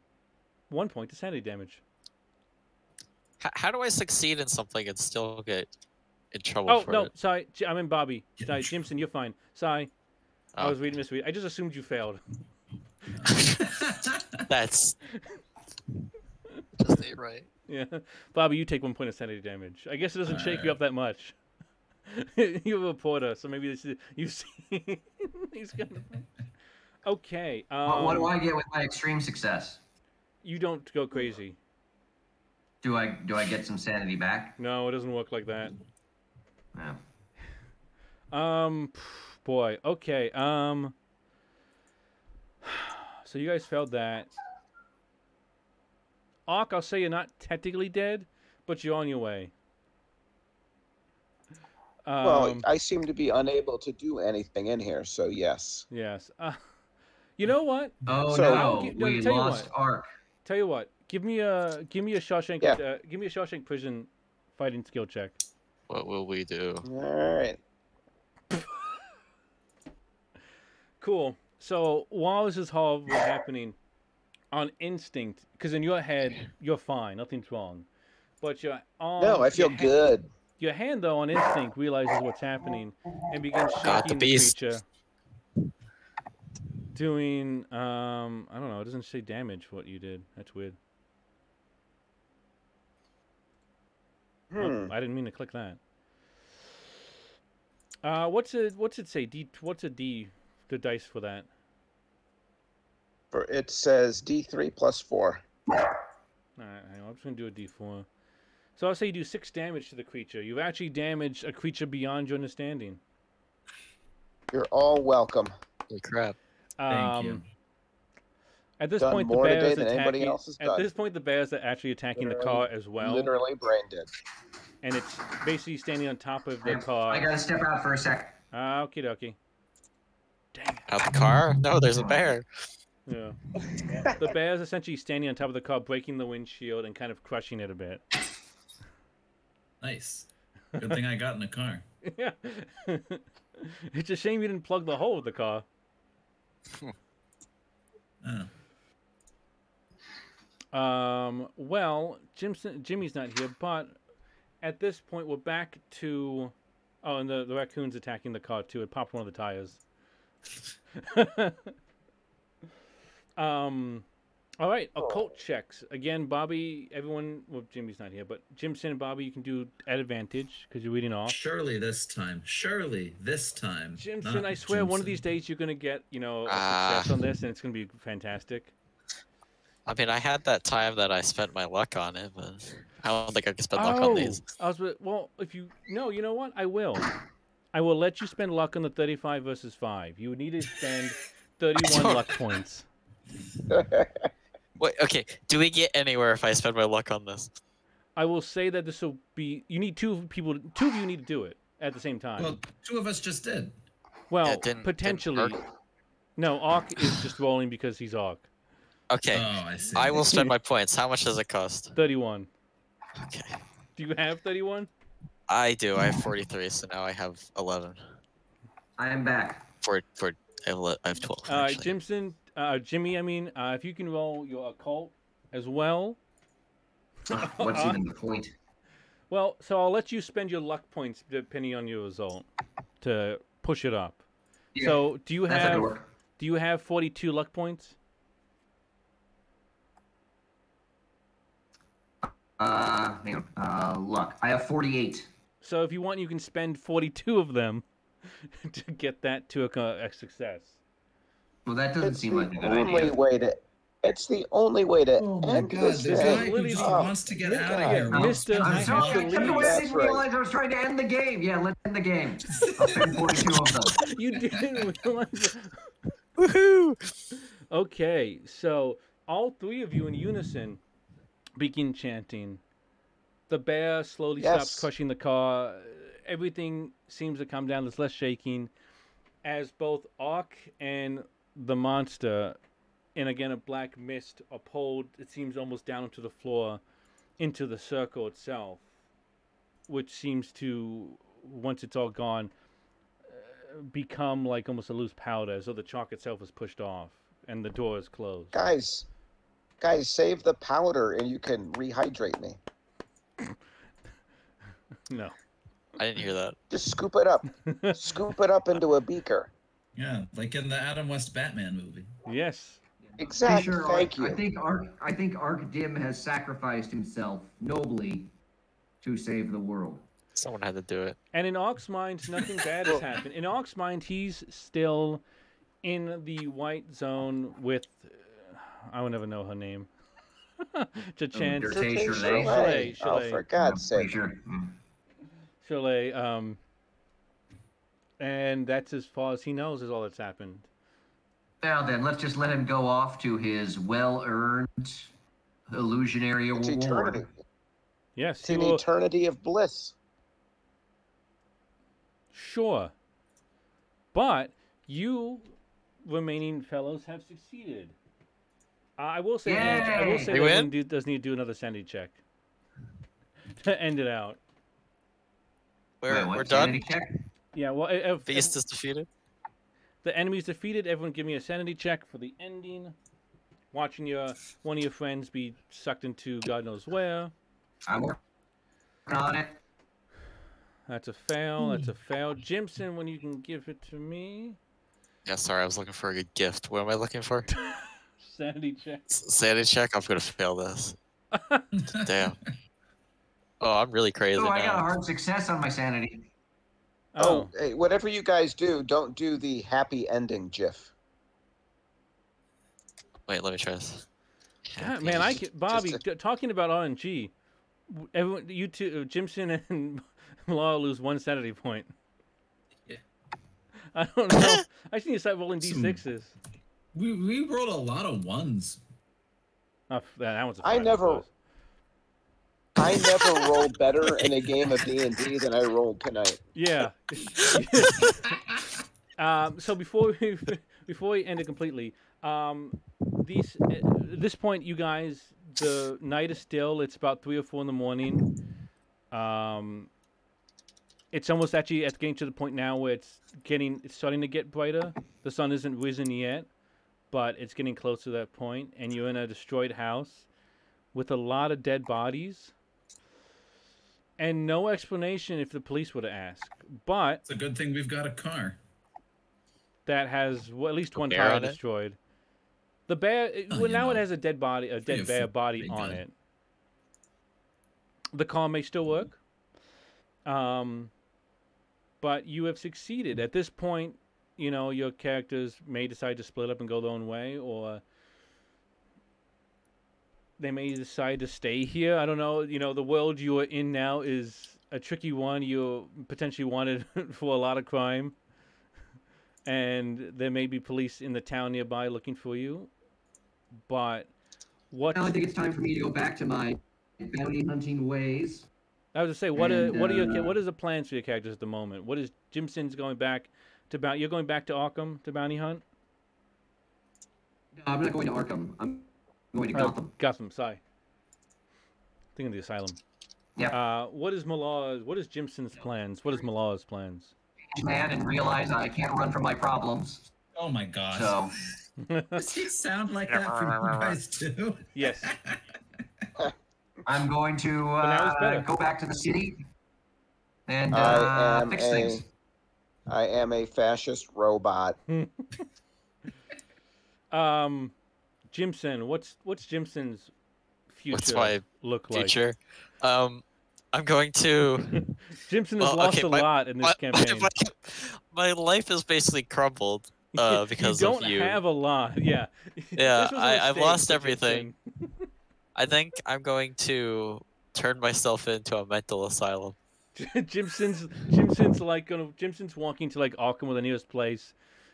one point to sanity damage. H- how do I succeed in something and still get in trouble Oh for no, it? sorry, J- I'm in Bobby. Get in Sorry, trouble. Jimson, you're fine. Sorry, I Oh. was reading this. I just assumed you failed. That's just ain't right. Yeah, Bobby, you take one point of sanity damage. I guess it doesn't shake you up that much. you're a reporter, so maybe this is, you've seen these kind of things. Okay, um, What- what do I get with my extreme success? you don't go crazy. Do I do I get some sanity back? No, it doesn't work like that. No. Um, boy. Okay. Um. So you guys failed that. Ark, I'll say you're not technically dead, but you're on your way. Um, well, I seem to be unable to do anything in here, so yes. yes. Uh, you know what? Oh So- no, No, we tell you lost what. Ark. Tell you what. Give me a give me a Shawshank Yeah. uh, give me a Shawshank prison fighting skill check. What will we do? All right. Cool. So while this is all happening, on instinct, because in your head you're fine, nothing's wrong, but your arm, No, I feel your ha- good. your hand though on instinct realizes what's happening and begins shocking God, the beast. creature, doing um I don't know, it doesn't say damage what you did. That's weird. Oh, Hmm. I didn't mean to click that. Uh, what's it? What's it say? D. What's a D? The dice for that. For it says D three plus four. Alright, hang on, I'm just gonna do a D4. So I'll say you do six damage to the creature. You've actually damaged a creature beyond your understanding. You're all welcome. Holy crap. Um, Thank you. At this Done point, the more bears today attacking. than anybody else has at done. this point, the bears are actually attacking the car Literally- as well, Literally brain dead. and it's basically standing on top of the I- car. I gotta step out for a sec. Ah, Okie dokie. Dang it. Out the car? No, there's a bear. Yeah. the bear's essentially standing on top of the car, breaking the windshield and kind of crushing it a bit. Nice. Good thing I got in a car. yeah. it's a shame you didn't plug the hole of the car. Oh. Um, well, Jimson, Jimmy's not here, but at this point, we're back to. Oh, and the, the raccoon's attacking the car too. It popped one of the tires. um, all right, Oh. occult checks again. Bobby, everyone. Well, Jimmy's not here, but Jimson and Bobby, you can do at advantage because you're reading off. Surely this time. Surely this time. Jimson, not I swear, one of Jimson. these days you're gonna get you know a Ah. success on this, and it's gonna be fantastic. I mean, I had that time that I spent my luck on it, but I don't think I can spend luck on these. Oh, I was with- well. If you no, you know what? I will. I will let you spend luck on the thirty-five versus five. You need to spend thirty-one don't- luck points. Wait, okay. Do we get anywhere if I spend my luck on this? I will say that this will be. You need two people. Two of you need to do it at the same time. Well, two of us just did. well, Yeah, it didn't- didn't potentially. work. no, Ark is just rolling because he's Ark. Okay. Oh, I see. I will spend my points. How much does it cost? Thirty-one. Okay. Do you have thirty-one? I do. I have 43, so now I have 11. I am back. For, for, I have ele- I have 12. Uh, actually. Jimson, uh, Jimmy. I mean, uh, if you can roll your occult as well. Ugh, What's even the point? Well, so I'll let you spend your luck points depending on your result to push it up. Yeah, so do you That's a have dork. do you have forty two luck points? Uh, hang on. Uh, luck. I have 48. So if you want, you can spend forty two of them to get that to a, co- a success. Well, that doesn't It's seem like a the good only idea. way to. It's the only way to Oh my end god, this the guy thing. Lily who just Bob. wants to get Look out at of here. him. Oh, wants Mister, to I I'm leave. have sorry, I to kept leave. away. I didn't That's right. realize I was trying to end the game. Yeah, let's end the game. I'll spend 42 of them. You didn't realize. Woohoo! Okay, so all three of you in unison begin chanting. The bear slowly stops Yes. crushing the car. Everything seems to come down. There's less shaking. As both Ark and the monster, and again a black mist, are pulled, it seems almost down to the floor, into the circle itself, which seems to, once it's all gone, uh, become like almost a loose powder, as though the chalk itself is pushed off and the door is closed. Guys, guys, save the powder and you can rehydrate me. No. I didn't hear that. Just scoop it up. scoop it up into a beaker. Yeah, like in the Adam West Batman movie. Yes. Exactly. Pretty sure Thank Ark- you. I think Ark, I think Ark Dim has sacrificed himself nobly to save the world. Someone had to do it. And in Ark's mind, nothing bad has happened. In Ark's mind, he's still in the white zone with. uh, I will never know her name. Jachan Dirty Tay Tay Shirley. Shirley. Oh, Shirley. for God's I'm pretty sake. Sure. Mm. Shirley. Um, and that's as far as he knows, is all that's happened. Now then, let's just let him go off to his well-earned illusionary It's eternity. award. Yes. It's He an will, eternity of bliss. sure. But you remaining fellows have succeeded. I will say, I will Yay! say We that win? one dude does need to do another sanity check to end it out. We're, Wait, what? we're Sanity done. check? Yeah, well, if, if Beast is defeated. the enemy's defeated, everyone give me a sanity check for the ending. Watching your one of your friends be sucked into God knows where. I'm working on it. That's a fail. Hmm. That's a fail. Jimson, when you can give it to me, Yeah, sorry, I was looking for a good gift. What am I looking for? sanity check. S- Sanity check. I'm gonna fail this. Damn. Oh, I'm really crazy Oh, I got a now. hard success on my sanity. Oh, Oh, hey, whatever you guys do, don't do the happy ending GIF. Wait, let me try this. God, man, I can, Bobby a- t- talking about RNG. w- Everyone, you two, uh, Jimson and Law lose one sanity point. Yeah. I don't know. I just need to start rolling d Some- sixes. We we rolled a lot of ones. Oh, f- that one's a I five, never- suppose. I never roll better in a game of D and D than I rolled tonight. Yeah. um, so before we before we end it completely, um, these at this point, you guys, the night is still. It's about three or four in the morning. Um, it's almost actually it's getting to the point now where it's getting it's starting to get brighter. The sun isn't risen yet, but it's getting close to that point, and you're in a destroyed house with a lot of dead bodies. And no explanation if the police were to ask. But It's a good thing we've got a car. that has well, at least one bear tire on it? destroyed. The bear it- Oh, well, you now it know. has a dead body, a Pretty dead bear affordable body big on gun. it. The car may still work, um, but you have succeeded. At this point, you know your characters may decide to split up and go their own way, or they may decide to stay here. I don't know. You know, the world you are in now is a tricky one. You're potentially wanted for a lot of crime, and there may be police in the town nearby looking for you. But what Now I think it's time for me to go back to my bounty hunting ways. I was to say, what are And, what are your uh, cha- what is the plans for your characters at the moment? What is Jimson's going back to bounty? You're going back to Arkham to bounty hunt. No, I'm not going to Arkham. I'm going to Uh, Gotham. Gotham, sorry. Think of the asylum. Yeah. Uh, what is Malaw's? What is Jimson's plans? What is Malaw's plans? Man, and realize I can't run from my problems. Oh my gosh. So Does he sound like that from you guys too? yes. I'm going to that was better. uh, go back to the city and I uh, am fix a- things. I am a fascist robot. Um, Jimson, what's what's Jimson's future What's my look like? future? Um, I'm going to. Jimson has Well, lost okay, a my- lot in this my, campaign. my, my life is basically crumbled uh, because you don't of you. have a lot. Yeah. Yeah, This was a I- I've mistake lost for everything. Jimson. I think I'm going to turn myself into a mental asylum. Jimson's Jimson's like gonna Jimson's walking to like Arkham with the nearest place,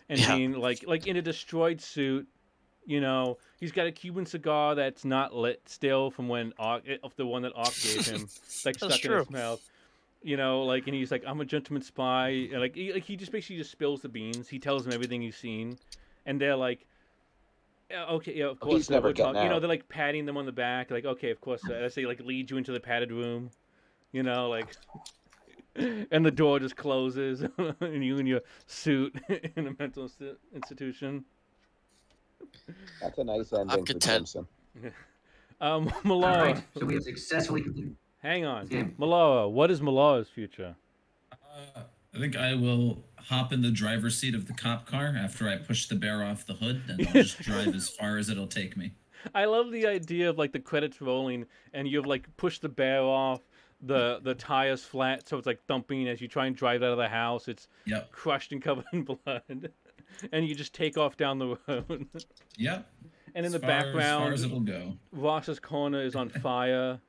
and Yeah. being like like in a destroyed suit. You know, he's got a Cuban cigar that's not lit still from when Ark eh, of the one that Ark gave him, like That's stuck in his true. mouth. You know, like and he's like, I'm a gentleman spy, and like he, like he just basically just spills the beans. He tells them everything he's seen, and they're like. "Yeah, Okay, yeah, of He's course. uh, never we're talk-" getting You know, out. they're like patting them on the back, like, okay, of course. uh, As they like lead you into the padded room, you know, like and the door just closes, and you in your suit in a mental insti- institution. That's a nice ending. for content. Jimson. Um, All Malora, right. So we have successfully completed hang on. this game. Malora, what is Malora's future? Uh, I think I will hop in the driver's seat of the cop car after I push the bear off the hood, and I'll just drive as far as it'll take me. I love the idea of like the credits rolling, and you've like pushed the bear off, the the tires flat, so it's like thumping as you try and drive out of the house. It's Yep. crushed and covered in blood, and you just take off down the road. Yep. And in as the far- as far background, as it'll go. Ross's corner is on fire.